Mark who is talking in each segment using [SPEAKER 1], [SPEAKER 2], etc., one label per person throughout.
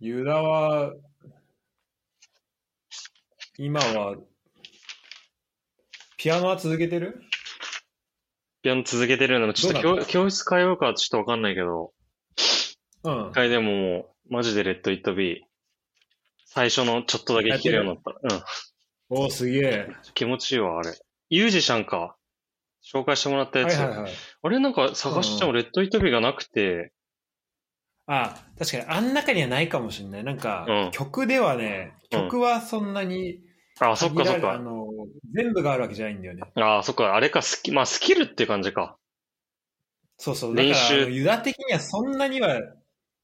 [SPEAKER 1] ユダは、今は、ピアノは続けてる
[SPEAKER 2] ピアノ続けてるのも、ちょっと
[SPEAKER 1] どう
[SPEAKER 2] 教
[SPEAKER 1] だった
[SPEAKER 2] 教室変えようかちょっとわかんないけど、
[SPEAKER 1] うん
[SPEAKER 2] 一。回でももう、マジでレッド・イット・ビー、最初のちょっとだけ弾けるようになった。うん。
[SPEAKER 1] おー、すげえ。
[SPEAKER 2] 気持ちいいわ、あれ。ユージシャンか。紹介してもらったや
[SPEAKER 1] はい
[SPEAKER 2] つ。
[SPEAKER 1] はいはい。
[SPEAKER 2] あれなんか探してもレッド・イット・ビーがなくて、
[SPEAKER 1] あ、確かに、あん中にはないかもしれない。なんか、
[SPEAKER 2] うん
[SPEAKER 1] 曲ではね、
[SPEAKER 2] うん
[SPEAKER 1] 曲はそんなに、
[SPEAKER 2] あ、そっかそっ
[SPEAKER 1] 限られあ
[SPEAKER 2] か。
[SPEAKER 1] の、全部があるわけじゃないんだよね。
[SPEAKER 2] あ、そっか。あれか、スキ、まあスキルって感じか。
[SPEAKER 1] そうそう。だから、
[SPEAKER 2] 練習
[SPEAKER 1] あのユダ的にはそんなには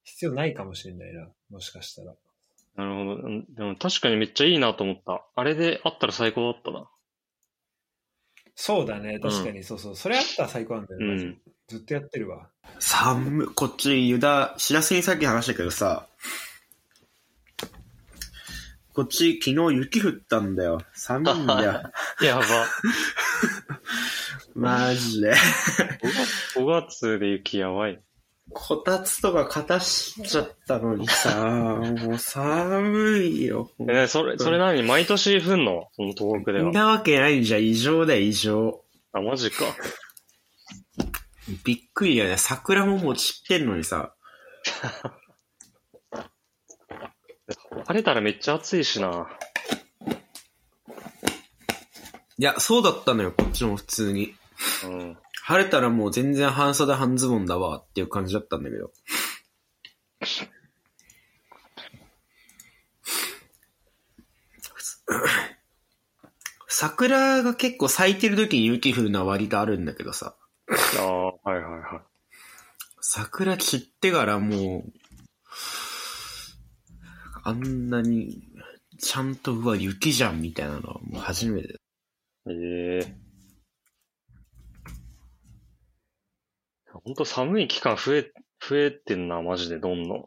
[SPEAKER 1] 必要ないかもしれないな。もしかしたら。
[SPEAKER 2] なるほどうん。でも確かにめっちゃいいなと思った。あれであったら最高だったな。
[SPEAKER 1] そうだね。確かに、そうそう。それあったら最高なんだよ
[SPEAKER 2] う
[SPEAKER 1] ね。マジ
[SPEAKER 2] ん。
[SPEAKER 1] ずっとやってるわ。
[SPEAKER 3] 寒っ、こっち、ユダ、知らせにさっき話したけどさ、こっち、昨日雪降ったんだよ。寒いんだ よ。
[SPEAKER 2] やば。
[SPEAKER 3] マジで。
[SPEAKER 2] 5月で雪やばい。
[SPEAKER 3] こたつとか片しちゃったのに さ、もう寒いよ。
[SPEAKER 2] え、ねそれ、それ何毎年降んのその東北で
[SPEAKER 3] ん
[SPEAKER 2] は。
[SPEAKER 3] なわけないじゃん、異常だよ、異常。
[SPEAKER 2] あ、マジか。
[SPEAKER 3] びっくりだよね。桜ももう散ってんのにさ。
[SPEAKER 2] 晴れたらめっちゃ暑いしな。
[SPEAKER 3] いや、そうだったのよ、こっちも普通に。
[SPEAKER 2] うん。
[SPEAKER 3] 晴れたらもう全然半袖半ズボンだわっていう感じだったんだけど。桜が結構咲いてる時に雪降るのは割とあるんだけどさ。
[SPEAKER 2] ああ、はいはいはい。
[SPEAKER 3] 桜散ってからもう、あんなに、ちゃんと、うわ、雪じゃんみたいなのはもう初めて。
[SPEAKER 2] ええほんと寒い期間増え、増えてんな、マジで、どんどん。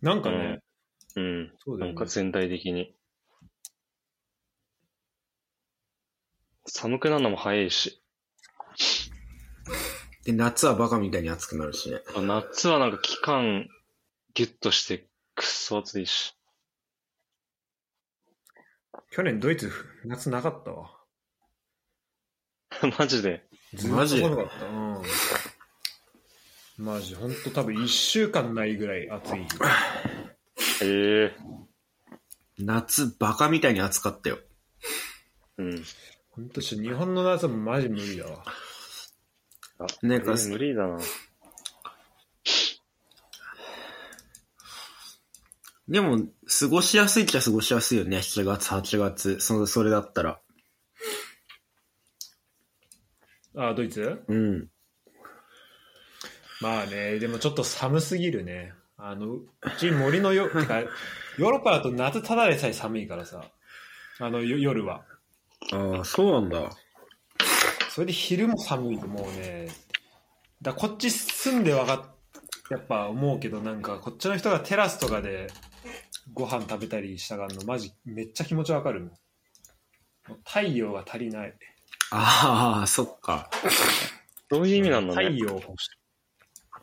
[SPEAKER 1] なんかね、
[SPEAKER 2] うん。
[SPEAKER 1] そう
[SPEAKER 2] な
[SPEAKER 1] だ
[SPEAKER 2] ん
[SPEAKER 1] よ
[SPEAKER 2] か
[SPEAKER 1] ね。
[SPEAKER 2] 全体的に。寒くなるのも早いし。
[SPEAKER 3] で、夏はバカみたいに暑くなるしね。
[SPEAKER 2] 夏はなんか期間ギュッとしてくっそ暑いし。
[SPEAKER 1] 去年ドイツ、夏なかったわ。
[SPEAKER 2] マジで。
[SPEAKER 1] ずっと
[SPEAKER 3] マジ
[SPEAKER 1] 寒かった。うん。マジ、ほんと多分1週間ないぐらい暑い。
[SPEAKER 2] ええ
[SPEAKER 3] 夏、バカみたいに暑かったよ。
[SPEAKER 2] うん。
[SPEAKER 1] ほんとちょっと日本の夏もマジ無理だわ。
[SPEAKER 2] あ
[SPEAKER 3] なんか
[SPEAKER 2] えー無理だな。
[SPEAKER 3] でも、過ごしやすいっちゃ過ごしやすいよね。7月、8月、そそれだったら。
[SPEAKER 1] あ、ドイツ
[SPEAKER 3] うん。
[SPEAKER 1] まあね、でもちょっと寒すぎるね。あの、うち森のよ、てか、ヨーロッパだと夏ただでさえ寒いからさ。あの、よ夜は。
[SPEAKER 3] ああ、そうなんだ。
[SPEAKER 1] それで昼も寒いともうね、だこっち住んでわかっ、やっぱ思うけどなんかこっちの人がテラスとかでご飯食べたりしたがるのマジめっちゃ気持ちわかるもん。もう太陽が足りない。
[SPEAKER 3] ああ、そっか。
[SPEAKER 2] そういう意味なんだ
[SPEAKER 1] 太
[SPEAKER 2] ね。
[SPEAKER 1] 陽を欲しい。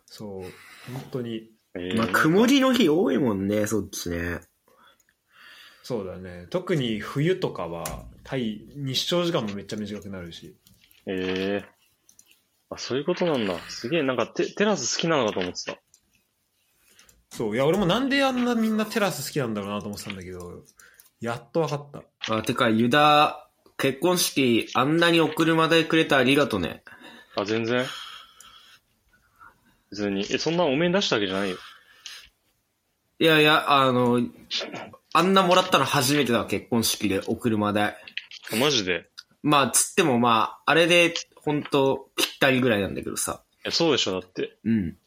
[SPEAKER 1] そう、本当に。
[SPEAKER 2] ええ
[SPEAKER 3] まあ、曇りの日多いもんね、そっちね。
[SPEAKER 1] そうだね。特に冬とかは太日照時間もめっちゃ短くなるし。
[SPEAKER 2] ええあ、そういうことなんだ。すげえ、なんかテテラス好きなのかと思ってた。
[SPEAKER 1] そう、いや俺もなんであんなみんなテラス好きなんだろうなと思ってたんだけど、やっとわかった。
[SPEAKER 3] あ、てか、ユダ、結婚式、あんなにお車代くれてありがとね。
[SPEAKER 2] あ、全然。別に。え、そんなお面出したわけじゃないよ。
[SPEAKER 3] いやいや、あの、あんなもらったの初めてだわ、結婚式で、お車代。
[SPEAKER 2] あマジで。
[SPEAKER 3] まあ、つってもまあ、あれで、ほんと、ぴったりぐらいなんだけどさ。
[SPEAKER 2] え、そうでしょ、だって。
[SPEAKER 3] うん。
[SPEAKER 2] で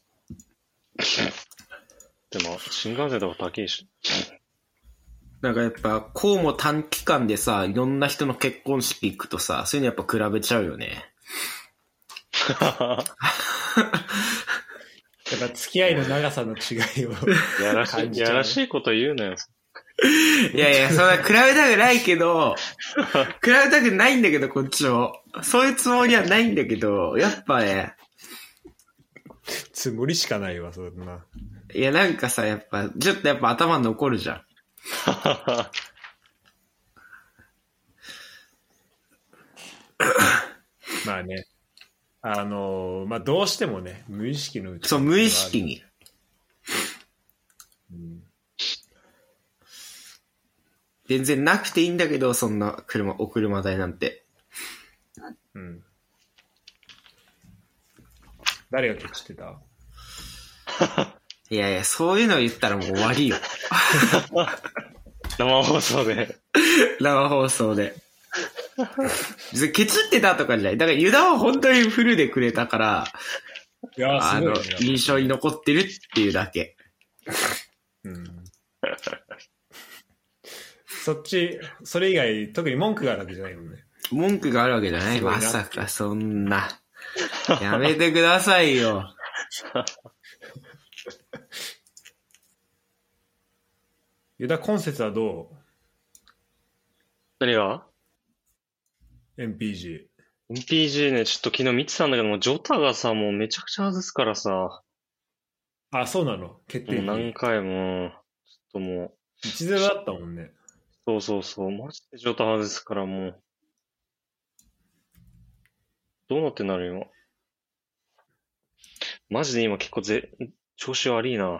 [SPEAKER 2] も、新幹線とか高いし。
[SPEAKER 3] なんかやっぱ、こうも短期間でさ、いろんな人の結婚式行くとさ、そういうのやっぱ比べちゃうよね。
[SPEAKER 1] だから付き合いの長さの違いを。
[SPEAKER 2] やらし
[SPEAKER 1] 感
[SPEAKER 2] い、
[SPEAKER 1] じちゃう
[SPEAKER 2] やらしいこと言うなよ。
[SPEAKER 3] いやいや、そんな比べたくないけ ど、比べたくないんだけど、こっちも。そういうつもりはないんだけど、やっぱね、
[SPEAKER 1] つもりしかないわ、そんな。
[SPEAKER 3] いや、なんかさ、やっぱ、ちょっとやっぱ頭に残るじゃん。
[SPEAKER 1] まあね。あのーまあどうしてもね、無意識のうち
[SPEAKER 3] そう、無意識に。
[SPEAKER 1] うん
[SPEAKER 3] 全然なくていいんだけど、そんな車、お車代なんて。
[SPEAKER 1] うん。誰が知ってた
[SPEAKER 3] いやいや、そういうの言ったらもう終わりよ。
[SPEAKER 2] 生放送で。
[SPEAKER 3] 生放送で。別にケチってたとかじゃない。だからユダは本当にフルでくれたから、
[SPEAKER 1] いやー
[SPEAKER 3] あ
[SPEAKER 1] すごい
[SPEAKER 3] の
[SPEAKER 1] ね、
[SPEAKER 3] 印象に残ってるっていうだけ。
[SPEAKER 1] うん。そっち、それ以外、特に文句があるわけじゃないもんね。
[SPEAKER 3] 文句があるわけじゃない
[SPEAKER 1] すごいな
[SPEAKER 3] まさかそんな。やめてくださいよ。
[SPEAKER 1] ユダ、今節はど
[SPEAKER 2] 何が
[SPEAKER 1] う ?MPG。
[SPEAKER 2] ?MPG ね、ちょっと昨日見てたんだけども、ジョタがさ、もうめちゃくちゃ外すからさ、
[SPEAKER 1] あ、そうなの。決
[SPEAKER 2] も
[SPEAKER 1] 定
[SPEAKER 2] う
[SPEAKER 1] 機。
[SPEAKER 2] 何回も、ちょっともう、
[SPEAKER 1] 1-0だったもんね。
[SPEAKER 2] そうそうそう、マジでジョタ外すからもう、どうなってんだろう、今。マジで今結構ぜ、調子悪いな。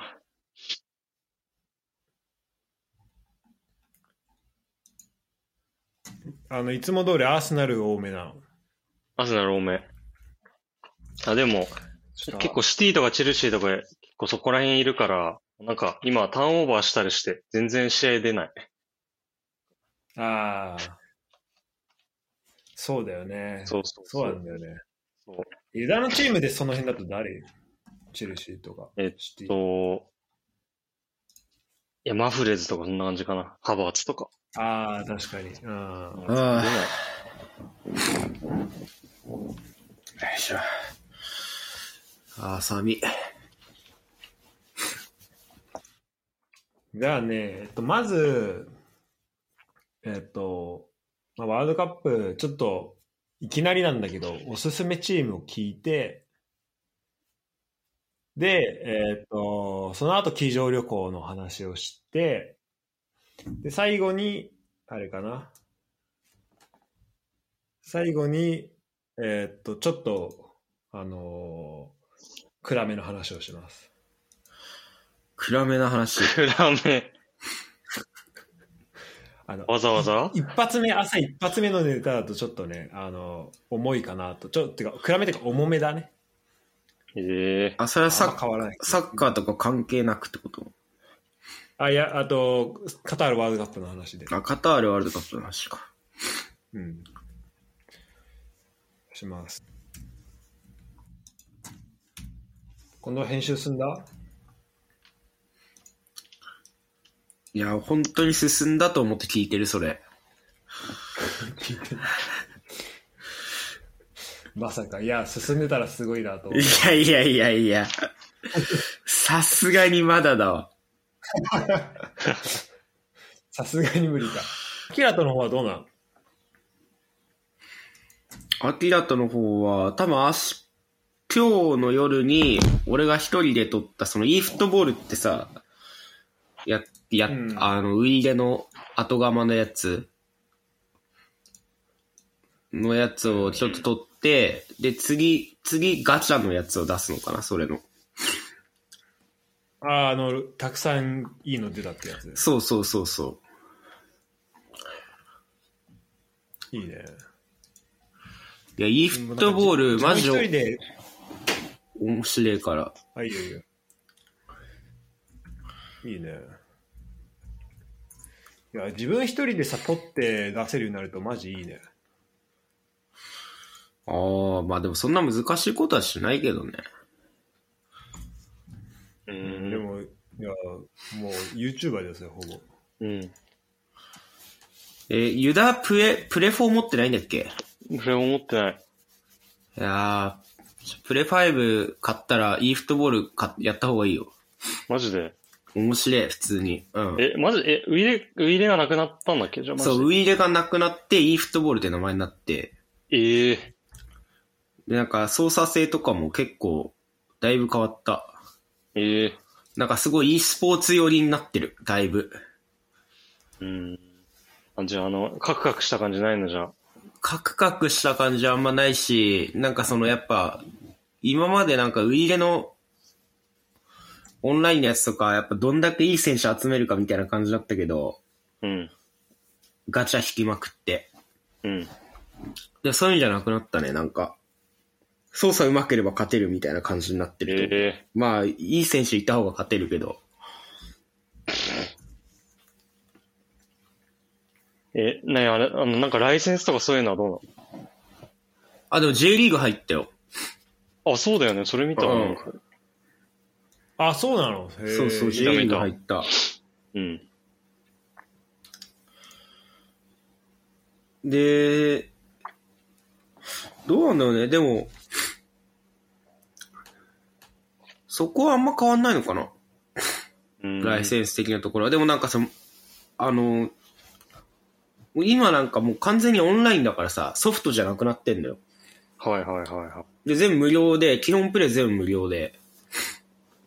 [SPEAKER 1] あの、いつも通りアーセナル多めなの。
[SPEAKER 2] アスナル多め。あ、でも、結構シティとかチェルシーとか、結構そこら辺いるから、なんか今ターンオーバーしたりして、全然試合出ない。
[SPEAKER 1] ああ。そうだよね。
[SPEAKER 2] そうそう
[SPEAKER 1] そうなんだよね。
[SPEAKER 2] そう
[SPEAKER 1] ユダのチームでその辺だと誰チェルシーとか。
[SPEAKER 2] えっ
[SPEAKER 1] シティ
[SPEAKER 2] と、いや、マフレーズとかそんな感じかな。ハバーツとか。
[SPEAKER 1] ああ、確かに。 うん。
[SPEAKER 2] 出ない
[SPEAKER 3] よいしょ。あー、寒い。
[SPEAKER 1] じゃあね、えっと、まず、えっと、まあワールドカップ、ちょっと、いきなりなんだけど、おすすめチームを聞いて、で、えっと、その後、机上旅行の話をして、で、最後に、あれかな。最後に、えっと、ちょっと、あの暗めの話をします。
[SPEAKER 3] 暗めな話。
[SPEAKER 2] 暗め。
[SPEAKER 1] あの、
[SPEAKER 2] わざわざ
[SPEAKER 1] 一発目、朝一発目のネタだとちょっとね、あの、重いかなと。ちょっと、比べてか重めだね。
[SPEAKER 2] ええ
[SPEAKER 3] あ、それはサ
[SPEAKER 1] あんま
[SPEAKER 3] ッ
[SPEAKER 1] 変わらない。
[SPEAKER 3] サッカーとか関係なくってこと
[SPEAKER 1] あ、いや、あと、カタールワールドカップの話で。
[SPEAKER 3] あ、カタールワールドカップの話か。
[SPEAKER 1] うん。します。今度は編集済んだ
[SPEAKER 3] いや、本当に進んだと思って聞いてる、それ。
[SPEAKER 1] まさか。いや、進んでたらすごいなと思っ
[SPEAKER 3] い
[SPEAKER 1] て。
[SPEAKER 3] やいやいやいや。さすがにまだだわ。
[SPEAKER 1] さすがに無理か。キラとの方はどうなの
[SPEAKER 3] アキラとの方は、多分明日、今日の夜に、俺が一人で撮った、その e フットボールってさ、や、や、
[SPEAKER 1] うん
[SPEAKER 3] あの、ウイイレの後釜のやつ、のやつをちょっと撮って、で、次、次ガチャのやつを出すのかな、それの。
[SPEAKER 1] あ、あの、たくさんいいの出たってやつです。
[SPEAKER 3] そうそうそうそ
[SPEAKER 1] いいね。
[SPEAKER 3] う。いや、e フットボール、マジ
[SPEAKER 1] 自分一人
[SPEAKER 3] で
[SPEAKER 1] で
[SPEAKER 3] 面白いから。
[SPEAKER 1] あ、いいよいいよ。いいね。いや、自分一人でさ、取って出せるようになるとマジいいね。
[SPEAKER 3] ああ、まあでもそんな難しいことはしないけどね。
[SPEAKER 2] う
[SPEAKER 1] で
[SPEAKER 2] ん。
[SPEAKER 1] も、いや、もう YouTuber ですよ、ほぼ。
[SPEAKER 2] うん。
[SPEAKER 3] えーユダプレ、プレ4持ってないんだっけ
[SPEAKER 2] それ思ってない。
[SPEAKER 3] いやー、プレ5買ったら e フットボール買っやった方がいいよ。
[SPEAKER 2] マジで。
[SPEAKER 3] 面白い、普通に。うん。
[SPEAKER 2] え、マジ、え、ウイレ、ウイレがなくなったんだっけじゃあマジで。
[SPEAKER 3] そう、ウイイレがなくなって e フットボールって名前になって、
[SPEAKER 2] ええ
[SPEAKER 3] で、なんか操作性とかも結構、だいぶ変わった。
[SPEAKER 2] ええ
[SPEAKER 3] なんかすごい e スポーツ寄りになってる、だいぶ。
[SPEAKER 2] うん。あじゃあ、あの、カクカクした感じないのじゃあ。
[SPEAKER 3] カクカクした感じあんまないし、なんかそのやっぱ、今までなんか売り入れのオンラインのやつとか、やっぱどんだけいい選手集めるかみたいな感じだったけど、
[SPEAKER 2] うん。
[SPEAKER 3] ガチャ引きまくって。
[SPEAKER 2] うん。
[SPEAKER 3] で、そういうんじゃなくなったね、なんか。操作上手ければ勝てるみたいな感じになってると。
[SPEAKER 2] え
[SPEAKER 3] まあ、いい選手いた方が勝てるけど。
[SPEAKER 2] ー、え、なにあれ、あの、なんかライセンスとかそういうのはどうな
[SPEAKER 3] あ、でも J リーグ入ったよ。
[SPEAKER 2] のあ、そうだよね。それ見たわ。
[SPEAKER 3] う
[SPEAKER 2] な
[SPEAKER 3] ん
[SPEAKER 2] んか
[SPEAKER 1] あ、そうなのへー
[SPEAKER 3] そうそう、
[SPEAKER 2] じ
[SPEAKER 3] J リーグ入った。
[SPEAKER 2] うん。
[SPEAKER 3] で、どうなんだろうね。でも、そこはあんま変わんないのかな。
[SPEAKER 2] うん。
[SPEAKER 3] ライセンス的なところは。でもなんかその、あの、今なんかもう完全にオンラインだからさ、ソフトじゃなくなってんだよ。
[SPEAKER 2] はいはいはいはい。
[SPEAKER 3] で、全部無料で、基本プレイ全部無料で。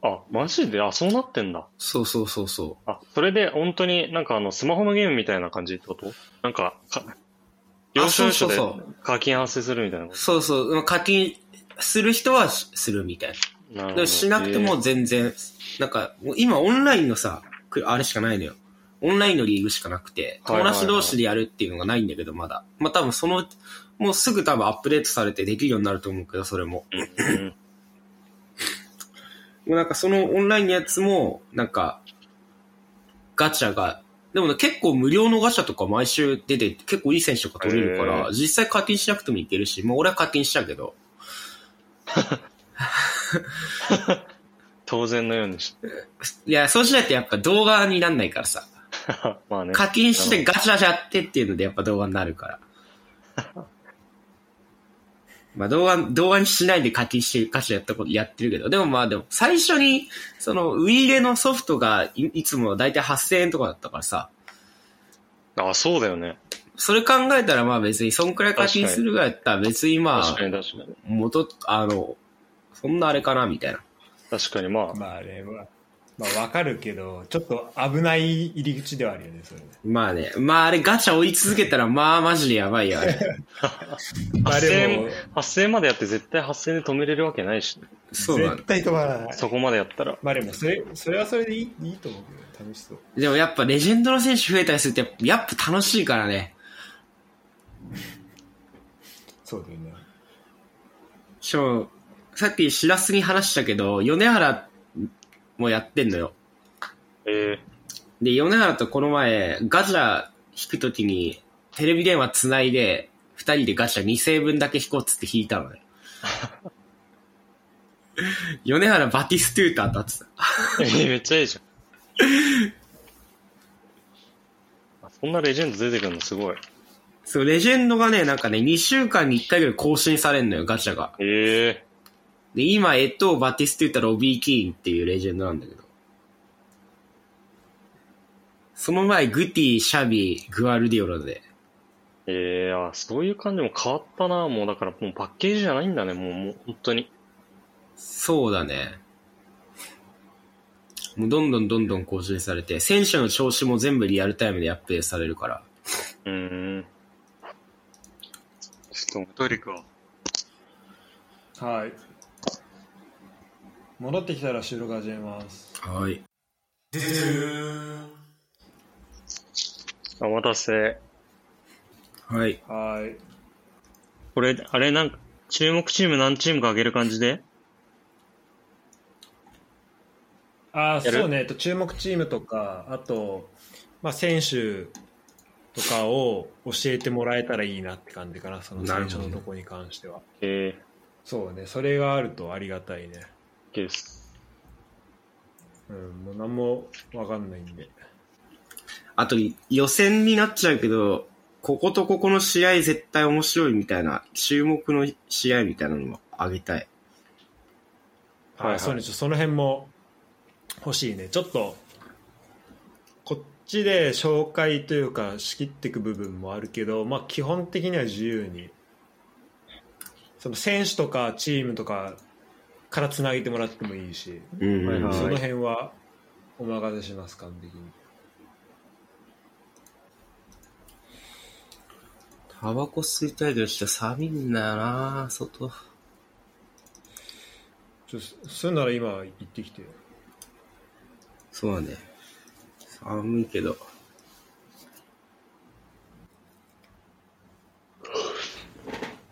[SPEAKER 2] あ、マジであ、そうなってんだ。
[SPEAKER 3] そうそうそうそ
[SPEAKER 2] あ、それで本当になんかあの、スマホのゲームみたいな感じってことなんか、か要所要所で
[SPEAKER 3] そうそう
[SPEAKER 2] 課金発生するみたいなこ
[SPEAKER 3] う。そうそう、まあ課金する人はしするみたいな。
[SPEAKER 2] と。なるほ
[SPEAKER 3] で
[SPEAKER 2] ど
[SPEAKER 3] しなくても、全然、なんか、もう今オンラインのさ、くあれしかないのよ。オンラインのリーグしかなくて、
[SPEAKER 2] はい
[SPEAKER 3] 友
[SPEAKER 2] はいはい
[SPEAKER 3] 達同士でやるっていうのがないんだけど、まだ。まあ多分その、もうすぐ多分アップデートされてできるようになると思うけど、それも。
[SPEAKER 2] えーうん
[SPEAKER 3] もうなんかそのオンラインのやつも、なんか、ガチャが、でもね、結構無料のガチャとか毎週出て、結構いい選手とか取れるか
[SPEAKER 2] へ
[SPEAKER 3] ら、
[SPEAKER 2] ー
[SPEAKER 3] 実際課金しなくてもいけるし、まあ俺は課金したけど、
[SPEAKER 2] 当然のようにし
[SPEAKER 3] いや、そうしないとやっぱ動画になんないからさ、
[SPEAKER 2] た。まあね。
[SPEAKER 3] 課金してガチャガチャやってっていうのでやっぱ動画になるから。 まあ動画、動画にしないで課金してガチャやったことやってるけど、でもまあでも最初に、その、ウィーレのソフトがいいつもだいたい8000円とかだったからさ、
[SPEAKER 2] あ、そうだよね。
[SPEAKER 3] それ考えたらまあ別に、そんくらい課金するぐらいだったら別にま
[SPEAKER 2] 確
[SPEAKER 3] あ
[SPEAKER 2] か、に確かに。
[SPEAKER 3] 元、あの、そんなあれかなみたいな。
[SPEAKER 2] 確かに、まあ、
[SPEAKER 1] まああれは、まあわかるけど、ちょっと危ない入り口ではあるよね、それね。
[SPEAKER 3] まあね、まああれガチャ追い続けたらまあマジでやばいよ、あれ。
[SPEAKER 1] まあ
[SPEAKER 2] 8000
[SPEAKER 1] でも
[SPEAKER 2] 円、8000円までやって絶対8000円で止めれるわけないしね、
[SPEAKER 3] そうなの
[SPEAKER 1] 絶。対止まらない。
[SPEAKER 2] そこまでやったら。
[SPEAKER 1] まあでも、それ、それはそれでいいいいと思うけど、楽しそう。
[SPEAKER 3] でもやっぱレジェンドの選手増えたりするとやっぱやっぱ楽しいからね。
[SPEAKER 1] そうだよね。
[SPEAKER 3] しかも、さっきしらすに話したけど、米原もやってんのよ。
[SPEAKER 2] え
[SPEAKER 3] で、米原とこの前、ガチャ引くときに、テレビ電話つないで、二人でガチャ2成分だけ引こうっつって引いたのね。 米原バティストゥーターだってた。
[SPEAKER 2] ー えーめっちゃいいじゃん。あそんなレジェンド出てくるのすごい。
[SPEAKER 3] そう、レジェンドがね、なんかね、2週間に1回ぐらい更新されんのよ、ガチャが。
[SPEAKER 2] ええ
[SPEAKER 3] で、今、えっと、バティストゥータ、ロビー・キーンっていうレジェンドなんだけど。その前、グティ、シャビ、グアルディオラで。
[SPEAKER 2] ええあ、そういう感じも変わったな。もうだから、もうパッケージじゃないんだね。もう、もう本当に。
[SPEAKER 3] そうだね。もうどんどんどんどん更新されて、選手の調子も全部リアルタイムでアップデートされるから。
[SPEAKER 2] うーん。ちょっと、トイレ行くわ。
[SPEAKER 1] はい。戻ってきたら収録始めます。
[SPEAKER 3] はい。
[SPEAKER 2] お待たせ。
[SPEAKER 3] はい。
[SPEAKER 1] はい。
[SPEAKER 2] これ、あれ、なんか、注目チーム何チームか上げる感じで
[SPEAKER 1] あ
[SPEAKER 2] やる
[SPEAKER 1] そうね、えっと注目チームとか、あと、まあ、選手とかを教えてもらえたらいいなって感じかな、その
[SPEAKER 3] なる
[SPEAKER 1] 選
[SPEAKER 3] ほ
[SPEAKER 1] 手
[SPEAKER 3] ど
[SPEAKER 1] のとこに関しては。
[SPEAKER 2] え
[SPEAKER 1] そうね、それがあるとありがたいね。
[SPEAKER 2] ー、OK です。
[SPEAKER 1] うん、もう何もわかんないんで。
[SPEAKER 3] あと、予選になっちゃうけど、こことここの試合絶対面白いみたいな、注目の試合みたいなのもあげたい。
[SPEAKER 1] はい、
[SPEAKER 2] はいはい
[SPEAKER 1] そうね、ちょっとその辺も欲しいね。ちょっと、こっちで紹介というか、仕切っていく部分もあるけど、まあ、基本的には自由に、その選手とかチームとかからつなげてもらってもいいし、
[SPEAKER 3] うんうんうん。
[SPEAKER 2] はいはい
[SPEAKER 1] その辺はお任せします、完璧に。
[SPEAKER 3] タバコ吸いたいけど、ちょっと寒いんだよな外。
[SPEAKER 1] ちょすんなら今行ってきてよ。
[SPEAKER 3] そうだね。寒いけど。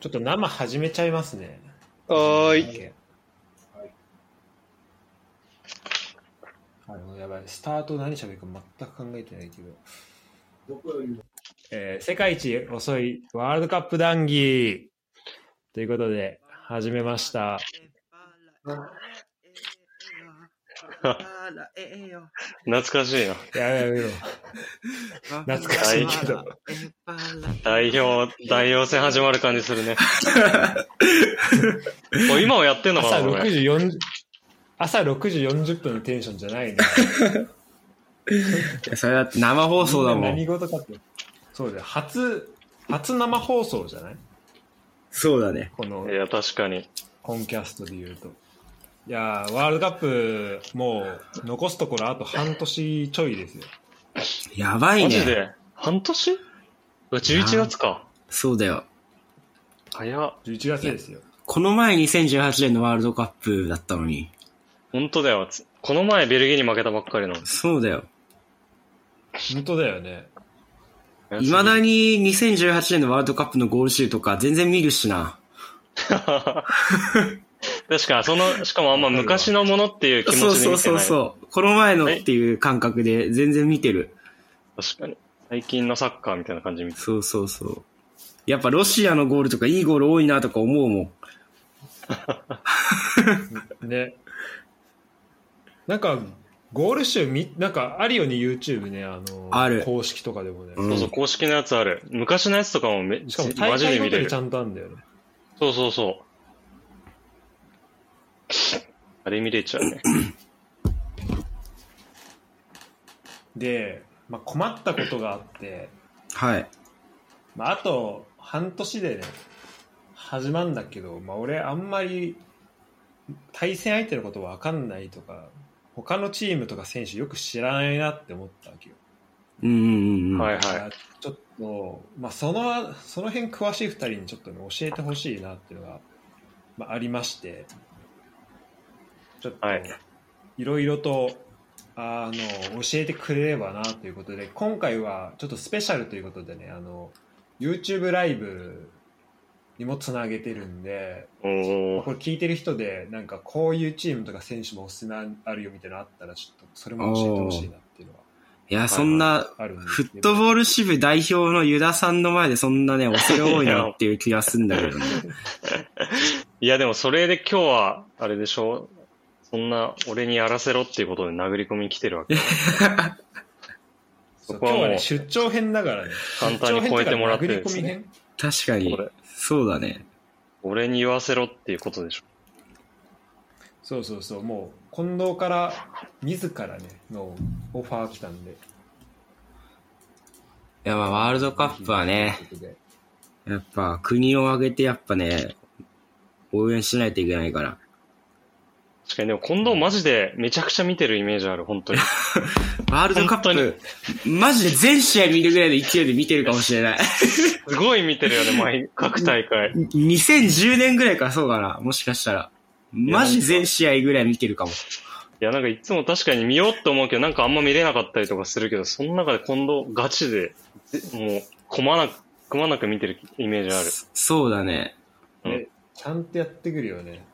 [SPEAKER 1] ちょっと生始めちゃいますね。
[SPEAKER 2] はーい。
[SPEAKER 1] い。あのやばい、スタート何喋るか全く考えてないけど。えー世界一遅いワールドカップ談義ということで、始めました。
[SPEAKER 2] 懐かしいな。
[SPEAKER 1] やめろやめろ。
[SPEAKER 4] 懐
[SPEAKER 1] かしいけ ど。
[SPEAKER 2] 代表、代表戦始まる感じす るね。もう今もやってん のか
[SPEAKER 1] 朝
[SPEAKER 2] なこ
[SPEAKER 1] 6
[SPEAKER 2] れ
[SPEAKER 1] 時40、朝6時40分のテンションじゃないね。
[SPEAKER 3] いやそれだって生放送だもん。
[SPEAKER 1] 何事かって。そうだよ。初、初生放送じゃない
[SPEAKER 3] そうだね。
[SPEAKER 1] この
[SPEAKER 2] いや、確かに。
[SPEAKER 1] 本キャストで言うと。いやー、ワールドカップ、もう、残すところあと半年ちょいですよ。
[SPEAKER 3] やばい
[SPEAKER 2] マジ
[SPEAKER 3] ね。
[SPEAKER 2] で半年うわ ?11 月か。
[SPEAKER 3] そうだよ。
[SPEAKER 2] 早っ。
[SPEAKER 1] 11月ですよ。
[SPEAKER 3] この前2018年のワールドカップだったのに。
[SPEAKER 2] 本当だよ。つこの前ベルギーに負けたばっかりの。
[SPEAKER 3] そうだよ。
[SPEAKER 1] 本当だよね。
[SPEAKER 3] 未だに2018年のワールドカップのゴールシュートか全然見るしな。
[SPEAKER 2] 確かに、その、しかもあんま昔のものっていう気持ちで
[SPEAKER 3] そう
[SPEAKER 2] 見て
[SPEAKER 3] そ
[SPEAKER 2] な
[SPEAKER 3] う
[SPEAKER 2] い。
[SPEAKER 3] そうそう。この前のっていう感覚で全然見てる。
[SPEAKER 2] 確かに。最近のサッカーみたいな感じ見て
[SPEAKER 3] そうそうそう。やっぱロシアのゴールとかいいゴール多いなとか思うもん。
[SPEAKER 1] ね。なんか、ゴール集み、なんかあるよね、YouTube ね、あの、
[SPEAKER 3] ある
[SPEAKER 1] 公式とかでもね。
[SPEAKER 3] うん
[SPEAKER 2] そうそう、公式のやつある。昔のやつとかもめ
[SPEAKER 1] しかも
[SPEAKER 2] マ
[SPEAKER 1] 大
[SPEAKER 2] ジで
[SPEAKER 1] 会ご
[SPEAKER 2] 見
[SPEAKER 1] と
[SPEAKER 2] れ
[SPEAKER 1] に
[SPEAKER 2] る
[SPEAKER 1] ち。ゃんとあるんだよね。
[SPEAKER 2] そうそうそう。あれ見れちゃうね。
[SPEAKER 1] で、まあ、困ったことがあって、
[SPEAKER 3] はい。
[SPEAKER 1] まあ、あと半年でね、始まるんだけど、まあ、俺あんまり対戦相手のことわかんないとか、他のチームとか選手よく知らないなって思ったわけよ。
[SPEAKER 3] うんうんうん。。
[SPEAKER 2] はいいはい。
[SPEAKER 1] い、ちょっと、まあ、そのその辺詳しい2人にちょっと、ね、教えてほしいなっていうのが、まあ、ありましてちょっと、
[SPEAKER 2] はい
[SPEAKER 1] い、ろいろとあの教えてくれればなということで今回はちょっとスペシャルということでねあの YouTube ライブにもつなげてるんで、
[SPEAKER 2] お
[SPEAKER 1] まあ
[SPEAKER 2] ー
[SPEAKER 1] これ聞いてる人でなんかこういうチームとか選手もおすすめあるよみたいなのあったらちょっとそれも教えてほしいなっていうのは
[SPEAKER 3] や、そんな、
[SPEAKER 1] あるんです
[SPEAKER 3] フ
[SPEAKER 1] けど
[SPEAKER 3] ットボール支部代表のユダさんの前でそんなね、恐れ多いなっていう気がするんだけどね。
[SPEAKER 2] いやでもそれで今日は、あれでしょそんな俺にやらせろっていうことで殴り込みに来てるわけ。
[SPEAKER 1] そう
[SPEAKER 2] そこはもう
[SPEAKER 1] 今日はね、出張編だからね。
[SPEAKER 2] 簡単に超えてもらって
[SPEAKER 1] 出張
[SPEAKER 2] る
[SPEAKER 1] 編
[SPEAKER 2] ん
[SPEAKER 1] とか殴
[SPEAKER 2] です
[SPEAKER 1] り込み
[SPEAKER 2] ね。
[SPEAKER 1] 編
[SPEAKER 3] 確かに
[SPEAKER 2] これ。
[SPEAKER 3] そうだね。
[SPEAKER 2] 俺に言わせろっていうことでしょ。
[SPEAKER 1] そうそうそう、もう、近藤から、自らね、のオファー来たんで。
[SPEAKER 3] いや、まあ、ワールドカップはね、
[SPEAKER 1] ということで。
[SPEAKER 3] やっぱ国を挙げてやっぱね、応援しないといけないから。
[SPEAKER 2] 確かにでも近藤マジでめちゃくちゃ見てるイメージある、本当に。
[SPEAKER 3] ワールドカップ、マジで全試合見るぐらいの勢いで見てるかもしれ ない。
[SPEAKER 2] すごい見てるよね、毎、各大会。
[SPEAKER 3] 2010年ぐらいからそうかな、もしかしたら。マジ全試合ぐらい見てるかも。
[SPEAKER 2] いや、なんかいつも確かに見ようって思うけど、なんかあんま見れなかったりとかするけど、その中で今度ガチで、ぜもう、こまなく、こまなく見てるイメージある。
[SPEAKER 3] そうだね。
[SPEAKER 2] うん
[SPEAKER 1] でちゃんとやってくるよね。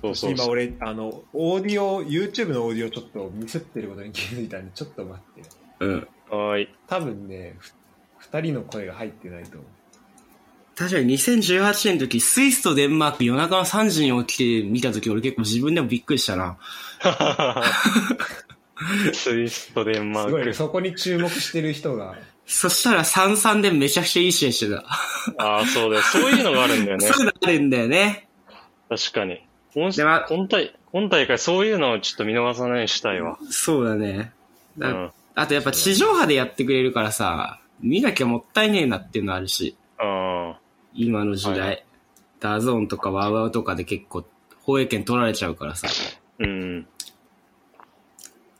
[SPEAKER 2] そうそう
[SPEAKER 1] 今
[SPEAKER 2] そう。
[SPEAKER 1] 俺、あの、オーディオ、YouTube のオーディオちょっとミスってることに気づいたんで、ちょっと待って。
[SPEAKER 3] うん。
[SPEAKER 2] はーい。
[SPEAKER 1] 多分ね、ふ二人の声が入ってないと思う。
[SPEAKER 3] 確かに2018年の時、スイスとデンマーク夜中の3時に起きて見た時、俺結構自分でもびっくりしたな。
[SPEAKER 2] スイスとデンマ
[SPEAKER 1] すごいね、
[SPEAKER 2] ーク。
[SPEAKER 1] そこに注目してる人 が。
[SPEAKER 3] そしたら3-3でめちゃくちゃいい試合してた。
[SPEAKER 2] ああ、そうだよ。そういうのがあるんだよね。
[SPEAKER 3] そういうのあるんだよね。
[SPEAKER 2] 確かに。今
[SPEAKER 3] では
[SPEAKER 2] 今大今大会、そういうのをちょっと見逃さないようにしたいわ。
[SPEAKER 3] そうだね。
[SPEAKER 2] う
[SPEAKER 3] だ
[SPEAKER 2] ん。
[SPEAKER 3] あとやっぱ地上波でやってくれるからさ、見なきゃもったいねえなっていうのあるし、
[SPEAKER 2] あ
[SPEAKER 3] 今の時代。
[SPEAKER 2] は
[SPEAKER 3] ダゾーンとかワウワウとかで結構、放映権取られちゃうからさ。
[SPEAKER 2] ーうん。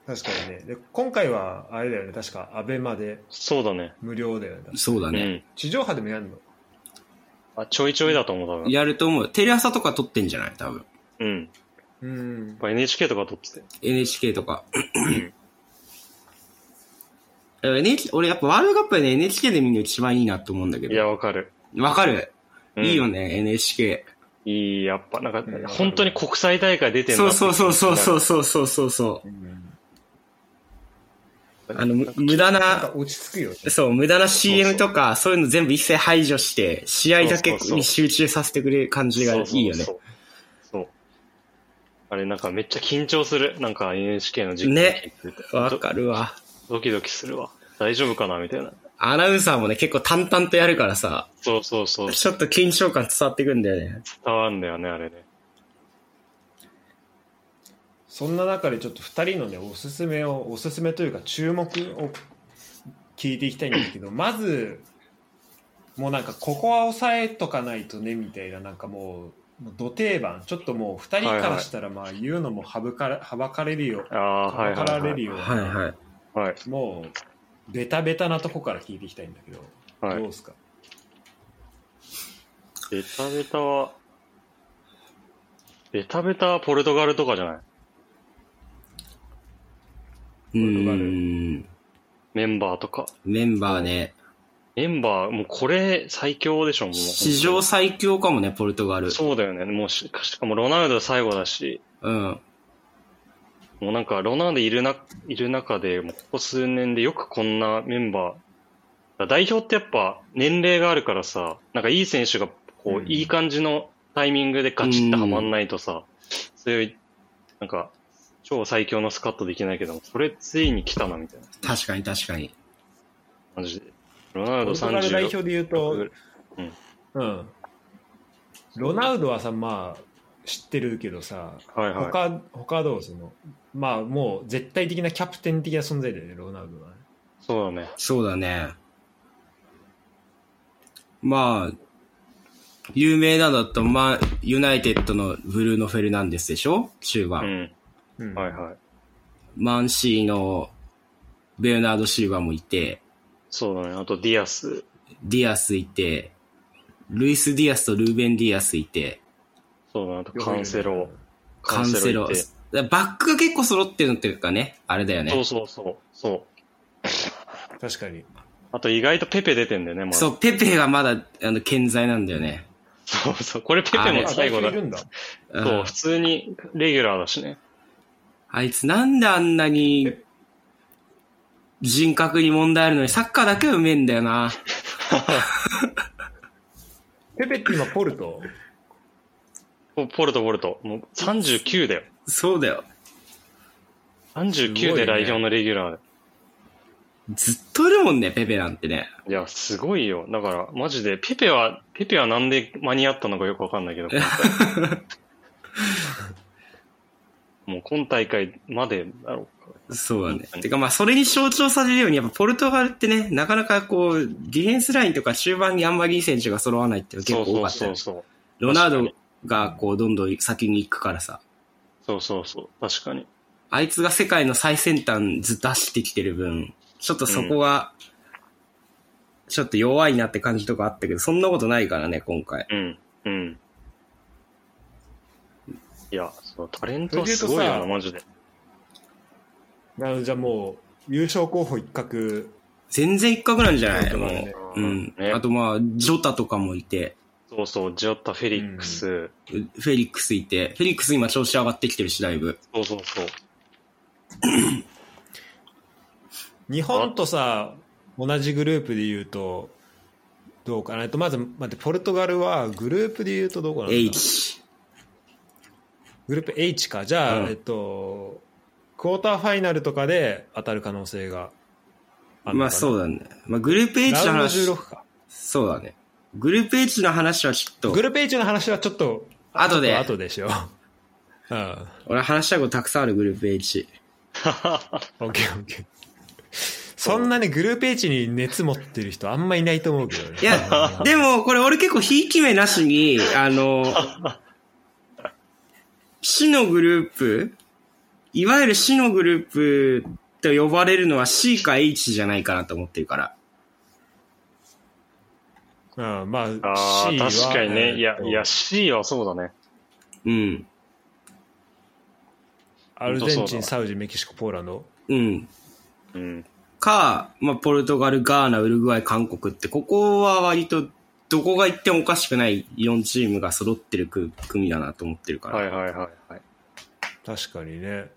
[SPEAKER 1] 確かにね。で、今回は、あれだよね、確か、アベマで
[SPEAKER 2] そうだね。
[SPEAKER 1] 無料だよね。確か
[SPEAKER 3] そうだ
[SPEAKER 2] う
[SPEAKER 3] ね。
[SPEAKER 2] ん。
[SPEAKER 1] 地上波でもやるの
[SPEAKER 2] あ、ちょいちょいだと思う、多分。
[SPEAKER 3] やると思う。テレ朝とか撮ってんじゃない多分。
[SPEAKER 2] うん。やっ
[SPEAKER 1] うん。
[SPEAKER 2] ぱ NHK とか撮ってて。
[SPEAKER 3] NHK とか。でも NHK、俺やっぱワールドカップはね、NHK で見るの一番いいなと思うんだけ
[SPEAKER 2] いや、
[SPEAKER 3] ど。
[SPEAKER 2] わかる。
[SPEAKER 3] わかる、
[SPEAKER 2] うん
[SPEAKER 3] いいよね、NHK。
[SPEAKER 2] いい、やっぱなんか
[SPEAKER 1] ん、
[SPEAKER 2] 本当に国際大会出てる
[SPEAKER 3] そうそうそうそうそうそうそうそうそう。あの、む無駄
[SPEAKER 1] なん
[SPEAKER 3] な
[SPEAKER 1] か、落ち着くよね。
[SPEAKER 3] そう、無駄な CM とか、そういうの全部一切排除して、試合だけ
[SPEAKER 2] そうそうそう
[SPEAKER 3] に集中させてくれる感じがいいよね
[SPEAKER 2] そ。うそうそう。そうあれ、なんかめっちゃ緊張する。なんか NHK の実況
[SPEAKER 3] ね
[SPEAKER 2] 聞いてて
[SPEAKER 3] わかるわ。
[SPEAKER 2] ドキドキするわ。大丈夫かなみたいな。
[SPEAKER 3] アナウンサーもね、結構淡々とやるからさ、
[SPEAKER 2] そうそうそう。
[SPEAKER 3] ちょっと緊張感伝わってくんだよね。
[SPEAKER 2] 伝わんだよね、あれね。
[SPEAKER 1] そんな中でちょっと2人のねおすすめをおすすめというか注目を聞いていきたいんですけどまずもうなんかここは抑えとかないとねみたいななんかもうもうど定番ちょっともう2人からしたらまあ言うのもはぶからはばかれるよ
[SPEAKER 2] ああ、
[SPEAKER 1] は
[SPEAKER 2] はい
[SPEAKER 1] ばか
[SPEAKER 2] はい、
[SPEAKER 1] ら
[SPEAKER 2] は
[SPEAKER 1] れる
[SPEAKER 2] い。
[SPEAKER 1] ような
[SPEAKER 3] はいはい。
[SPEAKER 2] はい。
[SPEAKER 1] もうベタベタなとこから聞いていきたいんだけど、
[SPEAKER 2] はい
[SPEAKER 1] どうですか
[SPEAKER 2] ベタベタは、ベタベタはポルトガルとかじゃない
[SPEAKER 3] う
[SPEAKER 1] ルトガル
[SPEAKER 3] ーん。
[SPEAKER 2] メンバーとか。
[SPEAKER 3] メンバーね、
[SPEAKER 2] メンバー、もうこれ最強でしょ、もう。
[SPEAKER 3] 史上最強かもね、ポルトガル。
[SPEAKER 2] そうだよね。もうし、しかもロナウド最後だし、
[SPEAKER 3] うん。
[SPEAKER 2] もうなんかロナウドいるな、いる中で、もうここ数年でよくこんなメンバー、代表ってやっぱ年齢があるからさ、なんかいい選手がこ
[SPEAKER 1] うん
[SPEAKER 2] う、いい感じのタイミングでガチッとはまんないとさ、強い、なんか、超最強のスカッとできないけど、それついに来たな、みたいな
[SPEAKER 3] 確かに確かに。
[SPEAKER 2] 感じで。ロナウ
[SPEAKER 1] ポ
[SPEAKER 2] ド
[SPEAKER 1] ルトガル代表
[SPEAKER 2] 36
[SPEAKER 1] で言うと、うん、ロナウドはさまあ知ってるけどさ
[SPEAKER 2] はいはい。
[SPEAKER 1] 他他はどうそのまあもう絶対的なキャプテン的な存在だよねロナウドはね
[SPEAKER 2] そうだね。
[SPEAKER 3] そうだね。まあ、有名なのだと、まあ、ユナイテッドのブルーノ・フェルナンデスでしょ中
[SPEAKER 2] う
[SPEAKER 3] 盤。
[SPEAKER 2] ん。
[SPEAKER 1] うん
[SPEAKER 2] はいはい。
[SPEAKER 3] マンシーのベルナード・シルバーもいて、
[SPEAKER 2] そうだね。あとディアス。
[SPEAKER 3] ディアスいて、ルイス・ディアスとルーベン・ディアスいて、
[SPEAKER 2] そうだね。あとカンセロ。
[SPEAKER 3] カンセロ。
[SPEAKER 2] い
[SPEAKER 3] だ
[SPEAKER 2] て
[SPEAKER 3] からバックが結構揃ってるのっていうかね、あれだよね。
[SPEAKER 2] そうそうそう。そう。
[SPEAKER 1] 確かに
[SPEAKER 2] あと意外とペペ出てんだよね、まだ。
[SPEAKER 3] そう、ペペがまだ、あの、健在なんだよね。
[SPEAKER 2] そうそう。これペペ
[SPEAKER 3] あれ
[SPEAKER 2] も最後だ
[SPEAKER 1] あ代表い。るんだ
[SPEAKER 3] うん
[SPEAKER 2] そう、普通にレギュラーだしね。
[SPEAKER 3] あいつなんであんなに人格に問題あるのにサッカーだけはうめえんだよな。
[SPEAKER 1] ペペって今ポルト
[SPEAKER 2] ポポルト、ポルト。もう39だよ。
[SPEAKER 3] そうだよ。
[SPEAKER 2] 39で代表のレギュラーで。
[SPEAKER 3] ずっといるもんね、ペペなんてね。
[SPEAKER 2] いや、すごいよ。だから、マジで、ペペは、ペペはなんで間に合ったのかよくわかんない けど。今回もう今大会までだろうか。
[SPEAKER 3] そうだね。てかまあ、それに象徴されるように、やっぱポルトガルってね、なかなかこう、ディフェンスラインとか中盤にあんまりいい選手が揃わないっていうの
[SPEAKER 2] そ
[SPEAKER 3] が
[SPEAKER 2] う
[SPEAKER 3] 結構多
[SPEAKER 2] そ
[SPEAKER 3] か
[SPEAKER 2] う
[SPEAKER 3] った
[SPEAKER 2] そ
[SPEAKER 3] よ
[SPEAKER 2] う。そう。
[SPEAKER 3] ロナウ
[SPEAKER 2] 確
[SPEAKER 3] ドがこう、どんどん先に行くからさ。
[SPEAKER 2] そうそうそう。確かに。
[SPEAKER 3] あいつが世界の最先端ずっと走ってきてる分、ちょっとそこが、ちょっと弱いなって感じとかあったけど、そんなことないからね、今回。
[SPEAKER 2] うん。うん。いや、そう、タレントは
[SPEAKER 1] それで言うと
[SPEAKER 2] すごいよ
[SPEAKER 1] さ
[SPEAKER 2] な、マジで。
[SPEAKER 1] なのでじゃあもう優勝候補一角
[SPEAKER 3] 全然一角なんじゃない
[SPEAKER 1] そうだ
[SPEAKER 3] も
[SPEAKER 1] ね
[SPEAKER 3] う。うん。
[SPEAKER 2] ね
[SPEAKER 3] あとまあ、ジョタとかもいて、
[SPEAKER 2] そうそう、ジョッタ、フェリックス、
[SPEAKER 3] フェリックスいて、フェリックス今調子上がってきてるし、だいぶ。
[SPEAKER 2] そうそうそう。
[SPEAKER 1] 日本とさ同じグループで言うとどうかなえっとまず待ってポルトガルはグループで言うとどこなんだ
[SPEAKER 3] H。
[SPEAKER 1] グループ H かじゃあ、
[SPEAKER 3] うん
[SPEAKER 1] えっとクォーターファイナルとかで当たる可能性があるのかな
[SPEAKER 3] まあそうだね。まあグループ H
[SPEAKER 1] ラ
[SPEAKER 3] の
[SPEAKER 1] ウンド
[SPEAKER 3] 話
[SPEAKER 1] 16、か
[SPEAKER 3] そうだね。グループ H の話はちょっと
[SPEAKER 1] グ、ループ H の話はちょっと
[SPEAKER 3] 後で
[SPEAKER 1] ちょっと後でし よううん
[SPEAKER 3] 俺話したいことたくさんあるグループ H。
[SPEAKER 1] オッケーオッケー。そんなね、グループ H に熱持ってる人あんまいないと思うけどね。
[SPEAKER 3] いや、でも、これ俺結構ひいき目なしに、あの、市のグループ、いわゆる死のグループと呼ばれるのは C か H じゃないかなと思ってるから。
[SPEAKER 1] うん、まあ、
[SPEAKER 2] あ
[SPEAKER 1] C
[SPEAKER 2] あ、
[SPEAKER 1] は
[SPEAKER 2] 確かに
[SPEAKER 1] えー
[SPEAKER 2] ね。
[SPEAKER 1] と
[SPEAKER 2] いや、いや、C はそうだね。
[SPEAKER 3] うん。
[SPEAKER 1] アルゼンチ
[SPEAKER 2] 本当そうだ
[SPEAKER 1] ン、
[SPEAKER 2] わ
[SPEAKER 1] サウジ、メキシコ、ポーランド。
[SPEAKER 3] うん。
[SPEAKER 2] うん。
[SPEAKER 3] か、まあ、ポルトガル、ガーナ、ウルグアイ、韓国って、ここは割と、どこが行ってもおかしくない4チームが揃ってる組組だなと思ってるから。
[SPEAKER 2] はいはいはいはい。
[SPEAKER 1] 確かにね。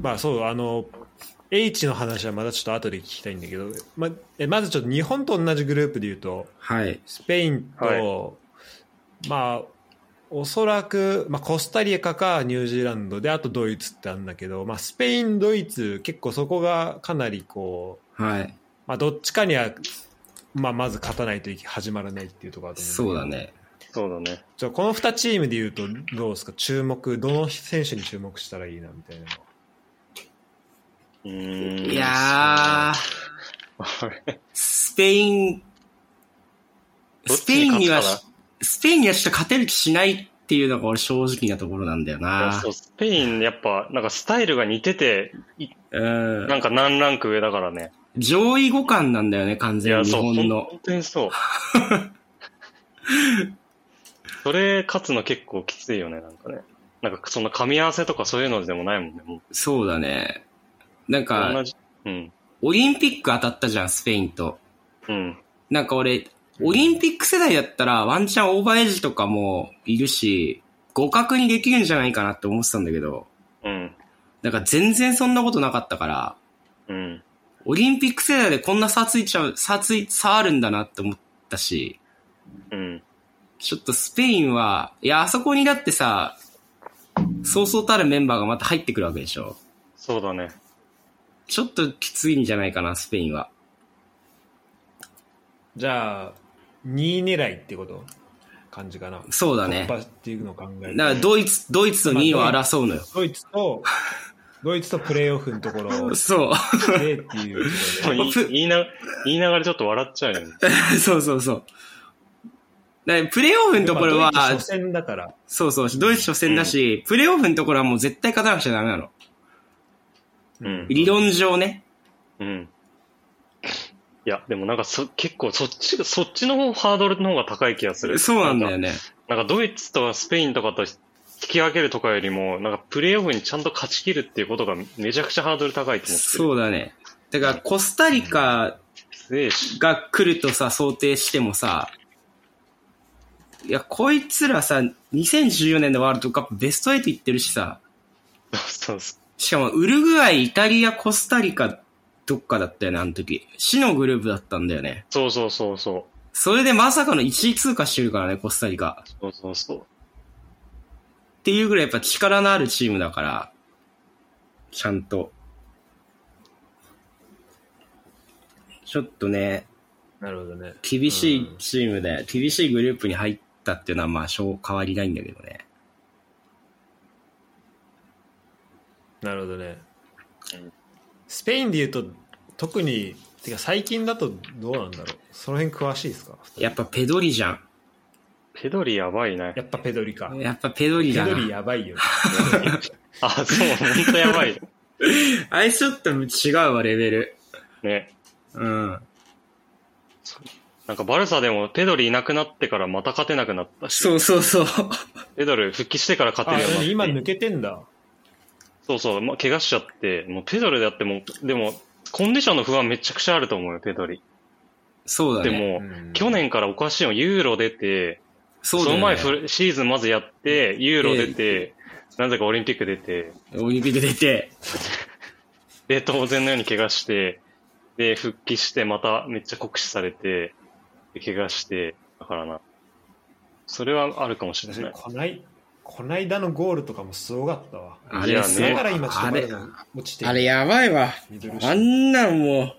[SPEAKER 1] まあそう、あの、H の話はまだちょっと後で聞きたいんだけど、まえまずちょっと日本と同じグループで言うと、
[SPEAKER 3] はい。
[SPEAKER 1] スペインと、まあ、おそらく、まあ、コスタリカかニュージーランドで、あとドイツってあるんだけど、まあ、スペイン、ドイツ、結構そこがかなりこう、
[SPEAKER 3] はい。
[SPEAKER 1] まあ、どっちかには、まあ、まず勝たないと始まらないっていうところだと思うんけど
[SPEAKER 3] そうだね。
[SPEAKER 2] そうだね。
[SPEAKER 1] じゃあこの2チームでいうとどうですか注目どの選手に注目したらいいなみたいな
[SPEAKER 2] うーん。
[SPEAKER 3] いやー、
[SPEAKER 2] そう。あれ
[SPEAKER 3] スペイン、
[SPEAKER 2] どっ
[SPEAKER 3] スペ
[SPEAKER 2] ち
[SPEAKER 3] イン
[SPEAKER 2] に
[SPEAKER 3] には
[SPEAKER 2] 勝つかな、
[SPEAKER 3] スペインにはちょっと勝てる気しないっていうのが俺正直なところなんだよ
[SPEAKER 2] いや
[SPEAKER 3] な
[SPEAKER 2] そう、。スペイン、やっぱ、なんかスタイルが似てて、
[SPEAKER 3] うん
[SPEAKER 2] な。んか何ランク上だからね。
[SPEAKER 3] 上位互換なんだよね、完
[SPEAKER 2] い
[SPEAKER 3] 全
[SPEAKER 2] や、
[SPEAKER 3] に日
[SPEAKER 2] そう、ほ
[SPEAKER 3] 本
[SPEAKER 2] ん
[SPEAKER 3] の。
[SPEAKER 2] 本当にそう。それ、勝つの結構きついよね、なんかね。なんか、そんな噛み合わせとかそういうのでもないもんね、もう。
[SPEAKER 3] そうだね。なん
[SPEAKER 2] 同
[SPEAKER 3] か、
[SPEAKER 2] じ。うん。
[SPEAKER 3] オリンピック当たったじゃん、スペインと。
[SPEAKER 2] うん。
[SPEAKER 3] なんか俺、オリンピック世代だったら、ワンチャンオーバーエイジとかもいるし、互角にできるんじゃないかなって思ってたんだけど、
[SPEAKER 2] うん。
[SPEAKER 3] なんか全然そんなことなかったから、
[SPEAKER 2] うん。
[SPEAKER 3] オリンピック世代でこんな差ついちゃう、差つい、差あるんだなって思ったし、
[SPEAKER 2] うん。
[SPEAKER 3] ちょっとスペインは、いや、あそこにだってさ、そうそうたるメンバーがまた入ってくるわけでしょ。
[SPEAKER 2] そうだね。
[SPEAKER 3] ちょっときついんじゃないかな、スペインは。
[SPEAKER 1] じゃあ2位狙いってこと感じかな
[SPEAKER 3] そうだね
[SPEAKER 1] 突。破っていうのを考える
[SPEAKER 3] だからドイツ、ドイツと2位を
[SPEAKER 1] まあドイ
[SPEAKER 3] 争うのよ。
[SPEAKER 1] ドイツと ドイツとプレーオフのところ
[SPEAKER 3] そう。
[SPEAKER 1] でっていうところで
[SPEAKER 2] 言い言いな、言いながらちょっと笑っちゃうよね。
[SPEAKER 3] そうそうそう。だからプレイオフのところは、
[SPEAKER 1] まあドイツ初戦だから
[SPEAKER 3] そうそう、ドイツ初戦だし、プレイオフのところはもう絶対勝たなくちゃダメなの。
[SPEAKER 2] うん。
[SPEAKER 3] 理論上ね。
[SPEAKER 2] うん。いや、でもなんかそ、結構そっち、そっちの方、ハードルの方が高い気がする。
[SPEAKER 3] そうなんだよ
[SPEAKER 2] ね。
[SPEAKER 3] ね。
[SPEAKER 2] なんかドイツとかスペインとかと引き分けるとかよりも、なんかプレイオフにちゃんと勝ち切るっていうことがめちゃくちゃハードル高いと思ってる。
[SPEAKER 3] そうだね。だからコスタリカ
[SPEAKER 2] 強いし。
[SPEAKER 3] が来るとさ、想定してもさ、いや、こいつらさ、2014年のワールドカップベスト8行ってるしさ、
[SPEAKER 2] そうそ
[SPEAKER 3] しかもウルグアイ、イタリア、コスタリカ、どっかだったよね、あの時。死のグループだったんだよね。
[SPEAKER 2] うそうそうそう。
[SPEAKER 3] それでまさかの1位通過してるからね、コスタリカ。
[SPEAKER 2] そうそうそう。
[SPEAKER 3] っていうぐらいやっぱ力のあるチームだから、ちゃんと。ちょっとね、
[SPEAKER 1] なるほどね
[SPEAKER 3] 厳しいチームで、厳しいグループに入ったっていうのはまあ、しょう変わりないんだけどね。
[SPEAKER 1] なるほどね
[SPEAKER 2] うん
[SPEAKER 1] スペインでいうと特にてか最近だとどうなんだろうその辺詳しいですか
[SPEAKER 3] やっぱペドリじゃ
[SPEAKER 2] ペドリやばいね
[SPEAKER 1] や。っぱペドリか
[SPEAKER 3] ん。やっぱペドリ
[SPEAKER 1] ペ
[SPEAKER 3] だ
[SPEAKER 1] ドリ
[SPEAKER 3] な。
[SPEAKER 1] やばいよ
[SPEAKER 2] あ、そう、本当やばい。
[SPEAKER 3] あいつちょっと違うわ、レベル。
[SPEAKER 2] ね。
[SPEAKER 3] うん。
[SPEAKER 2] なんかバルサでもペドリいなくなってからまた勝てなくなったし、
[SPEAKER 3] そうそうそう。
[SPEAKER 2] ペドリ復帰してから勝て
[SPEAKER 1] あ
[SPEAKER 2] るようになって
[SPEAKER 1] 何今抜けてんだ
[SPEAKER 2] そうそう、まあ、怪我しちゃって、もうペドリだってもう、でも、コンディションの不安めちゃくちゃあると思うよ、ペドリ。
[SPEAKER 3] そうだ
[SPEAKER 2] で
[SPEAKER 3] ね。
[SPEAKER 2] も、
[SPEAKER 1] うん
[SPEAKER 2] 去年からおかしいよ、ユーロ出て、
[SPEAKER 3] そ
[SPEAKER 2] そう
[SPEAKER 3] だ
[SPEAKER 2] の前
[SPEAKER 3] よね。
[SPEAKER 2] フシーズンまずやって、ユーロ出て、なぜかオリンピック出て、
[SPEAKER 3] オリンピック出て。
[SPEAKER 2] で、当然のように怪我して、で、復帰して、まためっちゃ酷使されて、で怪我して、だからな。それはあるかもしれ
[SPEAKER 1] 私
[SPEAKER 2] ない。
[SPEAKER 1] こないこないだのゴールとかもすごかったわ
[SPEAKER 3] あ
[SPEAKER 2] い
[SPEAKER 3] れ
[SPEAKER 2] や
[SPEAKER 3] す
[SPEAKER 2] ね
[SPEAKER 1] だ
[SPEAKER 3] ご
[SPEAKER 1] から今ちょっと
[SPEAKER 3] あ
[SPEAKER 1] まだ
[SPEAKER 3] れ、
[SPEAKER 1] 落ちて
[SPEAKER 3] あれやばいわ。
[SPEAKER 1] ミドルシ
[SPEAKER 3] あ
[SPEAKER 1] ュ
[SPEAKER 3] んなんも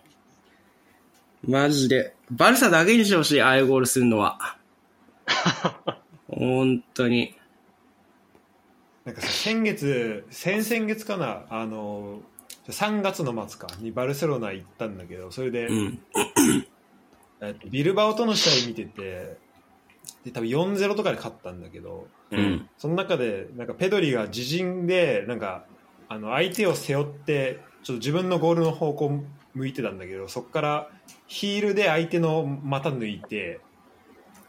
[SPEAKER 3] う、マジで。バルサだけにしてほしい、ああいうゴールする のは。本当に。
[SPEAKER 1] なんかさ先月先々月かなあの3月の末かにバルセロナ行ったんだけどそれで、
[SPEAKER 3] うん。
[SPEAKER 1] えっとビルバオとの試合見ててで多分4-0とかで勝ったんだけど、
[SPEAKER 2] う。
[SPEAKER 3] うんん。
[SPEAKER 1] その中でなんかペドリが自陣でなんかあの相手を背負ってちょっと自分のゴールの方向向いてたんだけどそこからヒールで相手の股抜いて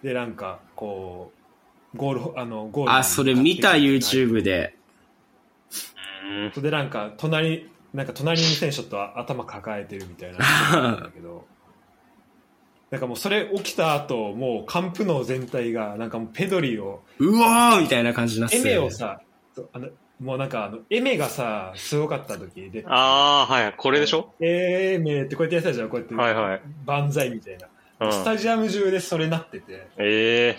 [SPEAKER 1] でなんかこうゴールあのゴールに
[SPEAKER 3] あ、それ見た YouTube で。
[SPEAKER 2] うん
[SPEAKER 1] でなんか隣なんか隣に選手ちょっと頭抱えてるみ たいななんだけどなんかもうそれ起きた後もうカンプ脳全体がなんかもうペドリを
[SPEAKER 3] うわーみたいな感じになって
[SPEAKER 1] エ
[SPEAKER 3] た
[SPEAKER 1] メ
[SPEAKER 3] よね
[SPEAKER 1] をさそうあのもうなんかあのエメがさすごかった時で
[SPEAKER 2] ああ、はい。これでしょ
[SPEAKER 1] エメってこうやってやってたじゃんこうやって、
[SPEAKER 2] はいはい。
[SPEAKER 1] 万歳みたいな、
[SPEAKER 2] うん
[SPEAKER 1] スタジアム中でそれなってて
[SPEAKER 2] ええ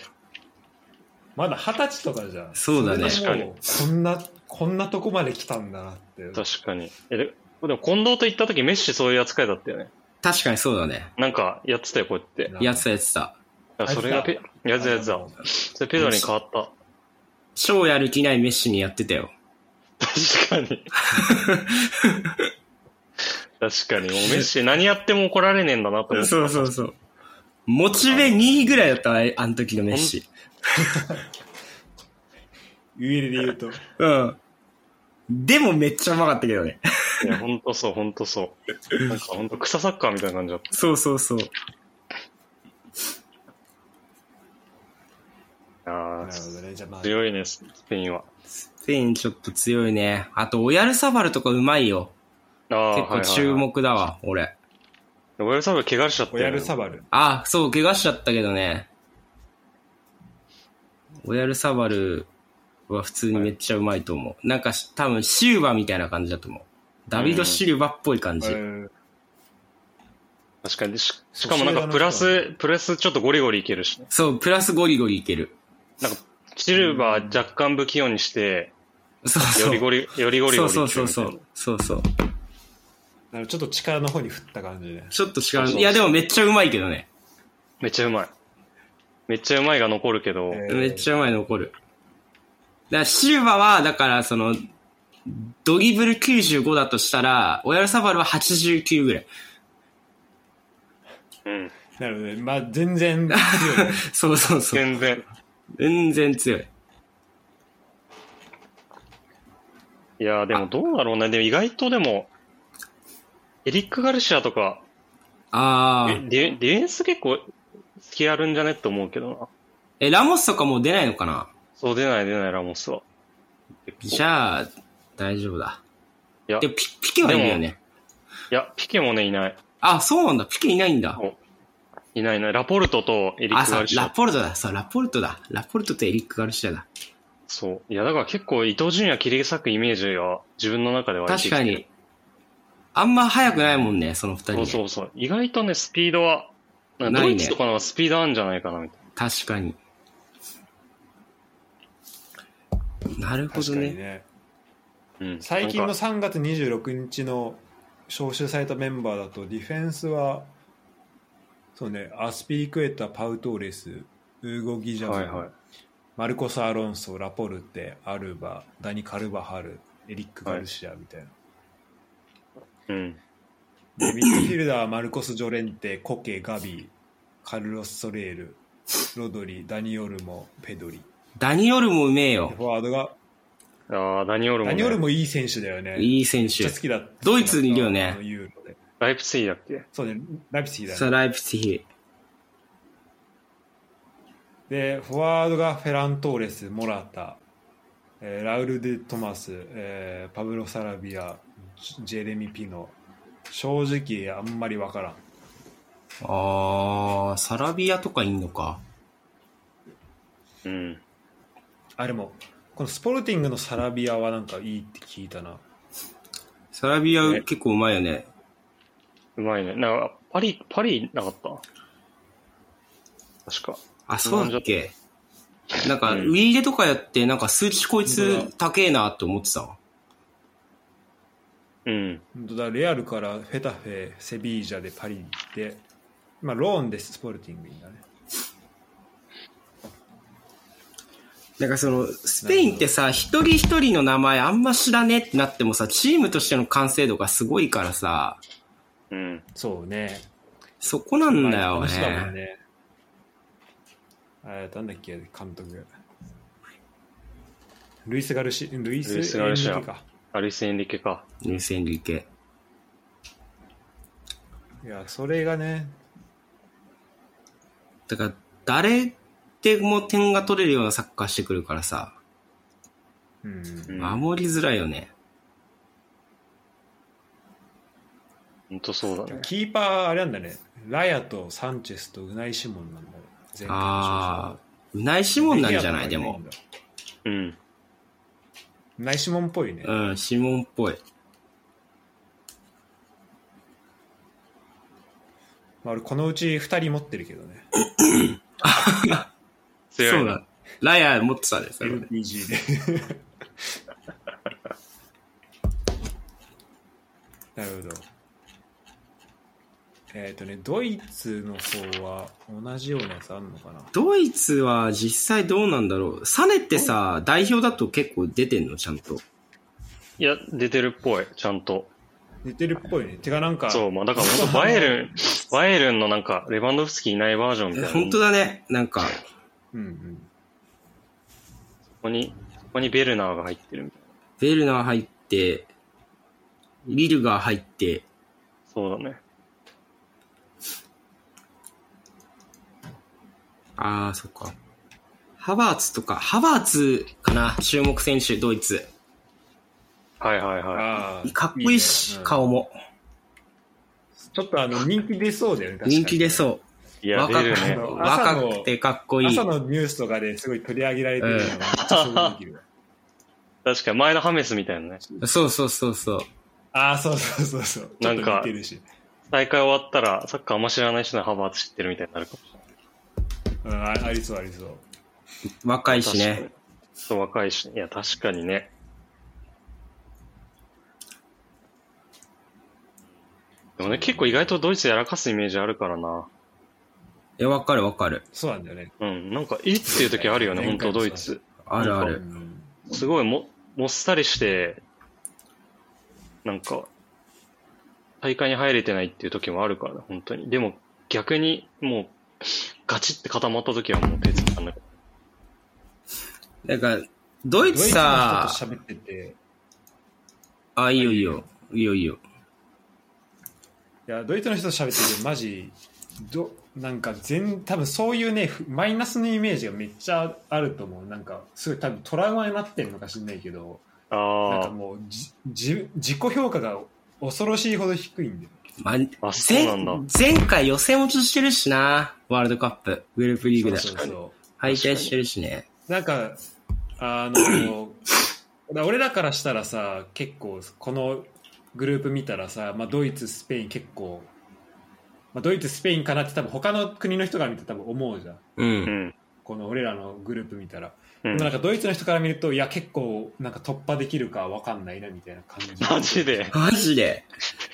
[SPEAKER 1] まだ二十歳とかじゃん
[SPEAKER 3] そうだね
[SPEAKER 1] それでもうこんなこんなとこまで来たんだなって
[SPEAKER 2] 確かに。え、ででも近藤と行った時メッシそういう扱いだったよね。
[SPEAKER 3] 確かにそうだね。
[SPEAKER 2] なんか、やってたよ、こうやって。
[SPEAKER 3] やつたやつた。
[SPEAKER 2] だからそれがペ、やつやつだ。それペドロに変わった。
[SPEAKER 3] 超やる気ないメッシにやってたよ。
[SPEAKER 2] 確か に。確かに、もうメッシ何やっても怒られねえんだなと思って。
[SPEAKER 3] そうそうそう。モチベ2位ぐらいだったわ、あの時のメッシ。
[SPEAKER 1] ウイレで言うと
[SPEAKER 3] うん。でもめっちゃうまかったけどね。
[SPEAKER 2] いや、ほんとそう、ほんとそう。なんかほんと草サッカーみたいな感じだった。
[SPEAKER 3] そうそうそう。
[SPEAKER 1] な
[SPEAKER 2] あ
[SPEAKER 1] るほどねじゃあまあ
[SPEAKER 2] 強いね、スペインは。
[SPEAKER 3] スペインちょっと強いね。あと、オヤルサバルとかうまいよ。
[SPEAKER 2] ああ、
[SPEAKER 3] 結構注目だわ、俺。
[SPEAKER 2] はいはいはい。オヤルサブ怪我しちゃった
[SPEAKER 1] オ
[SPEAKER 2] よね
[SPEAKER 1] ヤルサバル
[SPEAKER 3] あ、そう、怪我しちゃったけどね。オヤルサバルは普通にめっちゃうまいと思う。なんかし、多分シルバみたいな感じだと思う。ダビド・シルバっぽい感じ。
[SPEAKER 1] うん
[SPEAKER 2] 確かに。しし
[SPEAKER 1] そう
[SPEAKER 2] かもなん
[SPEAKER 1] シルバ
[SPEAKER 2] か
[SPEAKER 1] の
[SPEAKER 2] プラ
[SPEAKER 1] 人
[SPEAKER 2] ス、プラスちょっとゴリゴリいけるしね。
[SPEAKER 3] そう、プラスゴリゴリいける。
[SPEAKER 2] なんか、シルバー若干不器用にして、
[SPEAKER 3] そうそう。
[SPEAKER 2] よりゴリ、よりゴリゴリいけるみたいな。
[SPEAKER 3] そうそうそうそう。そうそう。
[SPEAKER 1] なるほどちょっと力の方に振った感じね
[SPEAKER 3] ちょっと
[SPEAKER 2] う
[SPEAKER 3] 違
[SPEAKER 2] そう
[SPEAKER 3] う。いや、でもめっちゃうまいけどね。
[SPEAKER 2] めっちゃうまい。めっちゃうまいが残るけど、
[SPEAKER 1] えー
[SPEAKER 3] めっちゃうまいの残る。だからシルバは、だからその、ドギブル95だとしたら、オヤルサバルは89ぐらい。
[SPEAKER 2] うん。
[SPEAKER 1] なるほどねまあ全 然強いね
[SPEAKER 3] そうそうそう。
[SPEAKER 2] 全然。
[SPEAKER 3] 全然強い。
[SPEAKER 2] いやーでもどうだろうね。でも意外とでも、エリック・ガルシアとか、
[SPEAKER 3] あ
[SPEAKER 2] デ
[SPEAKER 3] あ。
[SPEAKER 2] ィディフェンス結構、隙あるんじゃねって思うけどな。
[SPEAKER 3] え、ラモスとかもう出ないのかな
[SPEAKER 2] そう、出ない出ない、ラモスは。
[SPEAKER 3] じゃあ、大丈夫だ。
[SPEAKER 2] いや
[SPEAKER 3] で、、ピピケはいるよ
[SPEAKER 2] で
[SPEAKER 3] ね。
[SPEAKER 2] いや、ピケもね、いない。
[SPEAKER 3] あ、そうなんだ。ピケいないんだ。
[SPEAKER 2] いないいない。ラポルトとエリッ
[SPEAKER 3] あ、
[SPEAKER 2] ク・
[SPEAKER 3] そ
[SPEAKER 2] ガ
[SPEAKER 3] う
[SPEAKER 2] ル、シ
[SPEAKER 3] ラ
[SPEAKER 2] ア。
[SPEAKER 3] ポルトだ。そう、ラポルトだ。ラポルトとエリック・ガルシアだ。
[SPEAKER 2] そう。いや、だから結構伊藤純也切り裂くイメージが自分の中では湧いてき
[SPEAKER 3] 確
[SPEAKER 2] て
[SPEAKER 3] かに。あんま速くないもんね、その二人ね。
[SPEAKER 2] そうそうそう。意外とね、スピードは、なんか
[SPEAKER 3] な
[SPEAKER 2] ド
[SPEAKER 3] いね
[SPEAKER 2] イツとかの方がスピードあるんじゃないかな、みたい
[SPEAKER 3] 確かに。なるほ
[SPEAKER 1] 確
[SPEAKER 3] ど
[SPEAKER 1] か
[SPEAKER 3] ね。
[SPEAKER 1] にね
[SPEAKER 2] な。うん。
[SPEAKER 1] 最近
[SPEAKER 2] な
[SPEAKER 1] の
[SPEAKER 2] んか
[SPEAKER 1] 3月26日の招集されたメンバーだとディフェンスはそうねアスピリクエタパウトーレスウーゴ・ギジャマン、
[SPEAKER 2] はいはい。
[SPEAKER 1] マルコス・アロンソラポルテアルバダニ・カルバハルエリック・ガルシアみたいな、
[SPEAKER 2] うん。
[SPEAKER 1] でミッドフィルダーはマルコス・ジョレンテコケ・ガビカルロス・ソレールロドリダニオルモペドリ
[SPEAKER 3] ダニオルもうめえ
[SPEAKER 1] で
[SPEAKER 3] よ。
[SPEAKER 1] フォワードが
[SPEAKER 2] ああ、ダニオルも、
[SPEAKER 1] ダ
[SPEAKER 2] ね。
[SPEAKER 1] ニオルもいい選手だよね
[SPEAKER 3] いい選
[SPEAKER 1] めっ
[SPEAKER 3] 手
[SPEAKER 1] ちゃ。好きだった
[SPEAKER 3] ドイツにいるよね
[SPEAKER 1] あのユーロで
[SPEAKER 2] ライプツィヒだっけ
[SPEAKER 1] そうねラピスだね
[SPEAKER 3] さライプツィヒ。
[SPEAKER 1] でフォワードがフェラントーレス、モラタ、えーラウル・デ・トマス、えーパブロ・サラビア、ジジェレミ・ピノ正直あんまりわからん
[SPEAKER 3] あー、サラビアとかいんのか。
[SPEAKER 2] うん。
[SPEAKER 1] あでもこのスポルティングのサラビアはなんかいいって聞いたな
[SPEAKER 3] サラビア
[SPEAKER 2] ね
[SPEAKER 3] 結構うまいよね。
[SPEAKER 2] うまいね。なんか、パリ、パリなかった確か。
[SPEAKER 3] あ、そうだっけ。なんか、ウィーレとかやって、なんか数値こいつ高えなって思ってたわ。
[SPEAKER 2] うん。
[SPEAKER 1] 本当だレアルからフェタフェセビージャでパリに行って、まあ、ローンですスポルティングにだね
[SPEAKER 3] なんかその、スペインってさ、一人一人の名前あんま知らねえってなってもさ、チームとしての完成度がすごいからさ、
[SPEAKER 2] うん。
[SPEAKER 1] そうね
[SPEAKER 3] そこなんだよ
[SPEAKER 1] まあ話だもん
[SPEAKER 3] ね。
[SPEAKER 1] ねえー、なんだっけ、監督。ルイス・ガルシ、ルイス・
[SPEAKER 2] ルイスガルシア
[SPEAKER 1] エンリケか。
[SPEAKER 2] アリス・エンリケか。
[SPEAKER 3] ニュースエンリケ。
[SPEAKER 1] いや、それがね、
[SPEAKER 3] だから、誰でも点が取れるようなサッカーしてくるからさ、
[SPEAKER 1] うん、
[SPEAKER 2] うん、ほ
[SPEAKER 3] 守りづらいよね。
[SPEAKER 2] んとそうだね。
[SPEAKER 1] キーパー、あれなんだね、ラヤとサンチェスとウナイ・シモンなんだね。前回の
[SPEAKER 3] ああ、うないシモンなんじゃないでも。。
[SPEAKER 2] うん。
[SPEAKER 1] ウナイ・シモンっぽいね。
[SPEAKER 3] うん、シモンっぽい。
[SPEAKER 1] まあ、俺このうち2人持ってるけどね。
[SPEAKER 2] 強いな
[SPEAKER 3] そうだ。ラヤ持ってたで、それ。
[SPEAKER 1] LPG で。 なるほど。えっ、とね、ドイツの方は同じようなやつあんのかな
[SPEAKER 3] ドイツは実際どうなんだろう。サネってさ、代表だと結構出てんの、ちゃんと。
[SPEAKER 2] いや、出てるっぽい、ちゃんと。
[SPEAKER 1] 似てるっぽいね。てかなんか、
[SPEAKER 2] そう、まあだから本当バイエルン、バイエルンのなんか、レバンドフスキいないバージョンみたいな。
[SPEAKER 3] 本当
[SPEAKER 2] だ。
[SPEAKER 3] だね。なんか、
[SPEAKER 1] うんうん。
[SPEAKER 2] ここに、ここにベルナーが入ってるみたいな。
[SPEAKER 3] ベルナー入って、リルが入って、
[SPEAKER 2] そうだね。
[SPEAKER 3] ああ、そっか。ハバーツとか、ハバーツかな、注目選手、ドイツ。
[SPEAKER 2] はいはいは
[SPEAKER 1] ああ、
[SPEAKER 3] かっこいいし、
[SPEAKER 1] ねうん
[SPEAKER 3] 顔も。
[SPEAKER 1] ちょっとあの人気出そうだよね、確かに
[SPEAKER 3] 人気出そ。
[SPEAKER 2] い。いうや、出
[SPEAKER 3] 若
[SPEAKER 2] る
[SPEAKER 3] く
[SPEAKER 2] ね
[SPEAKER 1] あ。の朝の
[SPEAKER 3] 若くてかっこいい。
[SPEAKER 1] 朝のニュースとかですごい取り上げられてるのがめっちゃ衝 撃的だ
[SPEAKER 2] 確かに前のハメスみたいなね。
[SPEAKER 3] そうそうそうそう。
[SPEAKER 1] ああ、そうそうそうそう。ちょっと似てるし。
[SPEAKER 2] 大会終わったら、サッカーあんま知らない人のハバーツ知ってるみたいになるかもしれない。
[SPEAKER 1] うん、あありそうありそう。
[SPEAKER 3] 若いしね。
[SPEAKER 2] ちょっと若いし、いや、確かにね。でもね、結構意外とドイツやらかすイメージあるからな。
[SPEAKER 3] え、わかるわかる。
[SPEAKER 1] そうなんだよね。
[SPEAKER 2] うん、なんか、いいっていう時あるよね、
[SPEAKER 1] そう
[SPEAKER 2] 本
[SPEAKER 1] だよ
[SPEAKER 2] 当
[SPEAKER 1] ね
[SPEAKER 2] ドイツ。
[SPEAKER 3] あるあ
[SPEAKER 1] う
[SPEAKER 3] る。
[SPEAKER 1] ん
[SPEAKER 2] すごいも、もっさりして、なんか、大会に入れてないっていう時もあるからね、本当に。でも、逆に、もう、ガチって固まった時はもう手つかんなく
[SPEAKER 3] なんか、ドイ
[SPEAKER 1] ドイ
[SPEAKER 3] ツ
[SPEAKER 1] ツの
[SPEAKER 3] さ、
[SPEAKER 1] 人と喋ってて、
[SPEAKER 3] あ、いいよいいよ。いいよいいよ。
[SPEAKER 1] いや、ドイツの人と喋ってて、マジ、どなんか全、多分そういうね、ふマイナスのイメージがめっちゃあると思う。なんか、すごい多分トラウマになってるのか知んないけど、なんか
[SPEAKER 2] あ
[SPEAKER 1] もうじじ、自己評価が恐ろしいほど低いんだよ。
[SPEAKER 3] ま
[SPEAKER 2] あ、あ、そう
[SPEAKER 3] 前
[SPEAKER 2] なんだ。
[SPEAKER 3] 前回予選落ちしてるしな。ワールドカップ。グループリーグで。
[SPEAKER 1] そうそうそう。
[SPEAKER 3] 敗退してるしね。
[SPEAKER 1] なんか、あの、俺らからしたらさ、結構、このグループ見たらさ、まあ、ドイツ、スペイン結構、まあ、ドイツ、スペインかなって多分他の国の人が見て多分思うじゃん。
[SPEAKER 3] う。
[SPEAKER 2] うんん。
[SPEAKER 1] この俺らのグループ見たら。
[SPEAKER 2] う
[SPEAKER 1] で
[SPEAKER 2] ん
[SPEAKER 1] もなんかドイツの人から見ると、いや、結構、なんか突破できるかわかんないな、みたいな感じ。
[SPEAKER 2] マジ で。
[SPEAKER 3] マジで。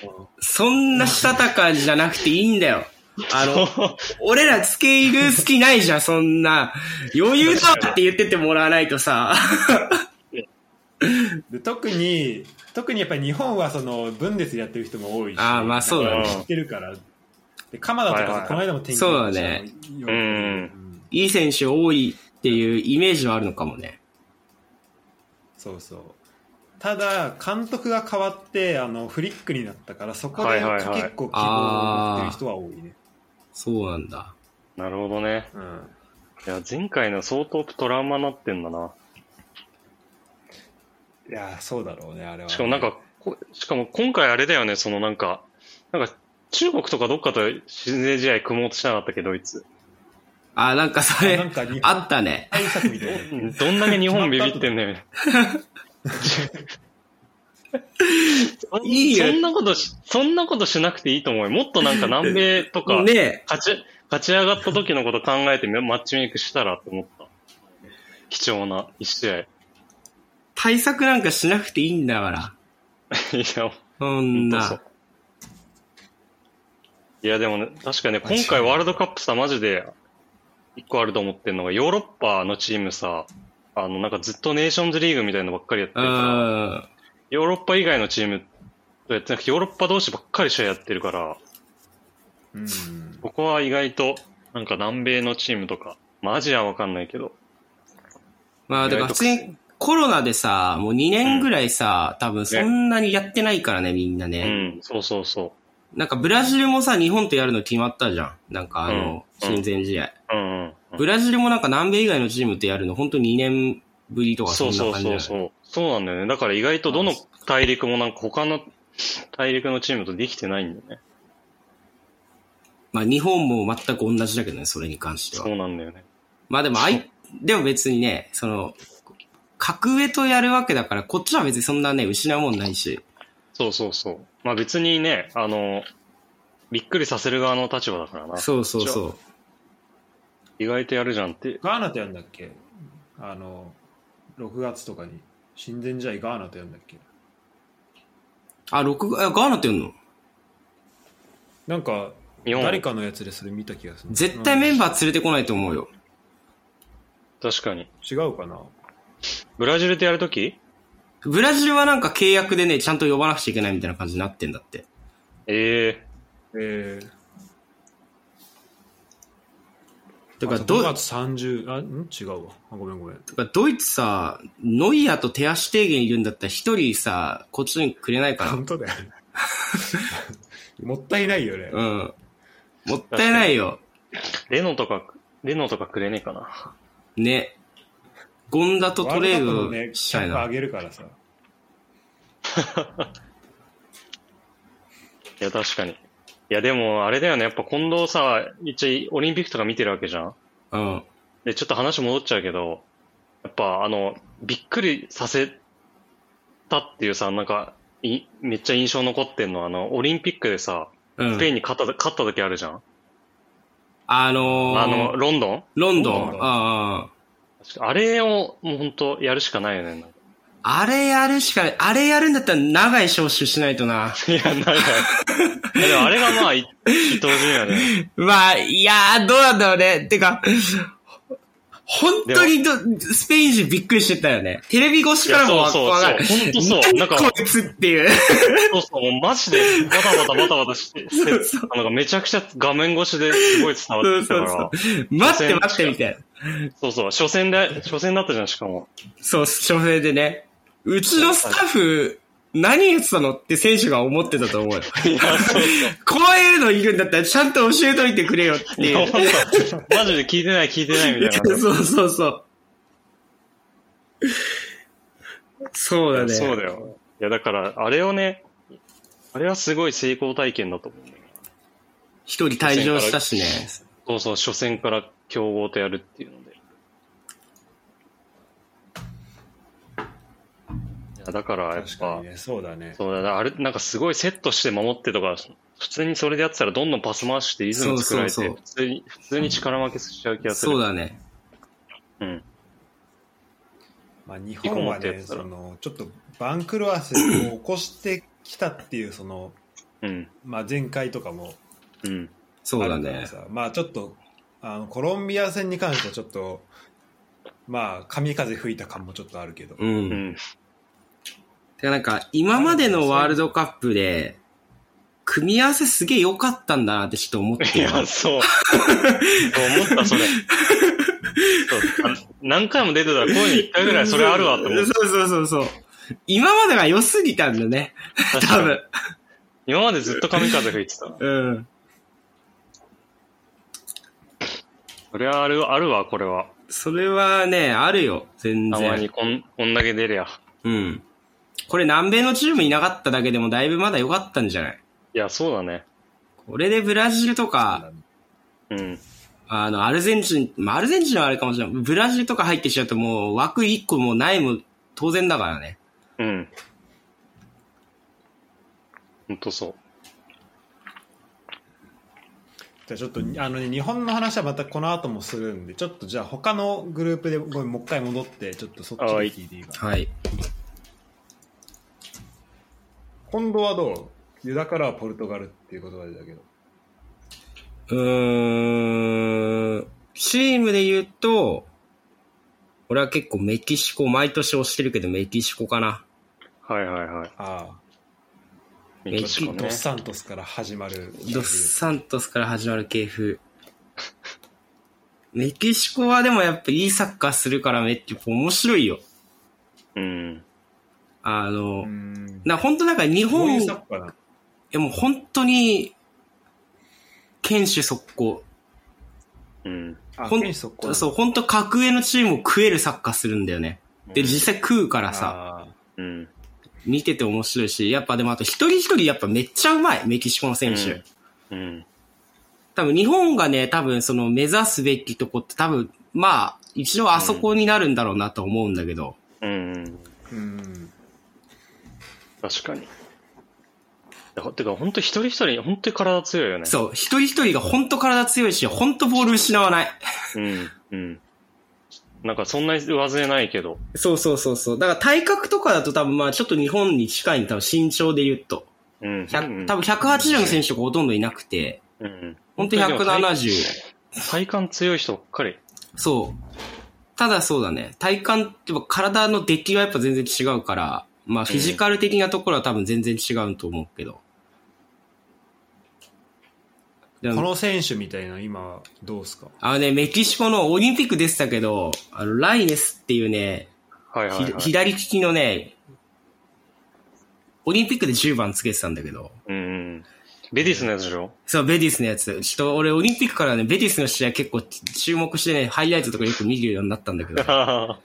[SPEAKER 1] こ
[SPEAKER 3] そんなしたたかじゃなくていいんだよ。あの、俺らつけ入る好きないじゃん、そんな。余裕だって言っててもらわないとさ。
[SPEAKER 1] ので特に、特にやっぱり日本はその、分裂やってる人も多いし。
[SPEAKER 3] あーまあそうだ
[SPEAKER 2] ね
[SPEAKER 1] 知ってるから。で、鎌田とかさ、
[SPEAKER 2] はいはい
[SPEAKER 1] この間も天気
[SPEAKER 3] そうだね。
[SPEAKER 1] よく
[SPEAKER 2] うん
[SPEAKER 1] うん
[SPEAKER 3] いい選手多いっていうイメージはあるのかもね。
[SPEAKER 1] そうそうただ監督が変わってあのフリックになったからそこ
[SPEAKER 2] は
[SPEAKER 1] で
[SPEAKER 2] いはいはい
[SPEAKER 1] 結構希望を持ってる人は多いね、
[SPEAKER 3] そうなんだ。
[SPEAKER 2] なるほどね。
[SPEAKER 1] うん、
[SPEAKER 2] いや、前回の相当トラウマになってんだな。
[SPEAKER 1] いやそうだろうねあれは
[SPEAKER 2] しかもなんか、こしかも今回あれだよね、そのなんか、なんか、中国とかどっかと親善試合組もうとしてなかったっけど、ドイツ。
[SPEAKER 3] あ、なんかそ
[SPEAKER 1] なん
[SPEAKER 3] れ、
[SPEAKER 1] か日
[SPEAKER 3] あ
[SPEAKER 1] 本
[SPEAKER 3] ったね。
[SPEAKER 1] 対策 みたいな
[SPEAKER 2] どんだけ日本ビビってんだよ、みたいなそん
[SPEAKER 3] いいよ
[SPEAKER 2] そんなことし、そんなことしなくていいと思うよ。もっとなんか南米とか、
[SPEAKER 3] ねえ。
[SPEAKER 2] 勝ち、勝ち上がった時のこと考えてマッチメイクしたらと思った。貴重な一試合。い
[SPEAKER 3] 対策なんかしなくていいんだから。
[SPEAKER 2] や、
[SPEAKER 3] そん
[SPEAKER 2] ほんとそう
[SPEAKER 3] な。
[SPEAKER 2] いや、でもね、確かね、今回ワールドカップさ、マジで、一個あると思ってんのが、ヨーロッパのチームさ、あの、なんかずっとネーションズリーグみたいなのばっかりやって
[SPEAKER 3] う
[SPEAKER 2] るから、
[SPEAKER 3] ん。
[SPEAKER 2] ヨーロッパ以外のチームとやってなくて、ヨーロッパ同士ばっかり試合やってるから、
[SPEAKER 1] うん
[SPEAKER 2] ここは意外と、なんか南米のチームとか、まあ、アジアはわかんないけど。
[SPEAKER 3] まあ、だから普通にコロナでさ、もう2年ぐらいさ、多分そんなにやってないからね、みんな
[SPEAKER 2] う
[SPEAKER 3] ね。
[SPEAKER 2] ん、そうそうそ
[SPEAKER 3] なんかブラジルもさ、日本とやるの決まったじゃん。なんかあの、
[SPEAKER 2] うん
[SPEAKER 3] 親善試合。
[SPEAKER 2] う。うん、うん。
[SPEAKER 3] ブラジルもなんか南米以外のチームとやるの、本当2年ぶりとかそ
[SPEAKER 2] そ
[SPEAKER 3] ん
[SPEAKER 2] う
[SPEAKER 3] な
[SPEAKER 2] そう
[SPEAKER 3] 感じじゃ
[SPEAKER 2] そ
[SPEAKER 3] な
[SPEAKER 2] う
[SPEAKER 3] い
[SPEAKER 2] そう。そうなんだよね。だから意外とどの大陸もなんか他の大陸のチームとできてないんだよね。
[SPEAKER 3] まあ日本も全く同じだけどね、それに関して
[SPEAKER 2] そ
[SPEAKER 3] は。
[SPEAKER 2] うなんだよね。
[SPEAKER 3] まあでもあい、でも別にね、その、格上とやるわけだから、こっちは別にそんなね、失うもんないし。
[SPEAKER 2] そうそうそう。まあ別にね、あの、びっくりさせる側の立場だからな。
[SPEAKER 3] そうそうそう。
[SPEAKER 2] 意外とやるじゃんって。
[SPEAKER 1] ガーナとやんだっけあの、6月とかに。親善試合ガーナとやんだっけ
[SPEAKER 3] あ、録画、あガーナってやんの
[SPEAKER 1] なんか、
[SPEAKER 2] 日本
[SPEAKER 1] 誰かのやつでそれ見た気がする。
[SPEAKER 3] 絶対メンバー連れてこないと思うよ。
[SPEAKER 2] 確かに。
[SPEAKER 1] 違うかな
[SPEAKER 2] ブラジルでやるとき
[SPEAKER 3] ブラジルはなんか契約でね、ちゃんと呼ばなくちゃいけないみたいな感じになってんだって。
[SPEAKER 2] え
[SPEAKER 1] えー、
[SPEAKER 3] だから
[SPEAKER 1] あ
[SPEAKER 3] ど
[SPEAKER 1] 5月30、あ、ん違うわ。あごめんごめん。
[SPEAKER 3] だからドイツさ、ノイアーと手足提言いるんだったら一人さ、こっちにくれないかな
[SPEAKER 1] 本当だよね。もったいないよね。
[SPEAKER 3] うん。もったいないよ。
[SPEAKER 2] えレノとか、レノとかくれねえかな。
[SPEAKER 3] ね。ゴンダとトレ
[SPEAKER 1] ワ
[SPEAKER 3] ー
[SPEAKER 1] ルドカップの
[SPEAKER 3] ド
[SPEAKER 1] ね、
[SPEAKER 3] し
[SPEAKER 1] キ
[SPEAKER 3] た
[SPEAKER 1] ャ
[SPEAKER 3] い
[SPEAKER 1] ンプ
[SPEAKER 3] な。
[SPEAKER 1] 上げるからさ。
[SPEAKER 2] いや、確かに。いや、でも、あれだよね。やっぱ近藤さ、一応、オリンピックとか見てるわけじゃん。
[SPEAKER 3] うん。
[SPEAKER 2] で、ちょっと話戻っちゃうけど、やっぱ、あの、びっくりさせたっていうさ、なんか、いめっちゃ印象残ってんのは、あの、オリンピックでさ、
[SPEAKER 3] う
[SPEAKER 2] スペイ
[SPEAKER 3] ん。
[SPEAKER 2] ンに勝った、勝った時あるじゃん。
[SPEAKER 3] あのー、
[SPEAKER 2] あの、ロンドン
[SPEAKER 3] ロンド
[SPEAKER 1] ロン
[SPEAKER 3] ン。
[SPEAKER 1] ドン
[SPEAKER 3] あ
[SPEAKER 2] あれを、もう本当やるしかないよね。
[SPEAKER 3] あ。あれやるしかない。あれやるんだったら長い招集し ないとな。
[SPEAKER 2] いや、なんか、いやでもあれがまあ、 い伊藤純也 ね。
[SPEAKER 3] まあ、いやー、どうなんだろうね。てか、本当にど、スペイン人びっくりしてたよね。テレビ越しからもわ
[SPEAKER 2] いやそうそうそう
[SPEAKER 3] わかる。
[SPEAKER 2] ほんとそう
[SPEAKER 3] 何
[SPEAKER 2] なんか
[SPEAKER 3] こいつっていう。
[SPEAKER 2] そうそう、もうマジで、バタバタバタバタ して、してなんかめちゃくちゃ画面越しですごい伝わってきたから。
[SPEAKER 3] そう待って待ってみたいな。
[SPEAKER 2] そうそう、初戦で、初戦だったじゃん、しかも。
[SPEAKER 3] そう、初戦でね。うちのスタッフ、何やってたのって選手が思ってたと思うよ。
[SPEAKER 2] いや、そう
[SPEAKER 3] こういうのいるんだったらちゃんと教えといてくれよって
[SPEAKER 2] い
[SPEAKER 3] い
[SPEAKER 2] や、
[SPEAKER 3] う。
[SPEAKER 2] 本当マジで聞いてない、聞いてないみたいな。
[SPEAKER 3] そうそうそう。そうだね。
[SPEAKER 2] そうだよ。いや、だから、あれをね、あれはすごい成功体験だと思う。
[SPEAKER 3] 一人退場したしね。
[SPEAKER 2] そうそう、初戦から強豪とやるっていうので。いや、だから、やっ
[SPEAKER 1] 確か
[SPEAKER 2] ぱ
[SPEAKER 1] に、ね、そうだね。
[SPEAKER 2] そうだな、あれ、なんかすごいセットして守ってとか、普通にそれでやってたらどんどんパス回してリズム作られて、
[SPEAKER 3] そうそうそう
[SPEAKER 2] 普通に、普通に力負けしちゃう気がする。
[SPEAKER 3] そうだね。
[SPEAKER 2] うん。
[SPEAKER 1] まあ、日本は
[SPEAKER 2] 引きこもってやっ
[SPEAKER 1] ね、
[SPEAKER 2] てた
[SPEAKER 1] そ
[SPEAKER 2] ら
[SPEAKER 1] のちょっと番狂わせを起こしてきたっていう、その、
[SPEAKER 2] うん。
[SPEAKER 1] まあ、前回とかも
[SPEAKER 2] うん。
[SPEAKER 3] そうだ
[SPEAKER 1] あるから
[SPEAKER 3] ね。
[SPEAKER 1] さまあ、ちょっとあの、コロンビア戦に関してはちょっと、まあ、神風吹いた感もちょっとあるけど、
[SPEAKER 2] う
[SPEAKER 3] う。
[SPEAKER 2] んん。
[SPEAKER 3] てかなんか、今までのワールドカップで、組み合わせすげえ良かったんだなってちょっと思って
[SPEAKER 2] い
[SPEAKER 3] る
[SPEAKER 2] や、そう。そう思った、それ。そうあ何回も出てたら、こういうの一回ぐらいそれあるわと思っ
[SPEAKER 3] そ
[SPEAKER 2] て。
[SPEAKER 3] うそうそうそう。今までが良すぎたんだね。
[SPEAKER 2] 確
[SPEAKER 3] 多
[SPEAKER 2] かに
[SPEAKER 3] 分。
[SPEAKER 2] 今までずっと神風吹いてた。
[SPEAKER 3] うん。
[SPEAKER 2] それはある、あるわ、これは。
[SPEAKER 3] それはね、あるよ。全
[SPEAKER 2] たまに
[SPEAKER 3] 然。
[SPEAKER 2] こん、こんだけ出りゃ。
[SPEAKER 3] うん。これ南米のチームいなかっただけでもだいぶまだ良かったんじゃない
[SPEAKER 2] いや、そうだね。
[SPEAKER 3] これでブラジルとか、
[SPEAKER 2] うん。
[SPEAKER 3] あの、アルゼンチン、まあ、アルゼンチンはあれかもしれない。ブラジルとか入ってきちゃうともう枠1個もうないも当然だからね。
[SPEAKER 2] うん。ほんとそう。
[SPEAKER 1] じゃあちょっとあの、ね、日本の話はまたこの後もするんで、ちょっとじゃあ、他のグループでごめんもう一回戻って、ちょっとそっちに聞いていいかな。
[SPEAKER 3] はい。
[SPEAKER 1] 今度はどうユダからはポルトガルっていうことが出たけど。
[SPEAKER 3] うーん。チームで言うと、俺は結構メキシコ、毎年推してるけどメキシコかな。
[SPEAKER 2] はいはいはい。
[SPEAKER 1] あ
[SPEAKER 2] メキシコ
[SPEAKER 1] あ、ド
[SPEAKER 2] ね
[SPEAKER 1] ス。サントスから始まる。
[SPEAKER 3] ドスサントスから始まる系風。 メキシコはでもやっぱいいサッカーするからめっちゃ面白いよ。
[SPEAKER 2] うん。
[SPEAKER 3] あの、
[SPEAKER 1] うん。
[SPEAKER 3] な本当なんか日
[SPEAKER 1] こう
[SPEAKER 3] 本、
[SPEAKER 1] いう
[SPEAKER 3] い
[SPEAKER 1] サッカーな。
[SPEAKER 3] やもう本当に、堅守速攻。
[SPEAKER 2] うん。
[SPEAKER 1] あ、
[SPEAKER 3] ほん
[SPEAKER 1] 剣速攻
[SPEAKER 3] そう、本当格上のチームを食えるサッカーするんだよね。で、実際食うからさ、
[SPEAKER 1] さ。
[SPEAKER 2] うん。
[SPEAKER 3] 見てて面白いし、やっぱでもあと一人一人やっぱめっちゃうまい、メキシコの選手。
[SPEAKER 2] うんうん。
[SPEAKER 3] 多分日本がね、多分その目指すべきとこって多分、まあ、一度あそこになるんだろうなと思うんだけど、
[SPEAKER 2] うん。
[SPEAKER 1] うん。
[SPEAKER 2] 確かに。だかてか、本当一人一人、本当に体強いよね。
[SPEAKER 3] そう、一人一人が本当体強いし、本当ボール失わない。
[SPEAKER 2] うん。うん。なんかそんなに上背ないけど。
[SPEAKER 3] そうそうそうそう。だから体格とかだと多分まあちょっと日本に近いんで多分身長で言うと。
[SPEAKER 2] うん。
[SPEAKER 3] 100多分180の選手がほとんどいなくて、
[SPEAKER 2] うん。うん。
[SPEAKER 3] 本当170。
[SPEAKER 2] 体幹強い人ばっかり。
[SPEAKER 3] そう。ただそうだね。体感ってやっぱ体の出来がやっぱ全然違うから、まあフィジカル的なところは多分全然違うと思うけど。で
[SPEAKER 1] こ
[SPEAKER 3] も
[SPEAKER 1] の選手みたいな、今、どうですか
[SPEAKER 3] あのね、メキシコのオリンピックでしたけど、あの、ライネスっていうね、
[SPEAKER 2] はいはい、
[SPEAKER 3] ひ
[SPEAKER 2] はい。
[SPEAKER 3] 左利きのね、オリンピックで10番つけてたんだけど、
[SPEAKER 2] うんうん。ベディスのやつでしょ
[SPEAKER 3] そう、ベディスのやつ。ちょっと俺オリンピックからね、ベディスの試合結構注目してね、ハイライトとかよく見るようになったんだけど、
[SPEAKER 2] あ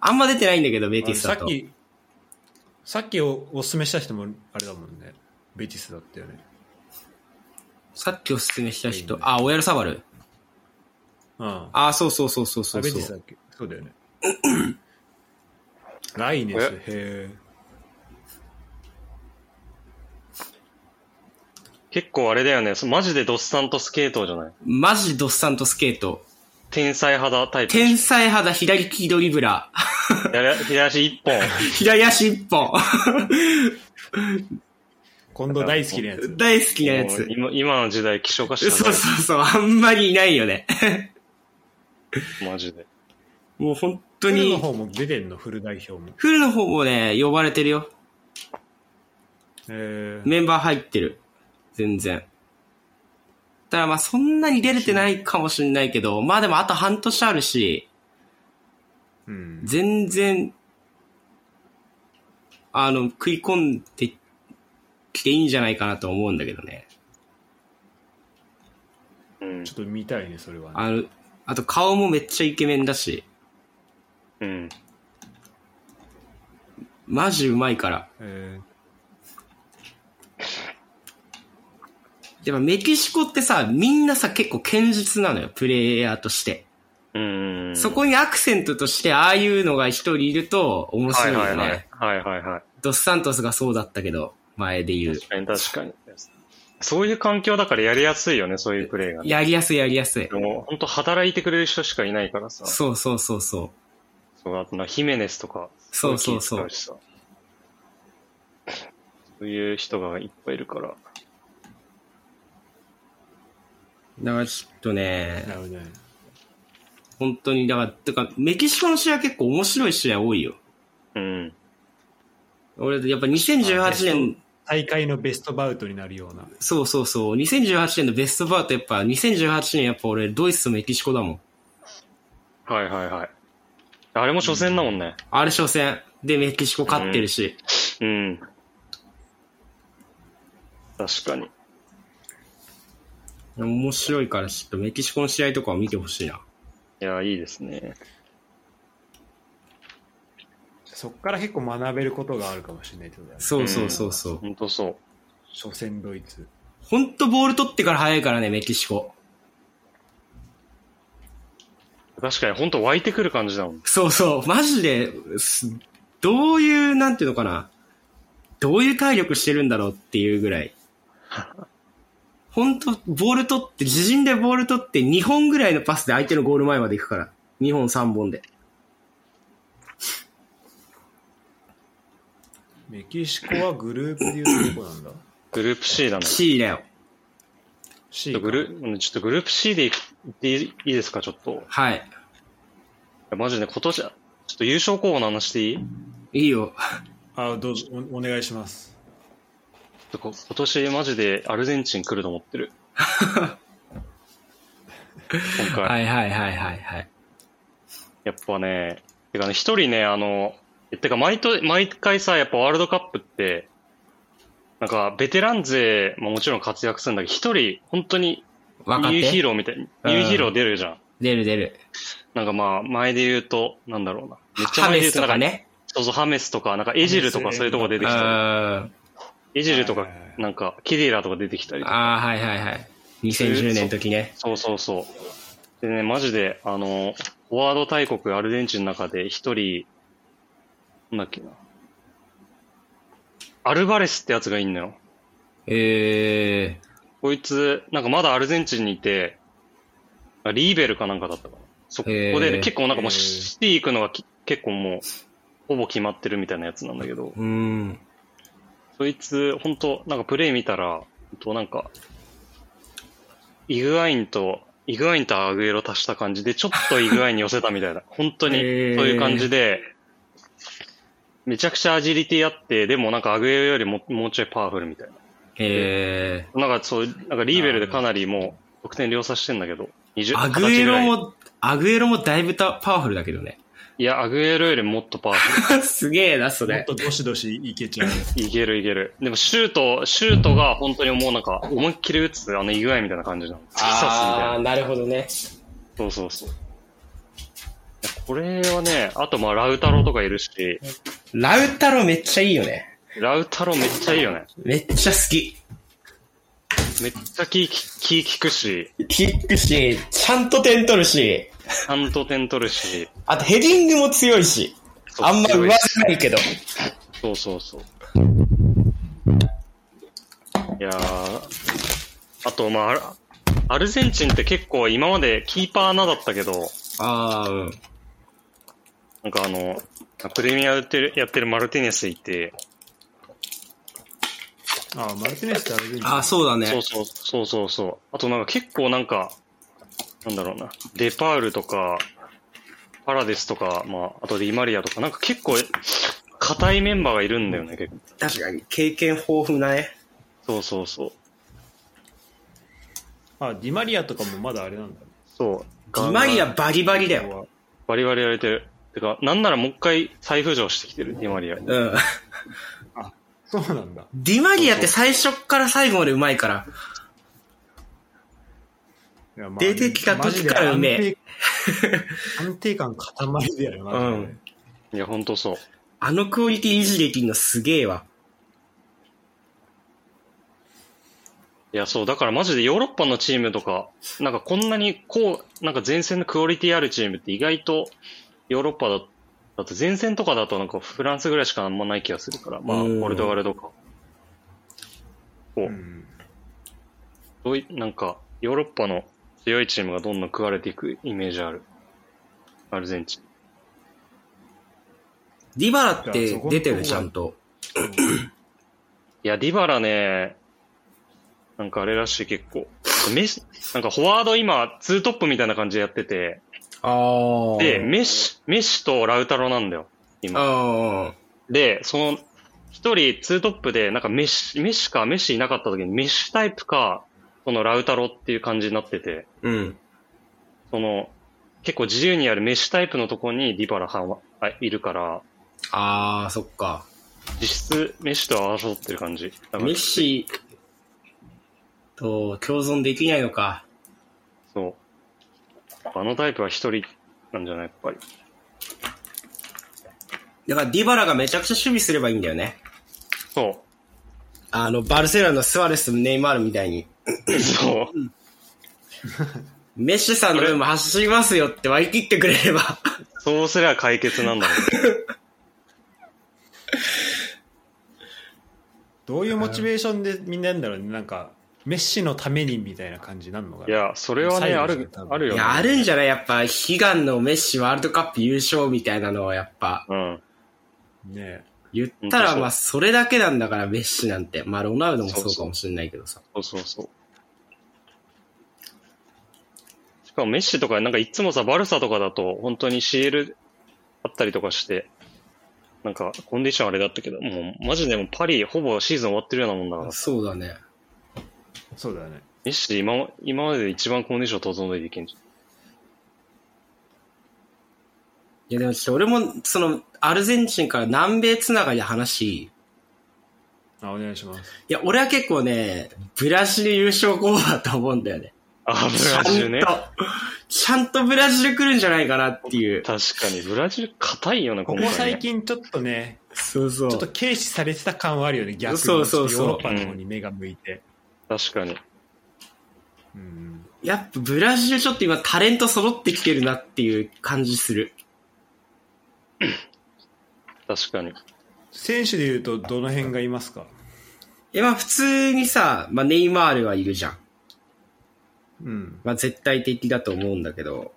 [SPEAKER 3] あんま出てないんだけど、ベディス
[SPEAKER 1] さ
[SPEAKER 3] だ
[SPEAKER 1] っ
[SPEAKER 3] と。
[SPEAKER 1] き、さっきおおすすめした人も、あれだもんね。ベティスだったよね。
[SPEAKER 3] さっきおすすめした人
[SPEAKER 1] う、ん
[SPEAKER 3] あ、オヤルサバル。
[SPEAKER 1] うん。あ、
[SPEAKER 3] あ、そうそうそうそうそう
[SPEAKER 1] ベテ
[SPEAKER 3] そ
[SPEAKER 1] ィスだ
[SPEAKER 3] う。
[SPEAKER 1] っけそう だよね。ライネス、へえ。
[SPEAKER 2] 結構あれだよね。そマジでドスタントスケートじゃない
[SPEAKER 3] マジドスサントスケート。
[SPEAKER 2] 天才肌タイプ。
[SPEAKER 3] 天才肌左利きドリブラー。
[SPEAKER 2] 左左足一本。
[SPEAKER 3] 左足一本。
[SPEAKER 1] 今度大好きなやつ。
[SPEAKER 3] 大好きなやつ
[SPEAKER 2] もう。今今の時代希少化
[SPEAKER 3] そう
[SPEAKER 2] して
[SPEAKER 3] そうそう。あんまりいないよね。
[SPEAKER 2] マジで。
[SPEAKER 3] もう本当
[SPEAKER 1] フルの
[SPEAKER 3] に。
[SPEAKER 1] 方も出てんの、フル代表も。
[SPEAKER 3] フルの方もね、呼ばれてるよ。
[SPEAKER 1] えー、
[SPEAKER 3] メンバー入ってる。全然。ただまあそんなに出れてないかもしれないけど、まあでもあと半年あるし、
[SPEAKER 1] うん。
[SPEAKER 3] 全然、あの、食い込んできていいんじゃないかなと思うんだけどね。
[SPEAKER 2] うん
[SPEAKER 1] ちょ。っと見たいね、それは、ね。
[SPEAKER 3] あの、あと顔もめっちゃイケメンだし、
[SPEAKER 2] うん。
[SPEAKER 3] マジうまいから。
[SPEAKER 1] え
[SPEAKER 3] やっぱメキシコってさ、みんなさ結構堅実なのよ、プレイヤーとして。
[SPEAKER 2] うん。
[SPEAKER 3] そこにアクセントとしてああいうのが一人いると面
[SPEAKER 2] は
[SPEAKER 3] 白い
[SPEAKER 2] い
[SPEAKER 3] よね。
[SPEAKER 2] はいはい。はいはいはい。
[SPEAKER 3] ドスサントスがそうだったけど、前で言う。
[SPEAKER 2] 確かに確かに。そういう環境だからやりやすいよね、そういうプレイがね。
[SPEAKER 3] やりやすいやりやすい
[SPEAKER 2] で。も本当働いてくれる人しかいないからさ。
[SPEAKER 3] そうそうそうそう。
[SPEAKER 2] そう、あとな、ヒメネスとか。
[SPEAKER 3] そうそうそ
[SPEAKER 2] すご
[SPEAKER 3] う
[SPEAKER 2] い気使うしさそういう人がいっぱいいるから。
[SPEAKER 3] だからちょっとね
[SPEAKER 1] ー、な、るほどね。
[SPEAKER 3] 本当に、だから、てか、メキシコの試合結構面白い試合多いよ。
[SPEAKER 2] うん。
[SPEAKER 3] 俺、やっぱ2018年、
[SPEAKER 1] 大会のベストバウトになるような。
[SPEAKER 3] そうそうそう、2018年のベストバウトやっぱ、2018年やっぱ俺、ドイツとメキシコだもん。
[SPEAKER 2] はいはいはい。あれも初戦だもんね。
[SPEAKER 3] あれ初戦でメキシコ勝ってるし、
[SPEAKER 2] うん。確かに。
[SPEAKER 3] 面白いからちょっとメキシコの試合とかを見てほしいな。
[SPEAKER 2] いや、いいですね。
[SPEAKER 1] そっから結構学べることがあるかもしれないってことだね。
[SPEAKER 3] そうそうそうそう。
[SPEAKER 2] 本当そう。
[SPEAKER 1] 初戦ドイツ。
[SPEAKER 3] ほんとボール取ってから早いからね、メキシコ。
[SPEAKER 2] 確かに、本当湧いてくる感じだもん。
[SPEAKER 3] そうそう、マジで、すどういう、なんていうのかな、どういう体力してるんだろうっていうぐらい。本当ボール取って、自陣でボール取って、2本ぐらいのパスで相手のゴール前まで行くから。2本3本で。
[SPEAKER 1] メキシコはグループでいうとどこなんだ
[SPEAKER 2] グループ C だね。
[SPEAKER 3] C だよ。
[SPEAKER 1] ?C
[SPEAKER 2] ちょっと
[SPEAKER 1] か
[SPEAKER 2] グルーちょっとグループ C で行っていいですか、ちょっと。い
[SPEAKER 3] はい。
[SPEAKER 2] やマジで今年、ちょっと優勝候補の話していい
[SPEAKER 3] いいよ。
[SPEAKER 1] あ、どうぞお、お願いします。
[SPEAKER 2] ちょっとこ今年マジでアルゼンチン来ると思ってる。今回。
[SPEAKER 3] はいはいはいはいはい。
[SPEAKER 2] やっぱね、てかね、一人ね、あの、えてか毎と、毎回さ、やっぱワールドカップって、なんか、ベテラン勢ももちろん活躍するんだけど、一人、本当に、
[SPEAKER 3] 若
[SPEAKER 2] ニューヒー
[SPEAKER 3] 手
[SPEAKER 2] ローみたい、ニューヒーロー出るじゃん。
[SPEAKER 3] 出る出る。
[SPEAKER 2] なんかまあ、前で言うと、なんだろうな。めっちゃ前
[SPEAKER 3] ハメ
[SPEAKER 2] で言
[SPEAKER 3] ス
[SPEAKER 2] うと、
[SPEAKER 3] と
[SPEAKER 2] なん
[SPEAKER 3] か
[SPEAKER 2] か、
[SPEAKER 3] ね。
[SPEAKER 2] そうそう、ハメスとか、なんか、エジルとかそういうとこ出
[SPEAKER 3] う
[SPEAKER 2] て
[SPEAKER 3] ん。
[SPEAKER 2] きたり、
[SPEAKER 3] あ
[SPEAKER 2] エジルと
[SPEAKER 1] は
[SPEAKER 2] か
[SPEAKER 1] いはいはい、
[SPEAKER 2] なんか、キディラとか出てきたりとか
[SPEAKER 3] あー、はいはいはい。2010年の時ね。
[SPEAKER 2] そうそうそう。でね、マジで、あの、フォワード大国アルゼンチンの中で一人、なんだっけな。アルバレスってやつがいんのよ。
[SPEAKER 3] え
[SPEAKER 2] こいつ、なんかまだアルゼンチンにいて、リーベルかなんかだったかな。そこ
[SPEAKER 3] へ
[SPEAKER 2] で、
[SPEAKER 3] ー
[SPEAKER 2] 結構なんかもう
[SPEAKER 1] へー
[SPEAKER 2] シティ行くのがき結構もう、ほぼ決まってるみたいなやつなんだけど
[SPEAKER 3] ー。、うん。
[SPEAKER 2] そいつ、本当なんかプレイ見たら、ほんとなんか、イグアインと、イグアインとアグエロ足した感じで、ちょっとイグアインに寄せたみ たいな。本当に、そう
[SPEAKER 3] へー
[SPEAKER 2] いう感じで、めちゃくちゃアジリティあって、でもなんかアグエロよりももうちょいパワフルみたい
[SPEAKER 3] え
[SPEAKER 2] な。なんかそう、なんかリーベルでかなりもう得点量産してんだけど、20
[SPEAKER 3] ー、アグエ
[SPEAKER 2] 20ぐ
[SPEAKER 3] ロ。
[SPEAKER 2] らい
[SPEAKER 3] も、アグエロもだいぶたパワフルだけどね。
[SPEAKER 2] いや、アグエロよりもっとパワフ
[SPEAKER 3] すげえな、そ
[SPEAKER 1] もっ
[SPEAKER 3] れ。
[SPEAKER 1] とどしどしいけち ゃう。
[SPEAKER 2] ル。いけるいける。でもシュート、シュートが本当にもうなんか思いっきり打つ、あのイグアインみたいな感じなの。突き刺すみたいな
[SPEAKER 3] あ。ー、なるほどね。
[SPEAKER 2] そうそうそう。いやこれはね、あとまあ、ラウタロとかいるし、
[SPEAKER 3] ラウタロめっちゃいいよね。
[SPEAKER 2] ラウタロめっちゃいいよね。
[SPEAKER 3] めっちゃ好き。
[SPEAKER 2] めっちゃ気、気利くし、
[SPEAKER 3] キックし、ちゃんと点取るし、
[SPEAKER 2] ちゃんと点取るし、
[SPEAKER 3] あとヘディングも強いし、
[SPEAKER 2] そう
[SPEAKER 3] あんま
[SPEAKER 2] 強い
[SPEAKER 3] 上手くないけど。
[SPEAKER 2] そうそうそう。いやー、あとまああら、アルゼンチンって結構今までキーパーなだったけど、
[SPEAKER 3] ああ、うん。
[SPEAKER 2] なんかあの、プレミアやってる、やってるマルティネスいて、
[SPEAKER 1] ああ、マルティネスってアルゼンチン。
[SPEAKER 3] あー、そうだ
[SPEAKER 2] そう
[SPEAKER 3] ね。
[SPEAKER 2] そう、そうそうそう。あとなんか結構なんか、なんだろうな、デパールとか、パラデスとか、まあ、あとディマリアとか、なんか結構、硬いメンバーがいるんだよね、結構。
[SPEAKER 3] 確かに、経験豊富なね。
[SPEAKER 2] そうそうそう。
[SPEAKER 1] あ、ディマリアとかもまだあれなんだね。
[SPEAKER 2] そう。
[SPEAKER 3] ディマリアバリバリだよ。
[SPEAKER 1] よ。
[SPEAKER 2] バリバリやれてる。てか、なんならもう一回再浮上してきてる、ディマリア。
[SPEAKER 3] うん。
[SPEAKER 1] そうなんだ。
[SPEAKER 3] ディマリアって最初から最後までうまいから。
[SPEAKER 1] いやまあ
[SPEAKER 3] 出てきた時からうめえ
[SPEAKER 1] マジで安定 安定感塊だよな。マジで
[SPEAKER 3] うん
[SPEAKER 2] いや、ほんとそう。
[SPEAKER 3] あのクオリティ維持できるのすげえわ。
[SPEAKER 2] いや、そう、だからマジでヨーロッパのチームとか、なんかこんなにこう、なんか前線のクオリティあるチームって意外とヨーロッパだだと前線とかだとなんかフランスぐらいしかあんまない気がするから、まあ、
[SPEAKER 3] うん
[SPEAKER 2] ポルトガルとか。こ
[SPEAKER 1] う
[SPEAKER 2] うんどうい、なんかヨーロッパの強いチームがどんどん食われていくイメージある。アルゼンチン。
[SPEAKER 3] ディバラって出てる、ちゃんと。
[SPEAKER 2] いや、ディバラね、なんかあれらしい結構。メッシなんかフォワード今、ツートップみたいな感じでやってて、
[SPEAKER 3] ああ
[SPEAKER 2] で、メッシ、メッシとラウタロなんだよ。今。
[SPEAKER 3] ああ。
[SPEAKER 2] で、その、一人、ツートップで、なんかメッシ、メッシか、メッシいなかった時に、メッシタイプか、そのラウタロっていう感じになってて、
[SPEAKER 3] うん。
[SPEAKER 2] その、結構自由にやるメッシタイプのとこにディバラはんは、あいるから、
[SPEAKER 3] ああ、そっか。
[SPEAKER 2] 実質、メッシと争ってる感じ。だから
[SPEAKER 3] メッシと共存できないのか。
[SPEAKER 2] そう。あのタイプは一人なんじゃないやっぱり。
[SPEAKER 3] だからディバラがめちゃくちゃ守備すればいいんだよね。
[SPEAKER 2] そ
[SPEAKER 3] あの、バルセロナのスアレス、ネイマールみたいに。
[SPEAKER 2] う。そう。
[SPEAKER 3] メッシさんの分も走りますよって割り切ってくれれば。
[SPEAKER 2] そうすれば解決なんだろうね。
[SPEAKER 1] どういうモチベーションでみんなやるんだろうね。なんか、メッシのためにみたいな感じなんのか
[SPEAKER 2] い
[SPEAKER 1] な。
[SPEAKER 2] や、それはね、
[SPEAKER 1] 最後
[SPEAKER 2] あ
[SPEAKER 1] ですね
[SPEAKER 2] る
[SPEAKER 1] 多、分
[SPEAKER 2] ある
[SPEAKER 3] い
[SPEAKER 2] よ、ね。
[SPEAKER 3] や、あるんじゃないやっぱ、悲願のメッシワールドカップ優勝みたいなのをやっぱ、
[SPEAKER 2] うん。
[SPEAKER 1] ね
[SPEAKER 3] 言ったら
[SPEAKER 2] うん
[SPEAKER 3] まあ、それだけなんだから、メッシなんて。まあ、ロナウドもそうかもしれないけどさ。
[SPEAKER 2] そうそうそう。しかもメッシとか、なんかいつもさ、バルサとかだと、本当に CL あったりとかして、なんかコンディションあれだったけど、もうマジでもうパリほぼシーズン終わってるようなもんだから、
[SPEAKER 3] そうだね。
[SPEAKER 1] そうだよね。
[SPEAKER 2] メッシ今ま、今までで一番コンディション整えていけんじ
[SPEAKER 3] いやでもちょっと俺も、その、アルゼンチンから南米つながりで話、
[SPEAKER 1] あ、お願いします。
[SPEAKER 3] いや、俺は結構ね、ブラジル優勝候補だと思うんだよね。
[SPEAKER 2] ゃん。あ、ブラジルね
[SPEAKER 3] ち。ゃんと、ちゃんとブラジル来るんじゃないかなっていう。
[SPEAKER 2] 確かに、ブラジル硬いよな、
[SPEAKER 1] こ
[SPEAKER 2] 今
[SPEAKER 1] こ
[SPEAKER 2] 回、ね。
[SPEAKER 1] 最近ちょっとね、
[SPEAKER 3] そうそう。
[SPEAKER 1] ちょっと軽視されてた感はあるよね、逆に。
[SPEAKER 3] そうそう
[SPEAKER 1] ヨ
[SPEAKER 3] そう
[SPEAKER 1] ーロッパの方に目が向いて。
[SPEAKER 2] 確かに。
[SPEAKER 1] うん。
[SPEAKER 3] やっぱブラジルちょっと今タレント揃ってきてるなっていう感じする。
[SPEAKER 2] 確かに。
[SPEAKER 1] 選手でいうと、どの辺がいますか
[SPEAKER 3] え、まあ普通にさ、まあネイマールはいるじゃん。
[SPEAKER 1] うん。
[SPEAKER 3] まあ絶対的だと思うんだけど。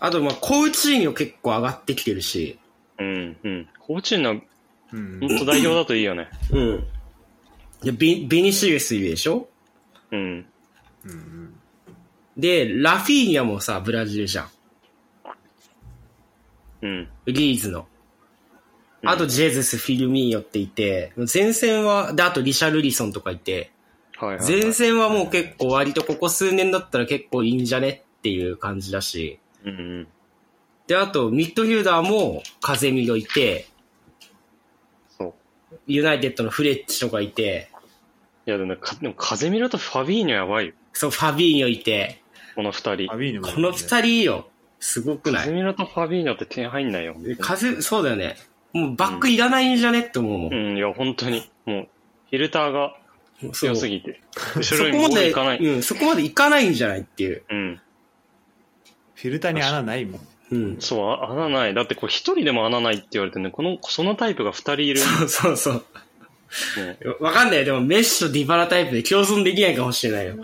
[SPEAKER 3] あとまあコーチーニョ結構上がってきてるし。
[SPEAKER 2] うん、うん。コーチンの、
[SPEAKER 1] うん
[SPEAKER 2] 本当代表だといいよね。
[SPEAKER 3] うん。で、ビビニシウスいるでしょ
[SPEAKER 2] うん。
[SPEAKER 1] うん
[SPEAKER 3] で、ラフィーニャもさ、ブラジルじゃん。
[SPEAKER 2] うん。
[SPEAKER 3] リーズの。
[SPEAKER 2] うん
[SPEAKER 3] あと、ジェズス、フィルミーヨっていて、前線は、で、あとリシャルリソンとかいて、
[SPEAKER 2] はい、はい。
[SPEAKER 3] 前線はもう結構割とここ数年だったら結構いいんじゃねっていう感じだし。
[SPEAKER 2] うん、うん。
[SPEAKER 3] で、あと、ミッドフィルダーも風見がいて、
[SPEAKER 2] そう。
[SPEAKER 3] ユナイテッドのフレッチとかいて、
[SPEAKER 2] いや、でも、かでも風見るとファビーニョやばいよ。
[SPEAKER 3] そう、ファビーニョいて、
[SPEAKER 2] この二人
[SPEAKER 1] ア。ビーニもいる
[SPEAKER 3] こ
[SPEAKER 1] ね
[SPEAKER 3] の二人よ。すごくな
[SPEAKER 2] 風
[SPEAKER 3] い
[SPEAKER 2] 見るとファビーニョって点入んないよ。
[SPEAKER 3] 風、そうだよね。もうバックいらないんじゃねって思うも。
[SPEAKER 2] うんん、いや、本当に。もう、フィルターが
[SPEAKER 3] そう
[SPEAKER 2] 強すぎ て。
[SPEAKER 3] そ
[SPEAKER 2] 後ろに
[SPEAKER 3] こ
[SPEAKER 2] ボ
[SPEAKER 3] ま
[SPEAKER 2] ール
[SPEAKER 3] で、
[SPEAKER 2] いかない。
[SPEAKER 3] うん、そこまでいかないんじゃないっていう。
[SPEAKER 2] うん。
[SPEAKER 1] フィルターに穴ないもん。
[SPEAKER 3] うん。
[SPEAKER 2] そう、あ穴ない。だってこれ一人でも穴ないって言われてね、この、そのタイプが二人いる。
[SPEAKER 3] そうそうそう。
[SPEAKER 2] もう
[SPEAKER 3] わかんないよ。でも、メッシとディバラタイプで共存できないかもしれないよ。
[SPEAKER 2] い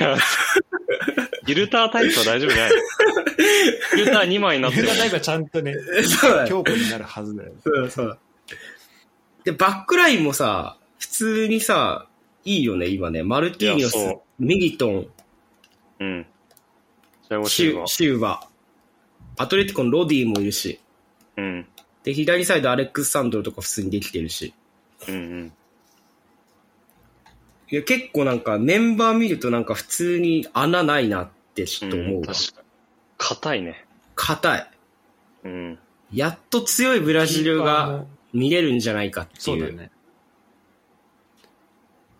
[SPEAKER 2] や、フィルタータイプは大丈夫じゃない。フィルター2枚になっ
[SPEAKER 1] フィ
[SPEAKER 2] て
[SPEAKER 1] ル
[SPEAKER 2] る
[SPEAKER 1] ター。タイプはちゃんとね、
[SPEAKER 3] そうだよ。
[SPEAKER 1] 強固になるはずだよ。
[SPEAKER 3] そうそう。で、バックラインもさ、普通にさ、いいよね、今ね。マルティーニョス
[SPEAKER 2] いやそ、
[SPEAKER 3] ミリトン、
[SPEAKER 2] うん。ジャゴ
[SPEAKER 3] シ
[SPEAKER 2] シー
[SPEAKER 3] ュ
[SPEAKER 2] は。
[SPEAKER 3] シューバー、アトレティコのロディもいるし。
[SPEAKER 2] うん。
[SPEAKER 3] で、左サイドアレックス・サンドルとか普通にできてるし。
[SPEAKER 2] うんうん。
[SPEAKER 3] いや、結構なんか、メンバー見るとなんか普通に穴ないなってちょっと思
[SPEAKER 2] う
[SPEAKER 3] うんわ。
[SPEAKER 2] 確かに。硬いね。
[SPEAKER 3] 硬い。
[SPEAKER 2] うん。
[SPEAKER 3] やっと強いブラジル
[SPEAKER 1] キーパー
[SPEAKER 3] が
[SPEAKER 1] も
[SPEAKER 3] 見れるんじゃないかって
[SPEAKER 1] そう
[SPEAKER 3] いう。
[SPEAKER 1] だね。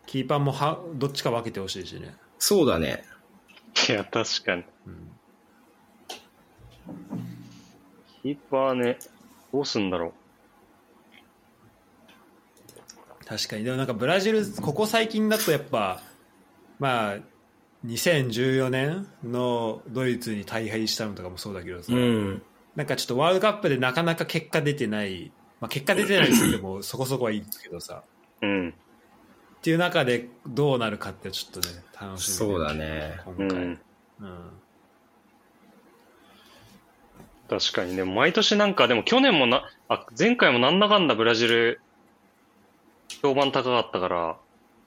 [SPEAKER 1] キーパーもはどっちか分けてほしいしね。
[SPEAKER 3] そうだね。
[SPEAKER 2] いや、確かに。
[SPEAKER 1] うん
[SPEAKER 2] キーパーね、どうすんだろ
[SPEAKER 1] 確かに。でもなんかブラジル、ここ最近だとやっぱ、まあ、2014年のドイツに大敗したのとかもそうだけどさ、
[SPEAKER 3] うん。
[SPEAKER 1] なんかちょっとワールドカップでなかなか結果出てない、まあ、結果出てないって言ってもそこそこはいいんですけどさ、
[SPEAKER 2] う。うん。
[SPEAKER 1] っていう中でどうなるかってちょっとね、楽しみ
[SPEAKER 3] そうだね。
[SPEAKER 2] う
[SPEAKER 1] 今回。う
[SPEAKER 2] ん。
[SPEAKER 1] ん
[SPEAKER 2] 確かにね、毎年なんか、でも去年もな、あ、前回もなんだかんだブラジル、評判高かったから、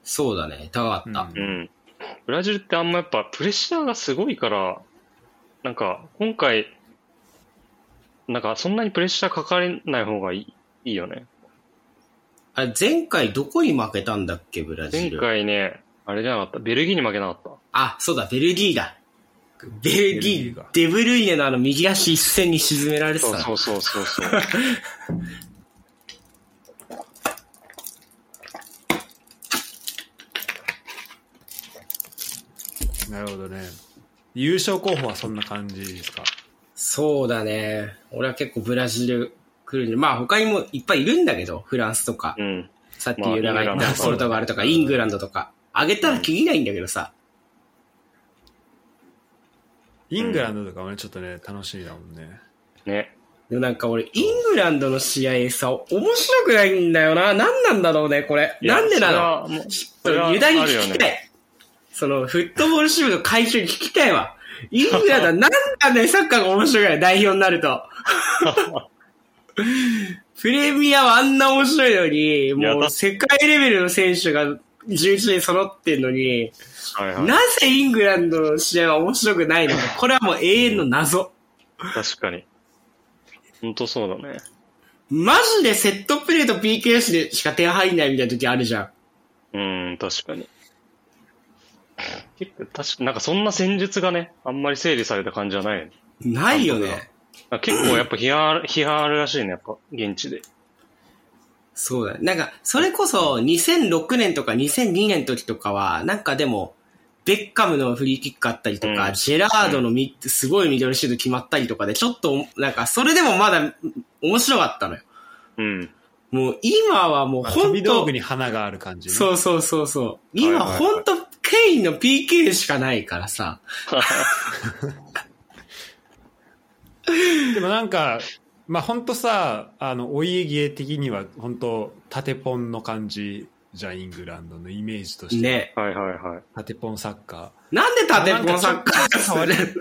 [SPEAKER 3] そうだね。高かった。
[SPEAKER 1] う
[SPEAKER 2] うんん。ブラジルってあんまやっぱプレッシャーがすごいから、なんか今回、なんかそんなにプレッシャーかかれない方がいいいいよね。
[SPEAKER 3] あれ、前回どこに負けたんだっけ、ブラジ
[SPEAKER 2] 前
[SPEAKER 3] ル。
[SPEAKER 2] 回ね、あれじゃなかった。ベルギーに負けなかっ
[SPEAKER 3] あ、そうだ、ベルギーだ。ベル
[SPEAKER 1] ベルギ
[SPEAKER 3] ギ
[SPEAKER 1] ー
[SPEAKER 3] ー
[SPEAKER 1] が、
[SPEAKER 3] デブルイネのあの右足一線に沈められ
[SPEAKER 2] た。
[SPEAKER 3] てたな。
[SPEAKER 2] そうそうそうそうそう。
[SPEAKER 1] なるほどね。優勝候補はそんな感じですか。
[SPEAKER 3] そうだね。俺は結構ブラジル来るんで、まあ他にもいっぱいいるんだけど、フランスとか、
[SPEAKER 2] うん。
[SPEAKER 3] さっき言うながら言
[SPEAKER 2] まあイングランドと
[SPEAKER 3] った
[SPEAKER 2] か
[SPEAKER 3] ポルトガルとか、イングランドとか、あげたらきりないんだけどさ。
[SPEAKER 1] イングランドとかもね、ちょっとね、楽しみだもんね。
[SPEAKER 2] ね。
[SPEAKER 3] でもなんか俺、イングランドの試合さ、面白くないんだよな。何なんだろうね、これ。
[SPEAKER 2] いや
[SPEAKER 3] なんでなの
[SPEAKER 2] それはもう
[SPEAKER 3] ち
[SPEAKER 2] それ
[SPEAKER 3] ょっ
[SPEAKER 2] は
[SPEAKER 3] とユダに
[SPEAKER 2] あるよ
[SPEAKER 3] 聞きたい。
[SPEAKER 2] ね。
[SPEAKER 3] その、フットボール支部の会長に聞きたいわ。イングランドはなんだね、サッカーが面白くない、代表になる と。プレミアはあんな面白いのに、
[SPEAKER 2] いや
[SPEAKER 3] も
[SPEAKER 2] だ
[SPEAKER 3] う世界レベルの選手が11人揃ってんのに、
[SPEAKER 2] はいはい。
[SPEAKER 3] なぜイングランドの試合は面白くないのか、これはもう永遠の謎。
[SPEAKER 2] 確かに。ほんとそうだね。
[SPEAKER 3] マジでセットプレーと PKS でしか点入んないみたいな時あるじゃ
[SPEAKER 2] う
[SPEAKER 3] ん。
[SPEAKER 2] うん、確かに。結構、確かなんかそんな戦術がね、あんまり整理された感じじゃないよね。
[SPEAKER 3] ないよね。
[SPEAKER 2] なんか結構やっぱ批判ある、批判あるらしいね、やっぱ、現地で。
[SPEAKER 3] そうだ。なんか、それこそ2006年とか2002年の時とかは、なんかでも、ベッカムのフリーキックあったりとか、
[SPEAKER 2] うん
[SPEAKER 3] ジェラードのミッすごいミドルシュート決まったりとかで、ちょっと、なんか、それでもまだ面白かったのよ。
[SPEAKER 2] うん。
[SPEAKER 3] もう今はもう
[SPEAKER 1] まあ
[SPEAKER 3] 本当、
[SPEAKER 1] 飛び道具に花がある感じね。
[SPEAKER 3] そうそうそうそう。今
[SPEAKER 2] はいはいはい
[SPEAKER 3] ほんとケインの PK しかないからさ。
[SPEAKER 1] でもなんか、まあ本当さ、あの、お家芸的には本当縦ポンの感じじゃんイングランドのイメージとして。
[SPEAKER 3] ね。
[SPEAKER 2] はいはいはい。
[SPEAKER 1] 縦ポンサッカ
[SPEAKER 3] なんで縦ポンサッカー
[SPEAKER 1] 変わりー。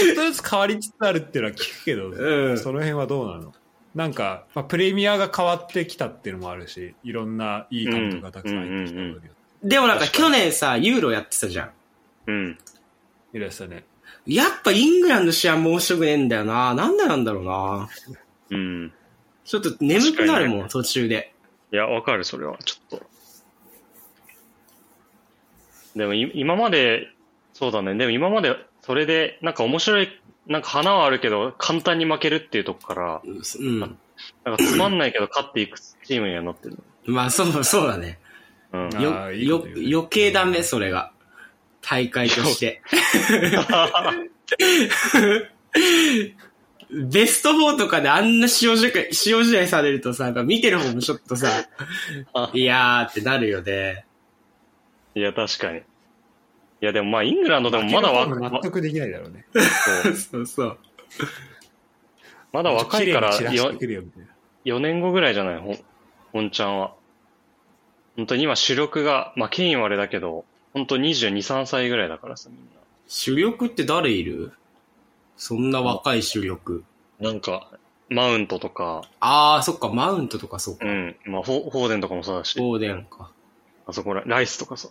[SPEAKER 1] ちょっとずつ変わりつつあるっていうのは聞くけど、
[SPEAKER 3] うん。
[SPEAKER 1] その辺はどうなのなんか、まあ、プレミアが変わってきたっていうのもあるし、いろんないい監督がたくさん入ってきたことによって
[SPEAKER 3] でもなんか
[SPEAKER 2] 確か
[SPEAKER 3] 去
[SPEAKER 2] に
[SPEAKER 3] 年さ、ユーロやってたじゃん。
[SPEAKER 2] うん。
[SPEAKER 1] いらっしゃね。
[SPEAKER 3] やっぱイングランドの試合面白くねえんだよな。なんでなんだろうな。
[SPEAKER 2] うん。
[SPEAKER 3] ちょっと眠くなる
[SPEAKER 2] 確か
[SPEAKER 3] も
[SPEAKER 2] に
[SPEAKER 3] ん、途中で。
[SPEAKER 2] いや、わかる、それは、ちょっと。でも、い今まで、そうだね。でも今まで、それで、なんか面白い、なんか花はあるけど、簡単に負けるっていうとこから、
[SPEAKER 3] うん。
[SPEAKER 2] なんかつまんないけど勝っていくチームにはなってる。
[SPEAKER 3] まあそう、そうだね。
[SPEAKER 2] うん。
[SPEAKER 1] あ
[SPEAKER 3] よ、
[SPEAKER 1] ーいいこと
[SPEAKER 3] よ
[SPEAKER 1] 言うね
[SPEAKER 3] 余計ダメ、それが。大会として。 ベスト4とかであんな塩試合、塩試合されるとさ、やっぱ見てる方もちょっ とさ、いやーってなるよね。
[SPEAKER 2] いや、確かに。いや、でもまあ、イングランドでもまだわ
[SPEAKER 1] 負ける方も納
[SPEAKER 2] わ
[SPEAKER 1] 得できないだろうね。
[SPEAKER 2] そう
[SPEAKER 3] そうそう。
[SPEAKER 2] まだ若いから
[SPEAKER 1] 綺麗に散らして
[SPEAKER 2] 4、
[SPEAKER 1] くるよみたいな。
[SPEAKER 2] 4年後ぐらいじゃない、ほん、本ちゃんは。本当に今主力が、まあ、ケインはあれだけど、本当22、3歳ぐらいだからさ、みん
[SPEAKER 3] 主力って誰いるそんな若い主力。
[SPEAKER 2] な。なんか、マウントとか、
[SPEAKER 3] あー、そっか、マウントとかそっか
[SPEAKER 2] う。ん、まあ、ホホーデンとかもそうだし、
[SPEAKER 3] オーデンか。
[SPEAKER 2] あそこら、ライスとかさ、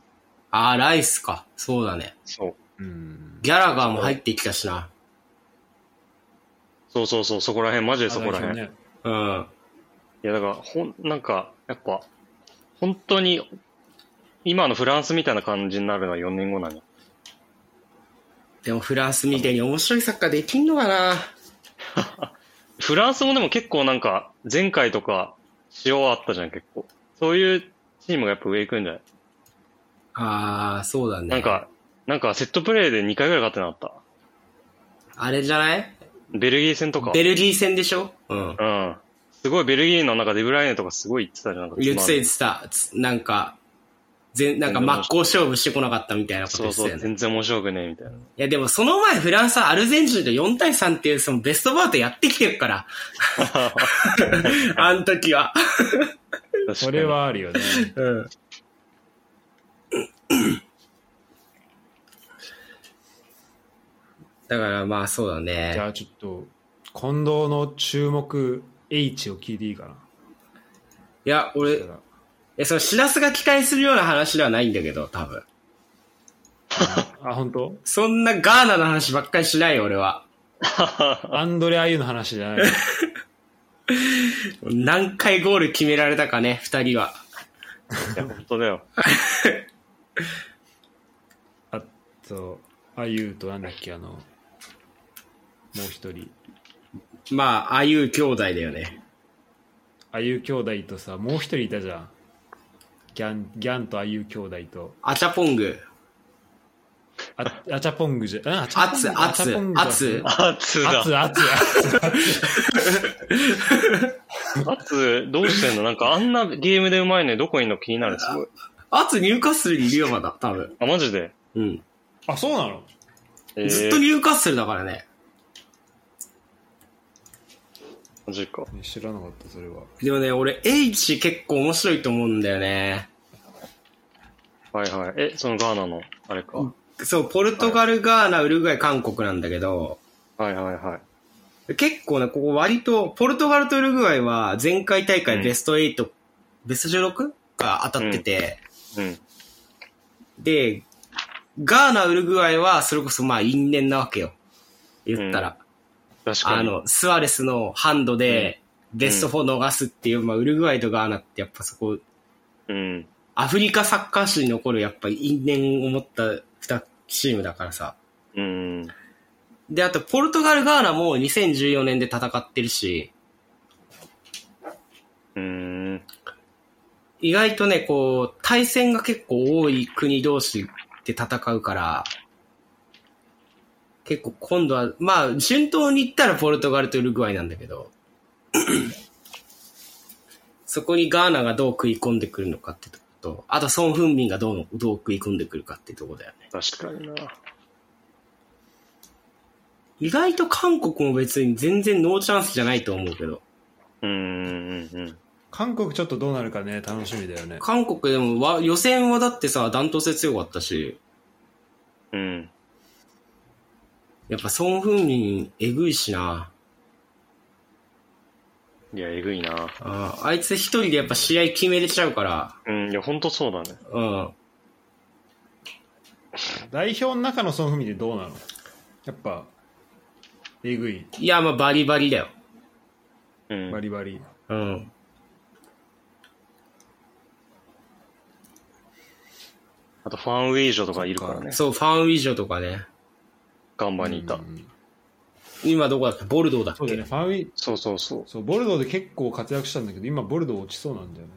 [SPEAKER 3] あー、ライスか。そうだね。
[SPEAKER 2] そう。
[SPEAKER 1] うん。
[SPEAKER 3] ギャラガーも入ってきたしな。
[SPEAKER 2] そうそうそう、そこら辺、マジでそこら
[SPEAKER 1] あの
[SPEAKER 2] 辺。い
[SPEAKER 1] ね
[SPEAKER 3] うん。
[SPEAKER 2] や、だから、ほん、なんか、やっぱ、本当に、今のフランスみたいな感じになるのは4年後なの。
[SPEAKER 3] でもフランスみたいに面白いサッカーできんのかな
[SPEAKER 2] フランスもでも結構なんか、前回とか、塩あったじゃん、結構。そういうチームがやっぱ上行くんじゃない
[SPEAKER 3] あー、そうだね。
[SPEAKER 2] なんか、なんかセットプレーで2回ぐらい勝ってなかっ
[SPEAKER 3] あれじゃない
[SPEAKER 2] た。ベルギー戦とか。
[SPEAKER 3] ベルギー戦でしょうん。
[SPEAKER 2] うん。すごい、ベルギーのなんかデブライネとかすごい言ってたじゃん。なんか
[SPEAKER 3] 言ってた言ってた。つなんか、全、なんか真っ向勝負してこなかったみたいなこと
[SPEAKER 2] そ
[SPEAKER 3] 言
[SPEAKER 2] う
[SPEAKER 3] ってた
[SPEAKER 2] そ
[SPEAKER 3] よ
[SPEAKER 2] う、
[SPEAKER 3] ね。
[SPEAKER 2] 全然面白くねえみたい な。
[SPEAKER 3] いやでもその前フランスはアルゼンチンと4対3っていうそのベストバートやってきて るから。あの時は。
[SPEAKER 1] それはあるよね。
[SPEAKER 3] うん。だからまあそうだ
[SPEAKER 1] じゃ
[SPEAKER 3] ね。
[SPEAKER 1] あちょっと、近藤の注目 H を聞いていいか
[SPEAKER 3] いや、
[SPEAKER 1] な。
[SPEAKER 3] 俺、いやそのシラスが期待するような話ではないんだけど、多分。
[SPEAKER 1] あ、本当？
[SPEAKER 3] そんなガーナの話ばっかりしないよ、俺は。
[SPEAKER 1] アンドレ・アユの話じゃない。
[SPEAKER 3] 何回ゴール決められたかね、二人は。
[SPEAKER 2] 確かにいや、本当だよ。
[SPEAKER 1] あと、アユとなんだっけ、あの、もう一人。
[SPEAKER 3] まあ、ああいう兄弟だよね。
[SPEAKER 1] アユ兄弟とさ、もう一人いたじゃん。ギャン、ギャンとアユ兄弟と。
[SPEAKER 3] アチャポング。
[SPEAKER 1] あ、アチャポングじゃ、あ、アチ
[SPEAKER 3] アツ、ア
[SPEAKER 1] ャ
[SPEAKER 3] ツ
[SPEAKER 1] ポン、グじゃ
[SPEAKER 3] アツ。
[SPEAKER 2] 熱だ。
[SPEAKER 1] アツ、アツ、アツ。
[SPEAKER 2] 熱、どうしてんのなんかあんなゲームでうまいのにどこいんの気になる。すごい。
[SPEAKER 3] アツニューカッスルにいるよ、まだ、多分。
[SPEAKER 2] あ、マジで。
[SPEAKER 3] うん。
[SPEAKER 1] あ、そうなの
[SPEAKER 2] えー、
[SPEAKER 3] ずっとニューカッスルだからね。
[SPEAKER 2] マジか。
[SPEAKER 1] 知らなかった、それは。
[SPEAKER 3] でもね、俺、H 結構面白いと思うんだよね。
[SPEAKER 2] はいはい。え、そのガーナの、あれか。
[SPEAKER 3] そう、ポルトガル、ガーナ、ウルグアイ、韓国なんだけど、
[SPEAKER 2] はいはいはい。
[SPEAKER 3] 結構ね、ここ割と、ポルトガルとウルグアイは前回大会ベスト8、ベスト 16? が当たってて、
[SPEAKER 2] うん。
[SPEAKER 3] で、ガーナ、ウルグアイは、それこそまあ因縁なわけよ。言ったら。
[SPEAKER 2] 確かに。
[SPEAKER 3] あの、スアレスのハンドで、ベスト4逃すっていう、まあ、ウルグアイとガーナってやっぱそこ、
[SPEAKER 2] うん。
[SPEAKER 3] アフリカサッカー史に残るやっぱ因縁を持った2チームだからさ。
[SPEAKER 2] うん。
[SPEAKER 3] で、あと、ポルトガル、ガーナも2014年で戦ってるし、
[SPEAKER 2] うん。
[SPEAKER 3] 意外とね、こう、対戦が結構多い国同士で戦うから、結構今度は、まあ、順当にいったらポルトガルとウルグアイなんだけど、 そこにガーナがどう食い込んでくるのかってとこと、あとソン・フンミンがどう、どう食い込んでくるかってとこだよね。
[SPEAKER 2] 確かにな。
[SPEAKER 3] 意外と韓国も別に全然ノーチャンスじゃないと思うけど、
[SPEAKER 2] うん。うん。
[SPEAKER 1] 韓国ちょっとどうなるかね、楽しみだよね。
[SPEAKER 3] 韓国でもわ予選はだってさ、ダントツで強かったし、
[SPEAKER 2] うん。
[SPEAKER 3] やっぱソン・フンミン、えぐいしな。
[SPEAKER 2] いや、えぐいな。
[SPEAKER 3] あああいつ一人でやっぱ試合決めれちゃうから、
[SPEAKER 2] うん。いや、ほんとそうだね。
[SPEAKER 3] うん。
[SPEAKER 1] 代表の中のそのフミでどうなのやっぱ、えぐい、
[SPEAKER 3] いや、まあバリバリだよ。
[SPEAKER 2] うん。
[SPEAKER 1] バリバリ。
[SPEAKER 3] うん。
[SPEAKER 2] あと、ファンウェイジョとかいるからね。
[SPEAKER 3] そう、ファンウィジョとかね。
[SPEAKER 2] ガンバにいた
[SPEAKER 1] う。ん
[SPEAKER 3] 今どこだっけボルドーだっ
[SPEAKER 1] そうだよね、
[SPEAKER 3] け
[SPEAKER 1] ファンウィ、
[SPEAKER 2] そうそうそう。
[SPEAKER 1] そう、ボルドーで結構活躍したんだけど、今ボルドー落ちそうなんだよね。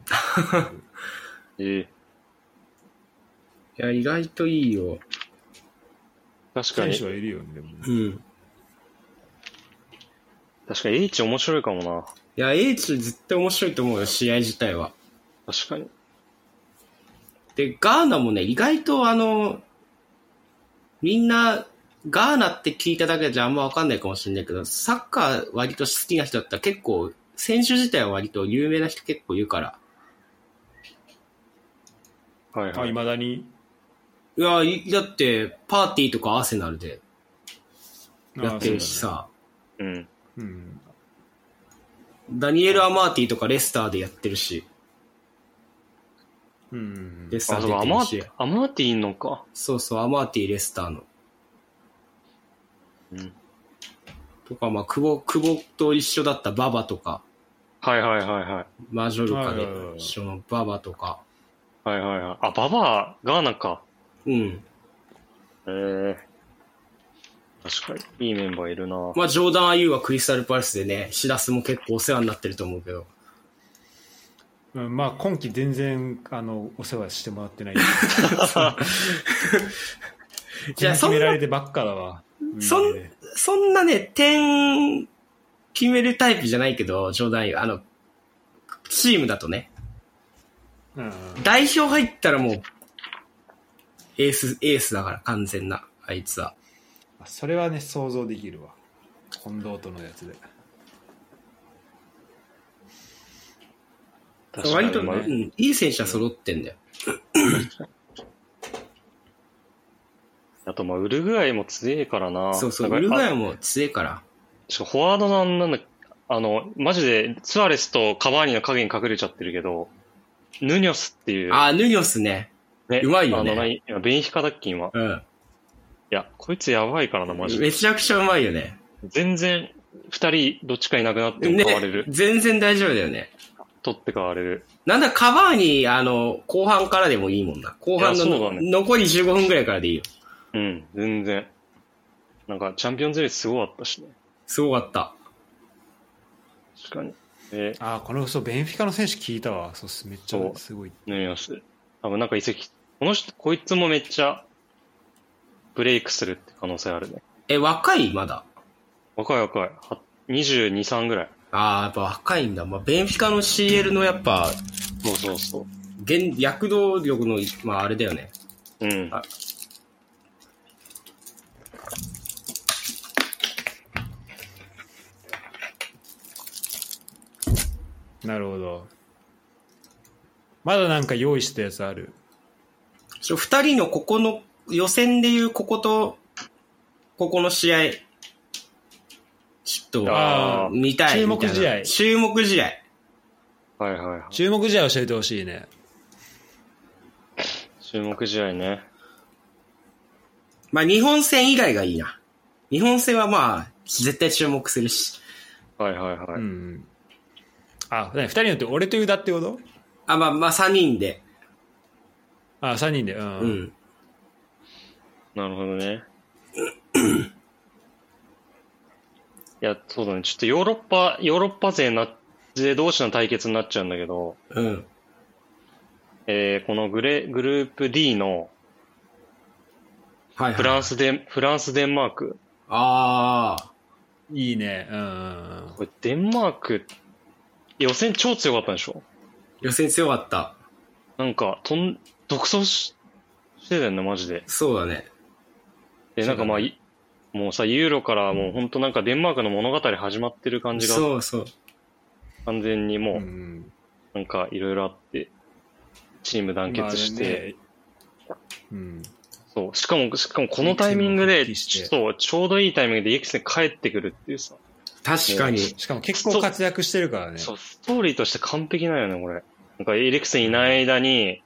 [SPEAKER 2] ええ
[SPEAKER 3] いや、意外といいよ。
[SPEAKER 2] 確か
[SPEAKER 1] 選
[SPEAKER 2] に
[SPEAKER 1] 手。はいるよね、でもね
[SPEAKER 3] うん。
[SPEAKER 2] 確かに、H 面白いかもな。
[SPEAKER 3] いや、H 絶対面白いと思うよ、試合自体は。
[SPEAKER 2] 確かに。
[SPEAKER 3] で、ガーナもね、意外とあの、みんな、ガーナって聞いただけじゃあんまわかんないかもしれないけど、サッカー割と好きな人だったら結構、選手自体は割と有名な人結構いるから。
[SPEAKER 2] はい
[SPEAKER 1] あ、
[SPEAKER 2] はいい。
[SPEAKER 1] まだに。
[SPEAKER 3] いや、いだって、パーティーとかアーセナルでやってるし
[SPEAKER 1] あ
[SPEAKER 3] さ、
[SPEAKER 2] う
[SPEAKER 1] そう
[SPEAKER 2] ん。
[SPEAKER 1] だねうん。
[SPEAKER 3] ダニエル・アマーティとかレスターでやってるし、
[SPEAKER 1] うん。
[SPEAKER 3] レ
[SPEAKER 2] あ、
[SPEAKER 3] ス
[SPEAKER 2] そ
[SPEAKER 3] ターで
[SPEAKER 2] う、
[SPEAKER 3] やっ
[SPEAKER 2] ア
[SPEAKER 3] て
[SPEAKER 2] マ
[SPEAKER 3] る
[SPEAKER 2] ー
[SPEAKER 3] し
[SPEAKER 2] テ、ィ、アマーティいんのか。
[SPEAKER 3] そうそう、アマーティ、レスターの。
[SPEAKER 2] うん。
[SPEAKER 3] とか、まあ、久保、久保と一緒だったババとか、
[SPEAKER 2] はいはいはいはい。
[SPEAKER 3] マジョルカ
[SPEAKER 1] は
[SPEAKER 3] で
[SPEAKER 1] いはいはい
[SPEAKER 3] 一緒のババとか、
[SPEAKER 2] はいはいはい。あ、ババア、ガーナか。
[SPEAKER 3] うん。
[SPEAKER 2] ええ確かに。いいメンバーいるな。
[SPEAKER 3] まあ、ジョーダン・アユーはクリスタル・パレスでね、シラスも結構お世話になってると思うけど。
[SPEAKER 1] うんまあ、今季全然、あの、お世話してもらってない。
[SPEAKER 3] じゃあ、
[SPEAKER 1] 決
[SPEAKER 3] そん
[SPEAKER 1] めら
[SPEAKER 3] な
[SPEAKER 1] れ、てばっかだわ。うん
[SPEAKER 3] そんそんなね、点、決めるタイプじゃないけど、ジョーダン・アユー、あの、チームだとね、
[SPEAKER 1] うん。
[SPEAKER 3] 代表入ったらもう、エース、エースだから、完全な、あいつは。
[SPEAKER 1] それはね、想像できるわ。近藤とのやつで。
[SPEAKER 2] 確かに
[SPEAKER 3] 割と、
[SPEAKER 2] まあ
[SPEAKER 3] うん、いい選手は揃ってんだよ。
[SPEAKER 2] あと、まあ、ウルグアイも強えからな。
[SPEAKER 3] そうそう、
[SPEAKER 2] だから
[SPEAKER 3] ウルグア
[SPEAKER 2] あ
[SPEAKER 3] イも強いから。
[SPEAKER 2] しかもフォワードなんなんだ、あの、マジで、スアレスとカバーニの影に隠れちゃってるけど、ヌニョスっていう、
[SPEAKER 3] あー、ヌニョスね。
[SPEAKER 2] ね
[SPEAKER 3] うまいよね
[SPEAKER 2] あのない、今ベンヒカだっけ、今。い
[SPEAKER 3] うん。
[SPEAKER 2] や、こいつやばいからな、マジで。
[SPEAKER 3] めちゃくちゃうまいよね。
[SPEAKER 2] 全然、二人、どっちかいなくなっても
[SPEAKER 3] ね
[SPEAKER 2] 変われる。、
[SPEAKER 3] 全然大丈夫だよね。
[SPEAKER 2] 取って変われる。
[SPEAKER 3] なんだ、カバーに、あの、後半からでもいいもんな。後半の、
[SPEAKER 2] いやそうだね
[SPEAKER 3] 残り15分ぐらいからでいいよ。
[SPEAKER 2] うん、全然。なんか、チャンピオンズリーグすごかったしね。
[SPEAKER 3] すごかった。
[SPEAKER 2] 確かに。え
[SPEAKER 1] ああ、この、そう、ベンフィカの選手聞いたわ。そうっす、めっち
[SPEAKER 2] そう
[SPEAKER 1] ゃすごい。
[SPEAKER 2] ヌニョス。多分なんか移籍、この人、こいつもめっちゃ、ブレイクするって可能性あるね。
[SPEAKER 3] え、若いまだ。
[SPEAKER 2] 若い若い。は22、3ぐらい。
[SPEAKER 3] ああ、やっぱ若いんだ。まあ、ベンフィカの CL のやっぱ、
[SPEAKER 2] そうそうそ
[SPEAKER 3] 現、躍動力の、まあ、あれだよね。
[SPEAKER 2] う。うん。
[SPEAKER 3] あ
[SPEAKER 1] なるほど。まだなんか用意したやつある。
[SPEAKER 3] ちょ二人のここの、予選でいうここと、ここの試合、ちょっと、
[SPEAKER 2] あ
[SPEAKER 1] あ
[SPEAKER 2] ー
[SPEAKER 3] 見たい。
[SPEAKER 1] 注目試合
[SPEAKER 3] みたいな注目試合。
[SPEAKER 2] はいはいはい。
[SPEAKER 1] 注目試合教えてほしいね。
[SPEAKER 2] 注目試合ね。
[SPEAKER 3] まあ、日本戦以外がいいな。日本戦はまあ、絶対注目するし。
[SPEAKER 2] はいはいはい。
[SPEAKER 1] うん。あ、何二人によって俺とユダってこと
[SPEAKER 3] あ、まあ、まあ、三人で。
[SPEAKER 5] あ、3人で、うん。
[SPEAKER 3] うん。
[SPEAKER 2] なるほどね。いや、そうだね。ちょっとヨーロッパ、ヨーロッパ勢な、勢同士の対決になっちゃうんだけど、
[SPEAKER 3] うん。
[SPEAKER 2] えーこのグレ、グループ D の
[SPEAKER 3] はい、
[SPEAKER 2] フ
[SPEAKER 3] はい。
[SPEAKER 2] ランスで、フランス、デンマーク。
[SPEAKER 3] ああ。
[SPEAKER 5] いいね。うんうんうん。
[SPEAKER 2] これデンマーク、予選超強かったんでしょ
[SPEAKER 3] 予選強かった。
[SPEAKER 2] なんか、とん、独走ししてたよね、マジで。
[SPEAKER 3] そうだね。
[SPEAKER 2] で、なんかまあ、いもうさ、ユーロからもう本当なんかデンマークの物語始まってる感じが、
[SPEAKER 3] そうそう。
[SPEAKER 2] 完全に
[SPEAKER 5] う
[SPEAKER 2] もう、
[SPEAKER 5] ん
[SPEAKER 2] なんかいろいろあって、チーム団結して、
[SPEAKER 5] まあねうん。
[SPEAKER 2] そう。しかも、しかもこのタイミングで、
[SPEAKER 5] いいチームを発揮して
[SPEAKER 2] そう、ちょうどいいタイミングでイエキセン帰ってくるっていうさ。
[SPEAKER 3] 確かに。
[SPEAKER 5] しかも結構活躍してるからね。
[SPEAKER 2] そう、ストーリーとして完璧なよね、これ。なんか、エリクセンいない間に、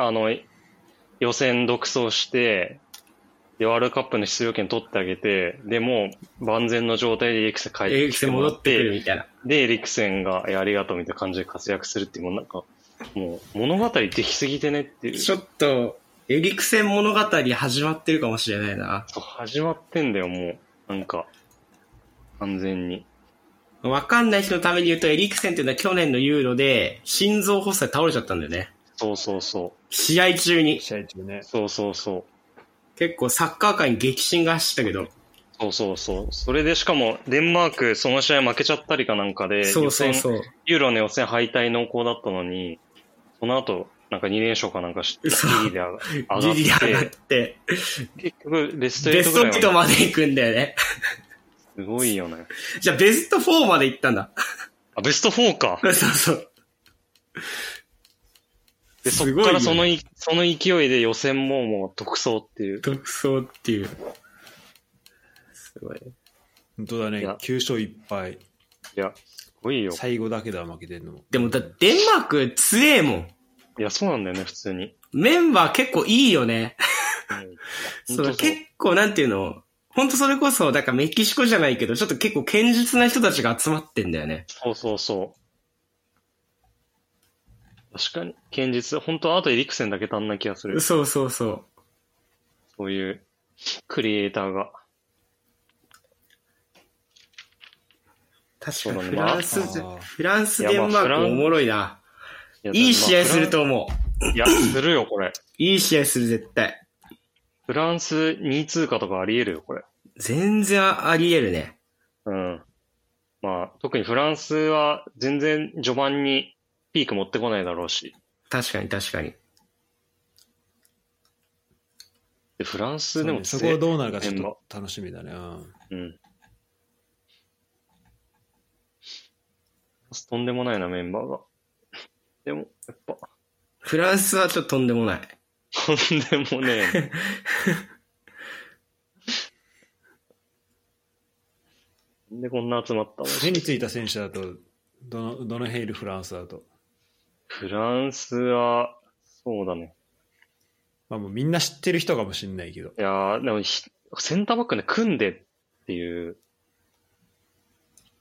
[SPEAKER 2] あの、予選独走して、で、ワールドカップの出場権取ってあげて、で、もう万全の状態でエリクセン帰っ
[SPEAKER 3] エ
[SPEAKER 2] て
[SPEAKER 3] リク
[SPEAKER 2] き
[SPEAKER 3] セ
[SPEAKER 2] て
[SPEAKER 3] ン
[SPEAKER 2] もら
[SPEAKER 3] 戻っ
[SPEAKER 2] って
[SPEAKER 3] く
[SPEAKER 2] て、
[SPEAKER 3] るみたいな。
[SPEAKER 2] で、エリクセンが、えありがとうみたいな感じで活躍するっていう、もうなんか、もう物語できすぎてねっていう。
[SPEAKER 3] ちょっと、エリクセン物語始まってるかもしれないな。
[SPEAKER 2] そう始まってんだよ、もう。なんか、完全に。
[SPEAKER 3] わかんない人のために言うと、エリクセンっていうのは去年のユーロで、心臓発作で倒れちゃったんだよね。
[SPEAKER 2] そうそうそう。
[SPEAKER 3] 試合中に。
[SPEAKER 5] 試合中ね。
[SPEAKER 2] そうそうそう。
[SPEAKER 3] 結構サッカー界に激震が走ったけど。
[SPEAKER 2] そうそうそう。それでしかも、デンマーク、その試合負けちゃったりかなんかで、。
[SPEAKER 3] そうそうそうう。
[SPEAKER 2] ユーロの予選敗退濃厚だったのに、その後、なんか2連勝かなんかして、
[SPEAKER 3] そう
[SPEAKER 2] ギリで上が
[SPEAKER 3] ギリで上
[SPEAKER 2] 上がっ、
[SPEAKER 3] がってて、
[SPEAKER 2] 結局、ベスト
[SPEAKER 3] ベ
[SPEAKER 2] 8
[SPEAKER 3] ス
[SPEAKER 2] ぐ
[SPEAKER 3] ト
[SPEAKER 2] らい
[SPEAKER 3] 8
[SPEAKER 2] ま
[SPEAKER 3] まで行くんだよね。
[SPEAKER 2] で。すごいよね。
[SPEAKER 3] じゃあベスト4まで行ったんだ。
[SPEAKER 2] あ、ベスト4か。
[SPEAKER 3] そうそう。
[SPEAKER 2] で、そ
[SPEAKER 3] す
[SPEAKER 2] っ
[SPEAKER 3] ごい
[SPEAKER 2] か
[SPEAKER 3] よ
[SPEAKER 2] ら
[SPEAKER 3] ね
[SPEAKER 2] そのい、その勢いで予選ももう独走っていう。
[SPEAKER 3] 独走っていう。すごい。
[SPEAKER 5] 本当だね
[SPEAKER 2] いや。
[SPEAKER 5] 9勝1敗。
[SPEAKER 2] いや、すごいよ。
[SPEAKER 5] 最後だけだ、負けてんのも。
[SPEAKER 3] でもだ、デンマーク強えもん。
[SPEAKER 2] いや、そうなんだよね、普通に。
[SPEAKER 3] メンバー結構いいよね。
[SPEAKER 2] うん
[SPEAKER 3] そ
[SPEAKER 2] 本当そ
[SPEAKER 3] う、
[SPEAKER 2] う
[SPEAKER 3] 結構なんていうの、本当それこそ、だからメキシコじゃないけど、ちょっと結構堅実な人たちが集まってんだよね。
[SPEAKER 2] そうそうそう。確かに、堅実。本当あとエリクセンだけ足んない気がする。
[SPEAKER 3] そうそうそ
[SPEAKER 2] そういう、クリエイターが。
[SPEAKER 3] う。確か
[SPEAKER 2] そうだね
[SPEAKER 3] にフランス、
[SPEAKER 5] まあ
[SPEAKER 3] フランス、
[SPEAKER 2] いや
[SPEAKER 3] デンマ
[SPEAKER 2] まあ
[SPEAKER 3] ー
[SPEAKER 2] フ
[SPEAKER 3] ク
[SPEAKER 2] ラン
[SPEAKER 3] おもろいな。
[SPEAKER 2] や
[SPEAKER 3] いい試合する。と思う。
[SPEAKER 2] まあフランいや、するよ、これ。
[SPEAKER 3] いい試合する、絶対。
[SPEAKER 2] フランス2通過とかあり得るよ、これ。
[SPEAKER 3] 全然あり得るね。
[SPEAKER 2] うん。まあ、特にフランスは全然序盤にピーク持ってこないだろうし。
[SPEAKER 3] 確かに確かに。
[SPEAKER 2] でフランスでも
[SPEAKER 5] そ
[SPEAKER 2] 強
[SPEAKER 5] うねそこは
[SPEAKER 2] い
[SPEAKER 5] どうなるかちょっ
[SPEAKER 2] メンバー
[SPEAKER 5] と楽しみだね。うん
[SPEAKER 2] うん。とんでもないな、メンバーが。でも、やっぱ、
[SPEAKER 3] フランスはちょっととんでもない。
[SPEAKER 2] とんでもねえな。なんでこんな集まったの
[SPEAKER 5] 目についた選手だと、どの、どの辺いるフランスだと。
[SPEAKER 2] フランスは、そうだね。
[SPEAKER 5] まあもうみんな知ってる人かもしんないけど。
[SPEAKER 2] いやーでもひ、センターバックね、組んでっていう、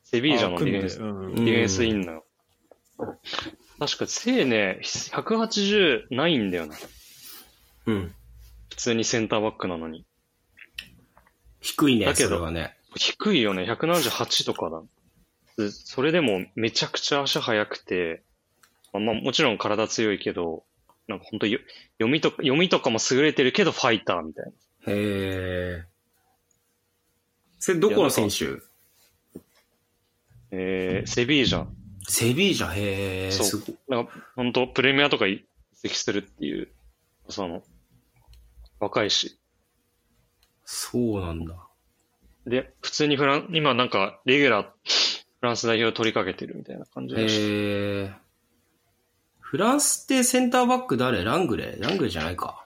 [SPEAKER 2] セビージャの
[SPEAKER 5] あ
[SPEAKER 2] ディ
[SPEAKER 5] 組
[SPEAKER 2] フ
[SPEAKER 5] ん
[SPEAKER 2] ェ
[SPEAKER 5] で
[SPEAKER 2] ンス、デ
[SPEAKER 5] うん
[SPEAKER 2] ィフェンスいいんだよ。確か、せいね、180ないんだよな。
[SPEAKER 3] うん。
[SPEAKER 2] 普通にセンターバックなのに。
[SPEAKER 3] 低いね、
[SPEAKER 2] だけど
[SPEAKER 3] それはね。
[SPEAKER 2] 低いよね、178とかだ。でそれでもめちゃくちゃ足速くて、まあ、まあもちろん体強いけど、なんか本当よ読みとか、読みとかも優れてるけどファイターみたいな。
[SPEAKER 3] へえ。それどこの選手
[SPEAKER 2] えー、セビージャン。
[SPEAKER 3] セビージャ、へえ。
[SPEAKER 2] そう
[SPEAKER 3] すごい
[SPEAKER 2] なんか本当プレミアとか移籍するっていう、その、若いし。
[SPEAKER 3] そうなんだ。
[SPEAKER 2] で、普通にフラン、今なんかレギュラー、フランス代表取りかけてるみたいな感じだし。
[SPEAKER 3] へえ。フランスってセンターバック誰ラングレーラングレーじゃないか。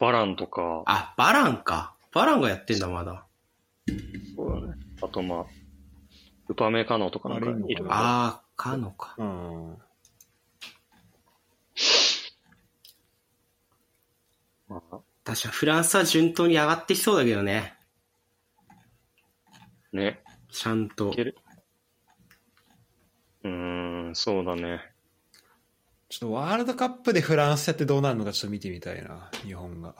[SPEAKER 2] バランとか、
[SPEAKER 3] あ、バランか。バランがやってんだ、まだ。
[SPEAKER 2] そうだね。あとまあ、ウパメカノとかなんか
[SPEAKER 5] あれいいのかない
[SPEAKER 2] るから
[SPEAKER 3] あー、かのか。
[SPEAKER 5] うん。
[SPEAKER 2] まあ
[SPEAKER 3] 確かフランスは順当に上がってきそうだけどね。
[SPEAKER 2] ね。
[SPEAKER 3] ちゃんと
[SPEAKER 2] いけ。るうーん、そうだね。
[SPEAKER 1] ちょっとワールドカップでフランスやってどうなるのかちょっと見てみたいな、日本が。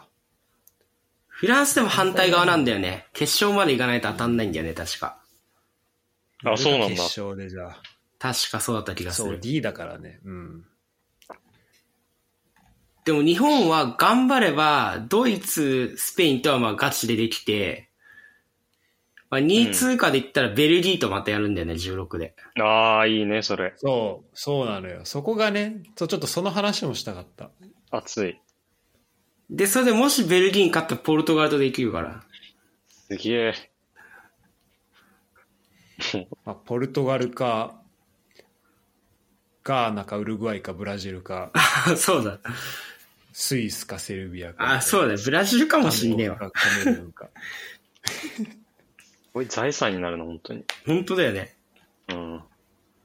[SPEAKER 3] フランスでも反対側なんだよね。決勝まで行かないと当たんないんだよね、確か。
[SPEAKER 2] あ、そうなん
[SPEAKER 1] 決
[SPEAKER 2] だ。
[SPEAKER 1] 勝でじゃあ。
[SPEAKER 3] 確かそうだった気がす
[SPEAKER 1] そう、
[SPEAKER 3] る。
[SPEAKER 1] D だからね。うん。
[SPEAKER 3] でも日本は頑張れば、ドイツ、スペインとはまあガチでできて、まあ、2位通過で言ったらベルギーとまたやるんだよね、16で。
[SPEAKER 2] ああ、いいね、それ。
[SPEAKER 1] そう、そうなのよ。そこがね、そうちょっとその話もしたかった。
[SPEAKER 2] 熱い。
[SPEAKER 3] で、それでもしベルギーに勝ったらポルトガルとできるから。
[SPEAKER 2] すげえ。
[SPEAKER 1] まあ、ポルトガルか、ガーナかウルグアイかブラジルか、
[SPEAKER 3] あそうだ。
[SPEAKER 1] スイスかセルビアか。
[SPEAKER 3] あ、そうだ。ブラジルかもしんねえわ。
[SPEAKER 1] カメルーンか。
[SPEAKER 2] すごい財産になるな、本当に。
[SPEAKER 3] 本当だよね。
[SPEAKER 2] うん。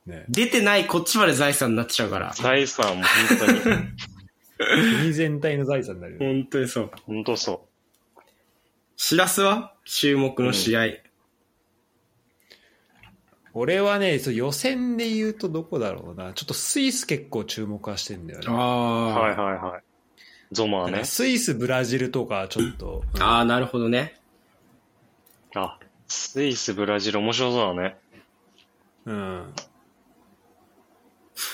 [SPEAKER 1] ね、
[SPEAKER 3] 出てないこっちまで財産になっちゃうから。
[SPEAKER 2] 財産も本当 に、
[SPEAKER 1] 国全体の財産になるよね。
[SPEAKER 3] 本当にそう。
[SPEAKER 2] 本当そ
[SPEAKER 3] シラスは注目の試合。
[SPEAKER 1] 俺はね、そう予選で言うとどこだろうな。ちょっとスイス結構注目はしてんだよね。
[SPEAKER 2] う。
[SPEAKER 3] あ
[SPEAKER 2] はいはいはい。ゾマー
[SPEAKER 1] なん
[SPEAKER 2] ね
[SPEAKER 1] か。スイス、ブラジルとかちょっと、うん
[SPEAKER 3] ああ、なるほどね。
[SPEAKER 2] あ、スイス、ブラジル面白そうだね。
[SPEAKER 1] うん。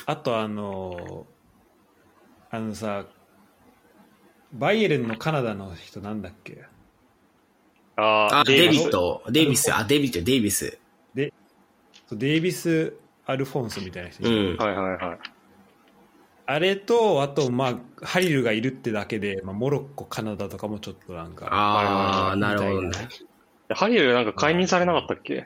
[SPEAKER 1] あとあのーあのさ、バイエルンのカナダの人なんだっけ
[SPEAKER 2] あ
[SPEAKER 3] あ
[SPEAKER 2] ー
[SPEAKER 3] デイビ
[SPEAKER 2] ス
[SPEAKER 3] ッ。ト、デイビス、あ、デイビット、デイビス。
[SPEAKER 1] そうデイビス・アルフォンスみたいな人、
[SPEAKER 3] うん。
[SPEAKER 2] はいはいはい。
[SPEAKER 1] あれと、あと、まあ、ハリルがいるってだけで、まあ、モロッコ、カナダとかもちょっとなんか、
[SPEAKER 3] ああ、なるほど
[SPEAKER 1] み
[SPEAKER 3] ね
[SPEAKER 1] たい。
[SPEAKER 2] ハリルなんか解任されなかったっけ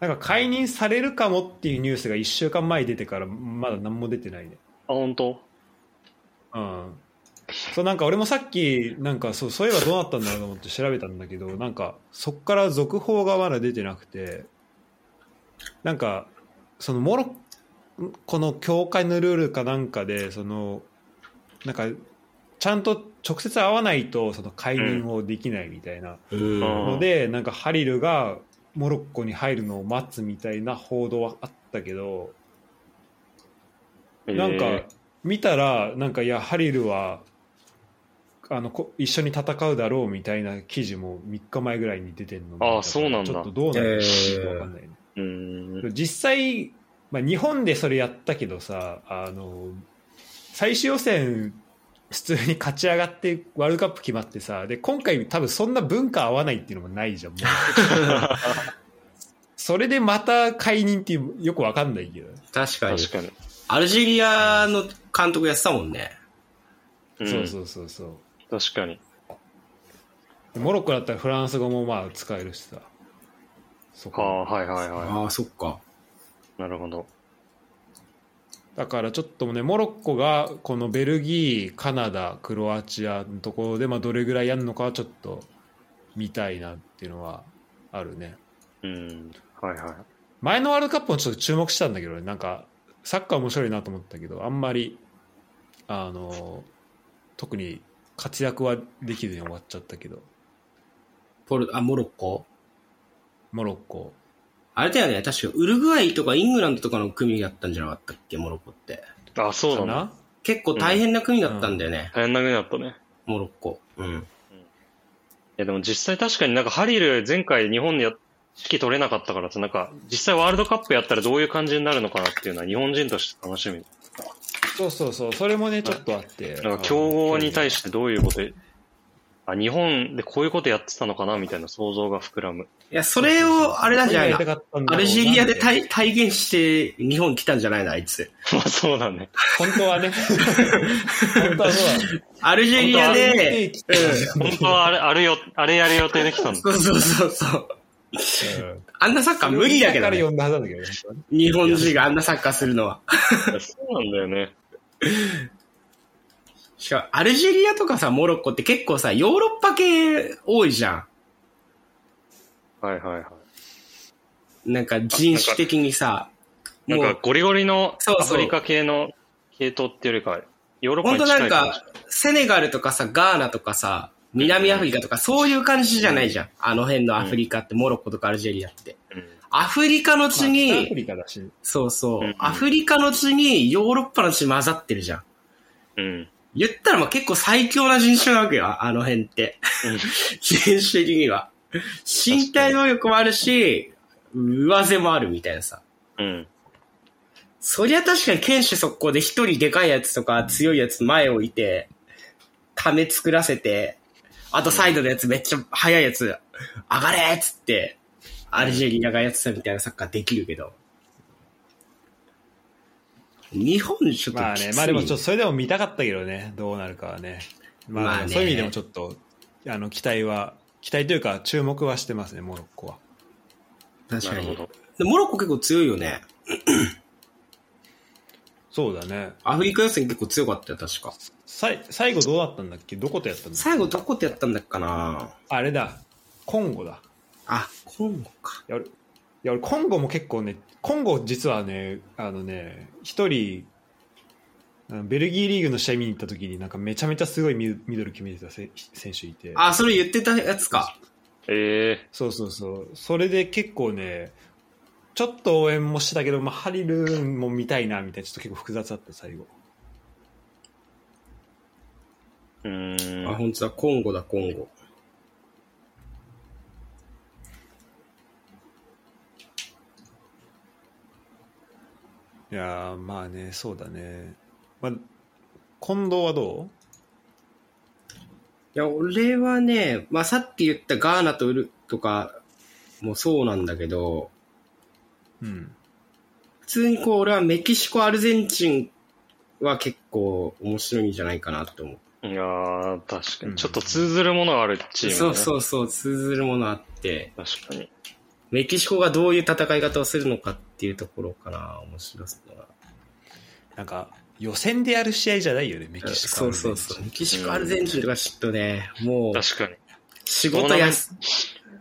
[SPEAKER 1] なんか解任されるかもっていうニュースが1週間前に出てから、まだ何も出てないね。
[SPEAKER 2] あ、本当
[SPEAKER 1] うん。そう、なんか俺もさっき、なんかそう、そういえばどうなったんだろうと思って調べたんだけど、なんか、そっから続報がまだ出てなくて、なんか、そのモロッコの協会のルールかなんかで、その、なんか、ちゃんと直接会わないと、その解任をできないみたいな
[SPEAKER 3] うん。
[SPEAKER 1] ので、なんかハリルがモロッコに入るのを待つみたいな報道はあったけど、なんか見たらなんかいやハリルはあのこ一緒に戦うだろうみたいな記事も3日前ぐらいに出てるのを見たから
[SPEAKER 2] あそうなんだ
[SPEAKER 1] ちょっとどうなるか
[SPEAKER 3] へえ
[SPEAKER 1] わかんないね、
[SPEAKER 2] うーん。
[SPEAKER 1] 実際、まあ、日本でそれやったけどさあの最終予選普通に勝ち上がってワールドカップ決まってさで今回多分そんな文化合わないっていうのもないじゃんもうそれでまた解任っていうよくわかんないけど、
[SPEAKER 3] 確かに。
[SPEAKER 2] 確かに。
[SPEAKER 3] アルジェリアの監督やってたもんね。
[SPEAKER 1] そう
[SPEAKER 2] う。
[SPEAKER 1] そうそうそうん
[SPEAKER 2] 確かに。
[SPEAKER 1] でモロッコだったらフランス語もまあ使えるしさそ
[SPEAKER 2] あ
[SPEAKER 1] こ
[SPEAKER 2] あ、はいはいは
[SPEAKER 3] ああ、そっか。
[SPEAKER 2] い。なるほど。
[SPEAKER 1] だからちょっとねモロッコがこのベルギーカナダクロアチアのところでまあどれぐらいやるのかはちょっと見たいなっていうのはあるね
[SPEAKER 2] うん。はいはい。
[SPEAKER 1] 前のワールドカップもちょっと注目したんだけどねなんかサッカー面白いなと思ったけどあんまりあの特に活躍はできずに終わっちゃったけど
[SPEAKER 3] ポル、あ、モロッコ
[SPEAKER 1] モロッコ
[SPEAKER 3] あれだよね、確かウルグアイとかイングランドとかの組だったんじゃなかったっけ、モロッコって。
[SPEAKER 2] あ、そう
[SPEAKER 1] か
[SPEAKER 2] だな。
[SPEAKER 1] な
[SPEAKER 3] 結構大変な組だったんだよね、
[SPEAKER 2] 大変な目になったね。
[SPEAKER 3] モロッコ。うん。
[SPEAKER 2] いやでも実際確かになんかハリル前回日本でや指揮取れなかったからさ、なんか実際ワールドカップやったらどういう感じになるのかなっていうのは日本人として楽しみ。
[SPEAKER 1] そうそうそうそれもねちょっとあって
[SPEAKER 2] なんか競合に対してどういうこと、あ、日本でこういうことやってたのかなみたいな想像が膨らむ。
[SPEAKER 3] いや、それを、あれなんじゃないのアルジェリアで
[SPEAKER 1] 対
[SPEAKER 3] 体体現して日本来たんじゃないのあいつ。
[SPEAKER 2] まあそうだね。
[SPEAKER 1] 本当 はね。本当はそう
[SPEAKER 3] アルジェリアで、
[SPEAKER 2] 本当はあれ、あれよ、あれやる予定できたんだ。
[SPEAKER 3] そうそうそうそう。あんなサッカー無理だけど、
[SPEAKER 1] から
[SPEAKER 3] ね、
[SPEAKER 1] 呼んだはずなんだけどね。
[SPEAKER 3] 日本人があんなサッカーするのは。
[SPEAKER 2] そうなんだよね。
[SPEAKER 3] しかも、アルジェリアとかさ、モロッコって結構さ、ヨーロッパ系多いじゃ
[SPEAKER 2] はいはいはい。
[SPEAKER 3] ん。なんか人種的にさ、
[SPEAKER 2] なん
[SPEAKER 3] も
[SPEAKER 2] か
[SPEAKER 3] う、
[SPEAKER 2] ゴリゴリの
[SPEAKER 3] そうそう
[SPEAKER 2] アフリカ系の系統っていうよりか、ヨーロッパ
[SPEAKER 3] ほん
[SPEAKER 2] に
[SPEAKER 3] と
[SPEAKER 2] 近い
[SPEAKER 3] なん
[SPEAKER 2] 感じ
[SPEAKER 3] か、セネガルとかさ、ガーナとかさ、南アフリカとか、そういう感じじゃないじゃん。あの辺のアフリカって、モロッコとかアルジェリアって。
[SPEAKER 2] うん
[SPEAKER 3] アフリカの地
[SPEAKER 1] まあ北アフ
[SPEAKER 3] に、
[SPEAKER 1] リカだし。
[SPEAKER 3] そうそう
[SPEAKER 2] うんうん、
[SPEAKER 3] アフリカの地にヨーロッパの地混ざってるじゃん。
[SPEAKER 2] うん。
[SPEAKER 3] 言ったらまあ結構最強な人種なわけよ、ああの辺って。 人種的には。身体能力もあるし、上背もあるみたいなさ。
[SPEAKER 2] うん。
[SPEAKER 3] そりゃ確かに剣士速攻で一人でかいやつとか強いやつ前置いて、ため作らせて、あとサイドのやつめっちゃ速いやつ、上がれっつって、アルジェリアがやってたみたいなサッカーできるけど。日本ちょっと
[SPEAKER 1] まあ
[SPEAKER 3] きつい、
[SPEAKER 1] ね、まあでもちょっとそれでも見たかったけどね、どうなるかはね。まあ、
[SPEAKER 3] まあね
[SPEAKER 1] そういう意味でもちょっと、あの、期待は、期待というか注目はしてますね、モロッコは。
[SPEAKER 3] 確
[SPEAKER 2] な
[SPEAKER 3] か
[SPEAKER 2] るほ
[SPEAKER 3] に。
[SPEAKER 2] ど。
[SPEAKER 3] でモロッコ結構強いよね。
[SPEAKER 1] そうだね。
[SPEAKER 3] アフリカ予選結構強かったよ、確か。
[SPEAKER 1] さい最後どうだったんだっけどことやったんだっけ
[SPEAKER 3] 最後どこでやったんだっけかな
[SPEAKER 1] あれだ、コンゴだ。
[SPEAKER 3] あ、コンゴか。
[SPEAKER 1] いや俺いや俺コンゴも結構ねコンゴ実はねあのね一人あのベルギーリーグの試合見に行った時になんかめちゃめちゃすごいミドミドル決めてたせ選手いて
[SPEAKER 3] あ、それ言ってたやつか。
[SPEAKER 2] え
[SPEAKER 1] そうそうそうそれで結構ねちょっと応援もしてたけど、まあ、ハリルーンも見たいなみたいなちょっと結構複雑だった最後
[SPEAKER 2] えー。うー
[SPEAKER 3] あ、
[SPEAKER 2] ん。
[SPEAKER 3] 本当だ、コンゴだ、コンゴ。
[SPEAKER 1] いやーまあねそうだね、まあ、近藤はど
[SPEAKER 3] いや、俺はね、まあ、さっき言ったガーナとウルとかもそうなんだけど、
[SPEAKER 1] ううん
[SPEAKER 3] 普通にこう、俺はメキシコ、アルゼンチンは結構面白いんじゃないかなと思う。
[SPEAKER 2] いやー、確かに。ちょっと通ずるものがあるチーム、ね。。
[SPEAKER 3] そうそううそう、通ずるものあって、
[SPEAKER 2] 確かに。
[SPEAKER 3] メキシコがどういう戦い方をするのかっていうところかな、面白そうだな。
[SPEAKER 1] なんか予選でやる試合じゃないよねメキシコ
[SPEAKER 3] そうそうそう。メキシコ、アルゼンチンとかちょっとね、もう、
[SPEAKER 2] 確かに。
[SPEAKER 3] 仕事やす、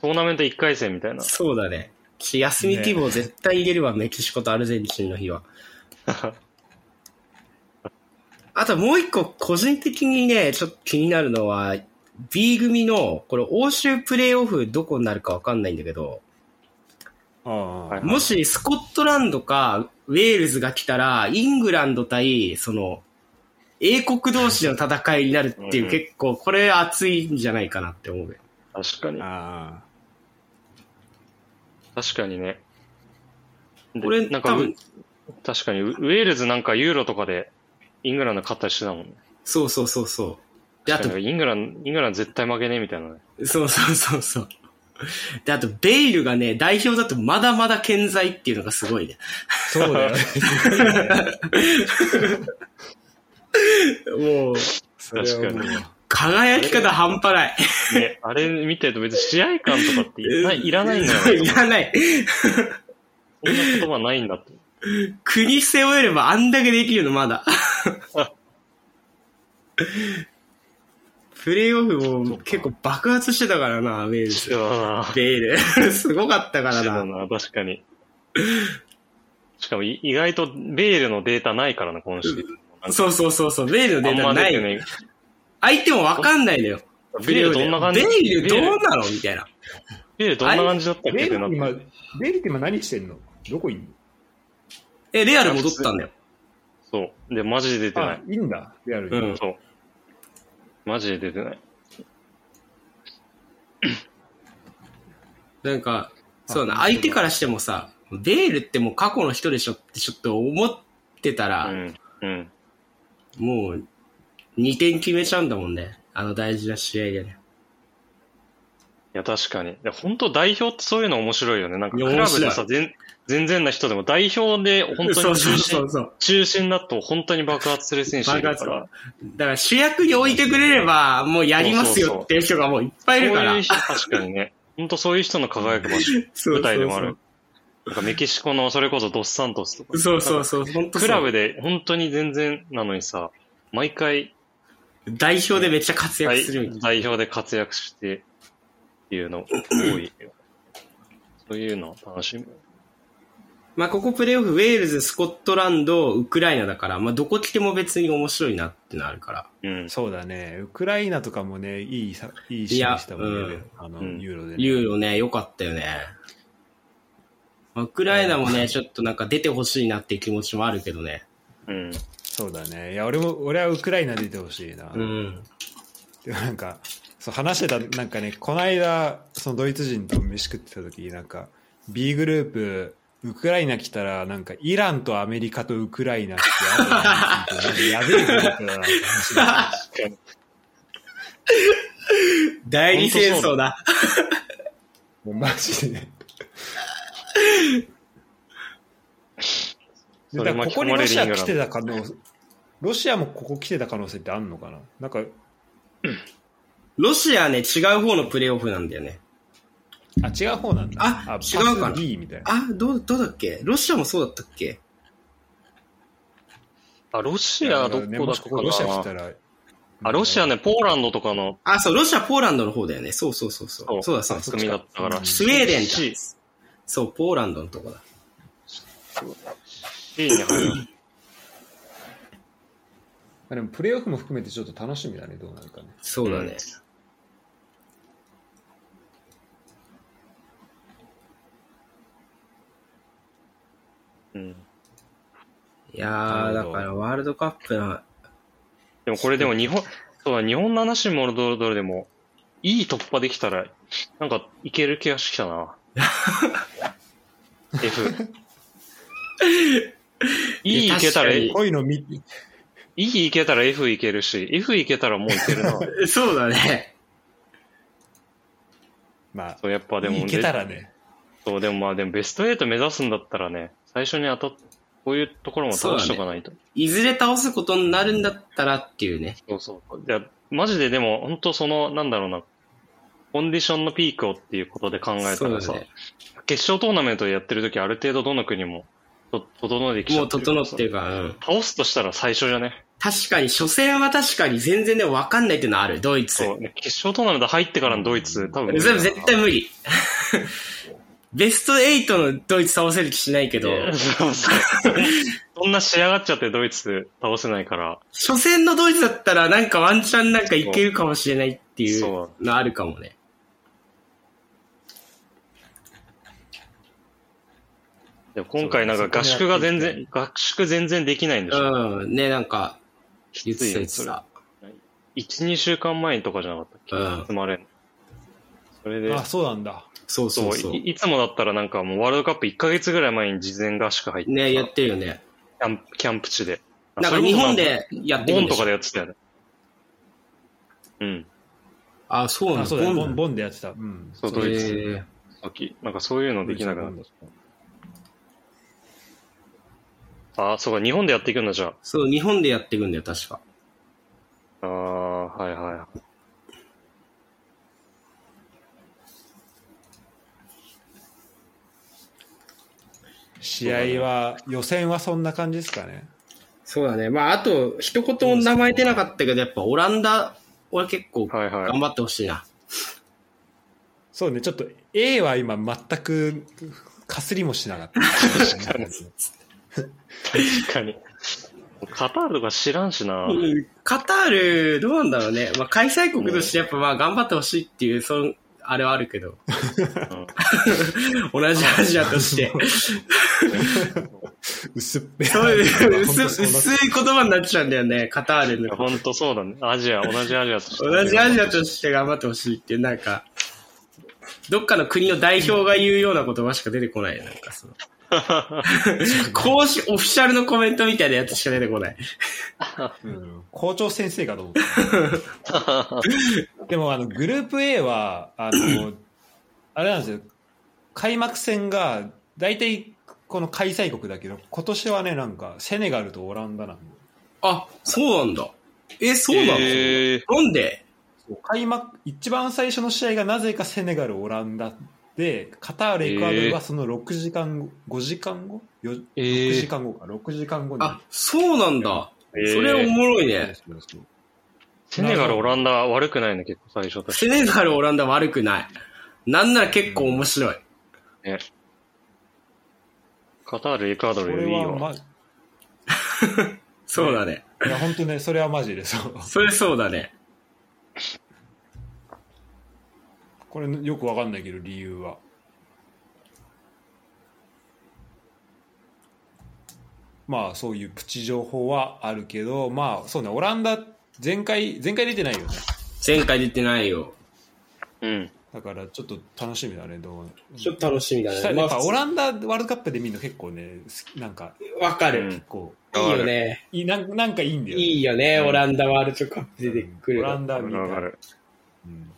[SPEAKER 2] トーナメント1回戦みたいな。
[SPEAKER 3] そうだね。し休み規模絶対入れるわ、メキシコとアルゼンチンの 日は。あともう一個個人的にね、ちょっと気になるのは、B 組の、これ欧州プレイオフどこになるかわかんないんだけど、
[SPEAKER 1] ああ、
[SPEAKER 2] はい
[SPEAKER 3] もしスコットランドかウェールズが来たら、イングランド対、その、英国同士の戦いになるって
[SPEAKER 2] う
[SPEAKER 3] い
[SPEAKER 2] ん
[SPEAKER 3] う結構、これ熱いんじゃないかなって思うね。
[SPEAKER 2] 確かに。
[SPEAKER 1] あ
[SPEAKER 2] 確かにね。で
[SPEAKER 3] これ
[SPEAKER 2] なん
[SPEAKER 3] 多
[SPEAKER 2] かう、
[SPEAKER 3] 分
[SPEAKER 2] 確かに、ウウェールズなんかユーロとかで、イングランド勝ったりしてたもんね。
[SPEAKER 3] そうそうそうそう。で、あと
[SPEAKER 2] 確かにイングランド、イングランド絶対負けねえみたいなね。
[SPEAKER 3] そうそうそうそう。で、あと、ベイルがね、代表だとまだまだ健在っていうのがすごいね。
[SPEAKER 1] あそうだよね
[SPEAKER 3] もう、
[SPEAKER 1] それはもう
[SPEAKER 2] 確
[SPEAKER 3] 輝き方半端ない。
[SPEAKER 2] ね、あれ見てると別に試合感とかっていらないいらないんだよ。
[SPEAKER 3] そういらない。
[SPEAKER 2] そんな言葉ないんだって。
[SPEAKER 3] 国背負えればあんだけできる の、まだ。プレイオフも結構爆発してたからな、ウェール
[SPEAKER 2] い
[SPEAKER 3] ズ。
[SPEAKER 2] やー
[SPEAKER 3] ベイル。すごかったか
[SPEAKER 2] そう
[SPEAKER 3] ら
[SPEAKER 2] だ
[SPEAKER 3] な。
[SPEAKER 2] な、確かに。しかもい意外とベールのデータないからな、今週。なんか
[SPEAKER 3] そうそうそうそう、ベイルの
[SPEAKER 2] あ
[SPEAKER 3] デ
[SPEAKER 2] ん
[SPEAKER 3] ー
[SPEAKER 2] ま
[SPEAKER 3] タ
[SPEAKER 2] 出
[SPEAKER 3] ない
[SPEAKER 2] て
[SPEAKER 3] よ。
[SPEAKER 2] ない。
[SPEAKER 3] 相手もわかんないのよ。
[SPEAKER 2] ベールどんな感じ
[SPEAKER 3] ベイルどう
[SPEAKER 2] ベール
[SPEAKER 3] なのみたいな。
[SPEAKER 2] ベールどんな感じだったっけ
[SPEAKER 1] ベ
[SPEAKER 2] って
[SPEAKER 1] イル
[SPEAKER 2] なっ
[SPEAKER 1] って
[SPEAKER 2] て
[SPEAKER 1] 今、ベイルって今何してんのどこいんの
[SPEAKER 3] え、レアル戻ったんだよ。
[SPEAKER 2] そう。で、マジで出てな
[SPEAKER 1] あ
[SPEAKER 2] い。、
[SPEAKER 1] いいんだ、リアル
[SPEAKER 3] う
[SPEAKER 1] に。
[SPEAKER 3] ん。
[SPEAKER 2] そう。マジで出てない。
[SPEAKER 3] なんか、そうだな、相手からしてもさ、ベールってもう過去の人でしょってちょっと思ってた
[SPEAKER 2] う
[SPEAKER 3] ら、
[SPEAKER 2] ん。うん。
[SPEAKER 3] もう、2点決めちゃうんだもんね。あの大事な試合でね。
[SPEAKER 2] いや、確かに。いや、本当代表ってそういうの面白いよね。なんか、
[SPEAKER 3] い
[SPEAKER 2] ク
[SPEAKER 3] や
[SPEAKER 2] ラブで
[SPEAKER 3] 面
[SPEAKER 2] さ
[SPEAKER 3] 白、
[SPEAKER 2] 全全然な人でも代表で本当
[SPEAKER 3] そ
[SPEAKER 2] に中
[SPEAKER 3] うそうそ
[SPEAKER 2] 心
[SPEAKER 3] う、そう。
[SPEAKER 2] 中心だと本当に爆発する選手いる
[SPEAKER 3] 爆発
[SPEAKER 2] から。
[SPEAKER 3] だから主役に置いてくれれば、もうやりますよっていう人がもういっぱいいるか
[SPEAKER 2] そうい
[SPEAKER 3] ら
[SPEAKER 2] う。人、確かにね。本当そういう人の輝く場所、
[SPEAKER 3] そう
[SPEAKER 2] 舞台でもある。なんかメキシコのそれこそドスサントスとか。
[SPEAKER 3] そうそうそう、本当
[SPEAKER 2] クラブで本当に全然なのにさ、毎回
[SPEAKER 3] 代表でめっちゃ活躍
[SPEAKER 2] 代
[SPEAKER 3] するみたいな。
[SPEAKER 2] 代表で活躍してっていうの多いよ。そういうの楽しみ。
[SPEAKER 3] まあここプレイオフ、ウェールズ、スコットランド、ウクライナだから、まあどこ来ても別に面白いなってのあるから。
[SPEAKER 2] うん。
[SPEAKER 1] そうだね、ウクライナとかもね、いいさいい試合したもんね、
[SPEAKER 3] いやうん
[SPEAKER 1] あの
[SPEAKER 2] うん
[SPEAKER 1] ユーロでね、
[SPEAKER 3] ユーロね、良かったよね。ウクライナもね、ちょっとなんか出てほしいなっていう気持ちもあるけどね。
[SPEAKER 2] うん。
[SPEAKER 1] そうだね。いや、俺も、俺はウクライナ出てほしいな。
[SPEAKER 3] うん。
[SPEAKER 1] でもなんか、そう話してた、なんかね、この間、そのドイツ人と飯食ってた時なんか、B グループ、ウクライナ来たら、なんか、イランとアメリカとウクライナってあるのに聞いて、なんかやべえグループだなって話になって
[SPEAKER 3] 代理戦争だ。
[SPEAKER 1] もうマジで。で
[SPEAKER 2] それ
[SPEAKER 1] だからここに
[SPEAKER 2] 巻き込まれる
[SPEAKER 1] ロシア
[SPEAKER 2] 意味
[SPEAKER 1] 来
[SPEAKER 2] が
[SPEAKER 1] てた可能性、ロシアもここ来てた可能性ってあるのかななんか、
[SPEAKER 3] ロシアね、違う方のプレイオフなんだよね。
[SPEAKER 1] あ、違う方なんだ。
[SPEAKER 3] あ違うかな
[SPEAKER 1] パス B みたいな。
[SPEAKER 3] あ、どう、どうだっけロシアもそうだったっけ
[SPEAKER 2] あ、ロシアどこだ
[SPEAKER 1] も
[SPEAKER 2] っ
[SPEAKER 1] したこ
[SPEAKER 2] か
[SPEAKER 1] こロシア来た
[SPEAKER 2] な。
[SPEAKER 1] ら、
[SPEAKER 2] あ、ロシア
[SPEAKER 1] ね。
[SPEAKER 2] ね、ポーランドとかの
[SPEAKER 3] あ、そう、ロシア、ポーランドの方だよね。そうそうそう。そうそうだ、そうだ。そっ
[SPEAKER 2] 組
[SPEAKER 3] ち
[SPEAKER 2] だ
[SPEAKER 3] だ
[SPEAKER 2] ったから。
[SPEAKER 3] スウェーデンだ
[SPEAKER 2] C。
[SPEAKER 3] そう、ポーランドのとこだ。
[SPEAKER 2] C に入る。
[SPEAKER 1] まあでもプレーオフも含めてちょっと楽しみだね、どうなるかね。
[SPEAKER 3] そうだね。
[SPEAKER 2] うん。
[SPEAKER 3] いやー、
[SPEAKER 1] な
[SPEAKER 3] だ
[SPEAKER 1] るほど
[SPEAKER 3] からワールドカップな、
[SPEAKER 2] でもこれでも日本、そうだ、日本の話もどれどれでも、いい突破できたら、なんかいける気がしてきた な。F。いいいけたら、
[SPEAKER 3] い
[SPEAKER 2] い
[SPEAKER 3] や
[SPEAKER 1] こういうの見、
[SPEAKER 2] いいけたら F いけるし、F いけたらもういけ るな。
[SPEAKER 3] そうだね。
[SPEAKER 1] まあ、
[SPEAKER 2] そう、やっぱでも、
[SPEAKER 1] いけたらね。
[SPEAKER 2] そう、でもまあでもベスト8目指すんだったらね、最初に当たっ、こういうところも倒しとかないと。
[SPEAKER 3] いずれ倒すことになるんだったらっていうね。
[SPEAKER 2] そうそう。いや、マジででも、本当その、なんだろうな、コンディションのピークをっていうことで考えた
[SPEAKER 3] そう
[SPEAKER 2] ら
[SPEAKER 3] だ
[SPEAKER 2] さ、
[SPEAKER 3] ね。
[SPEAKER 2] 決勝トーナメントやってる時ある程度どの国も、と、整えてきち
[SPEAKER 3] も
[SPEAKER 2] ゃ
[SPEAKER 3] う
[SPEAKER 2] ってる
[SPEAKER 3] 整って
[SPEAKER 2] る。
[SPEAKER 3] るから、うん。
[SPEAKER 2] 倒すとしたら最初じゃね。
[SPEAKER 3] 確かに、初戦は確かに全然でも分かんないっていうのはある、ドイツ。
[SPEAKER 2] そう。決勝トーナメント入ってからのドイツ、多分。
[SPEAKER 3] それ絶対無理。ベスト8のドイツ倒せる気しないけど、
[SPEAKER 2] そうそう。 そんな仕上がっちゃってドイツ倒せないから。
[SPEAKER 3] 初戦のドイツだったらなんかワンチャンなんかいけるかもしれないっていう
[SPEAKER 2] そ
[SPEAKER 3] のあるかもね。
[SPEAKER 2] でも今回なんか合宿が全然、合宿全然できないんでしょ。
[SPEAKER 3] うん。ね、なんか、言ってた言って
[SPEAKER 2] それ
[SPEAKER 3] た。
[SPEAKER 2] 一、二週間前とかじゃなかったっけ、
[SPEAKER 3] うん
[SPEAKER 2] つまれん。それで、
[SPEAKER 1] あ、そうなんだ。
[SPEAKER 3] そう
[SPEAKER 2] そ
[SPEAKER 3] そううそう
[SPEAKER 2] い、。いつもだったらなんかもうワールドカップ1ヶ月ぐらい前に事前合宿入って、
[SPEAKER 3] ね、やってるよね。
[SPEAKER 2] キャンプ、キャンプ地で。
[SPEAKER 3] なんか日本、でやって
[SPEAKER 2] ボ
[SPEAKER 3] る
[SPEAKER 2] ン
[SPEAKER 3] んで
[SPEAKER 2] と
[SPEAKER 3] し
[SPEAKER 2] か
[SPEAKER 3] ょ
[SPEAKER 2] でやってたよね。うん。
[SPEAKER 3] あ、そうな
[SPEAKER 1] あ、
[SPEAKER 3] ん
[SPEAKER 1] そうだね。
[SPEAKER 3] ボン
[SPEAKER 1] ボン、ボンでやってた。うん。
[SPEAKER 2] そう、ドイツ
[SPEAKER 3] え
[SPEAKER 2] の時。なんかそういうのできなくなっ
[SPEAKER 1] ドイツ
[SPEAKER 2] た。あ、そうか、日本でやっていくんだ、じゃ
[SPEAKER 3] ーそう、日本でやっていくんだよ、確か。
[SPEAKER 2] あ。ああ、はいはい。
[SPEAKER 1] 試合は、予選はそんな感じですかね。
[SPEAKER 3] そうだね。まあ、あと、一言も名前出なかったけど、やっぱオランダ、俺結構
[SPEAKER 2] はいはい
[SPEAKER 3] 頑張ってほしいな。
[SPEAKER 1] そうね、ちょっと A は今全くかすりもしなかった。
[SPEAKER 2] 確かに。 カタールとか知らんしな。
[SPEAKER 3] うんカタール、どうなんだろうね。まあ、開催国としてやっぱまあ、頑張ってほしいっていう、その、あれはあるけど。 同じアジアとして。
[SPEAKER 1] 薄っぺら
[SPEAKER 3] そ ういう、薄、
[SPEAKER 1] 本当そうなっ
[SPEAKER 3] 薄い言葉になっちゃうんだよね、カタールの。
[SPEAKER 2] ほんとそうだね。アジア、同じアジアとして
[SPEAKER 3] 同じアジアとして頑張ってほしいっていう、なんか、どっかの国の代表が言うような言葉しか出てこないよ、なんかその。公式、オフィシャルのコメントみたいなやつしか出てこない。
[SPEAKER 1] うん校長先生かと思った。でもあのグループ A はあのあれなんですよ開幕戦が大体この開催国だけど今年はねなんかセネガルとオランダなんで
[SPEAKER 3] あ、そうなんだ。え、そうなの、
[SPEAKER 2] へー
[SPEAKER 3] なんで
[SPEAKER 1] そう開幕一番最初の試合がなぜかセネガルオランダでカタールエクアドルはその6時間後5時間後よ
[SPEAKER 2] え
[SPEAKER 1] 6
[SPEAKER 2] ー
[SPEAKER 1] 時間後か6時間後に
[SPEAKER 3] あ、そうなんだ。
[SPEAKER 2] えー
[SPEAKER 3] それおもろい
[SPEAKER 1] そう
[SPEAKER 3] ね。
[SPEAKER 1] そうそう
[SPEAKER 2] セネガル、オランダ悪くないね、結構最初として。
[SPEAKER 3] セネガル、オランダ悪くない。なんなら結構面白い。
[SPEAKER 2] カタール、エクアド
[SPEAKER 1] こ
[SPEAKER 2] ルよ
[SPEAKER 1] れ
[SPEAKER 2] りいい
[SPEAKER 1] は、
[SPEAKER 2] わ。
[SPEAKER 1] ま、い
[SPEAKER 3] そうだね。
[SPEAKER 1] や本当ねそれはマジでそう
[SPEAKER 3] それそうだね。
[SPEAKER 1] これよくわかんないけど理由はまあそういうプチ情報はあるけど、まあそうね、オランダ、前回、前回出てないよね。
[SPEAKER 6] 前回出てないよ。
[SPEAKER 2] うん。
[SPEAKER 1] だからちょっと楽しみだね、どう
[SPEAKER 3] ちょっと楽しみだ
[SPEAKER 1] した
[SPEAKER 3] ね。
[SPEAKER 1] ら
[SPEAKER 3] ま
[SPEAKER 1] や
[SPEAKER 3] あ
[SPEAKER 1] っぱオ
[SPEAKER 3] 普
[SPEAKER 1] ランダワールドカップで見るの結構ね、好きなんか、
[SPEAKER 3] 通、わか
[SPEAKER 2] う
[SPEAKER 3] る。
[SPEAKER 2] ん
[SPEAKER 1] こ
[SPEAKER 3] いいよね。
[SPEAKER 1] う、いいなんなんかいいんだよね。
[SPEAKER 3] いいよね、
[SPEAKER 2] うん
[SPEAKER 3] オランダワールドカップ出てくる
[SPEAKER 1] オラ
[SPEAKER 3] の。
[SPEAKER 1] ンダ
[SPEAKER 2] わ
[SPEAKER 1] み
[SPEAKER 2] か
[SPEAKER 1] た
[SPEAKER 2] るわか
[SPEAKER 1] い。
[SPEAKER 2] る。
[SPEAKER 1] うん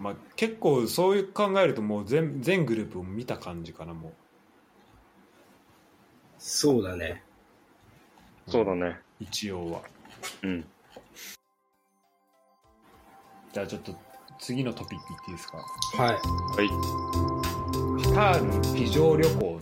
[SPEAKER 1] まあ、結構そういう考えるともう全全グループを見た感じかなも
[SPEAKER 3] そうだね。
[SPEAKER 2] そうだね。
[SPEAKER 1] う一応は
[SPEAKER 2] うん。
[SPEAKER 1] じゃあちょっと次のトピックいっていいですか
[SPEAKER 3] は
[SPEAKER 2] はい。
[SPEAKER 3] い。
[SPEAKER 1] カタール非常旅行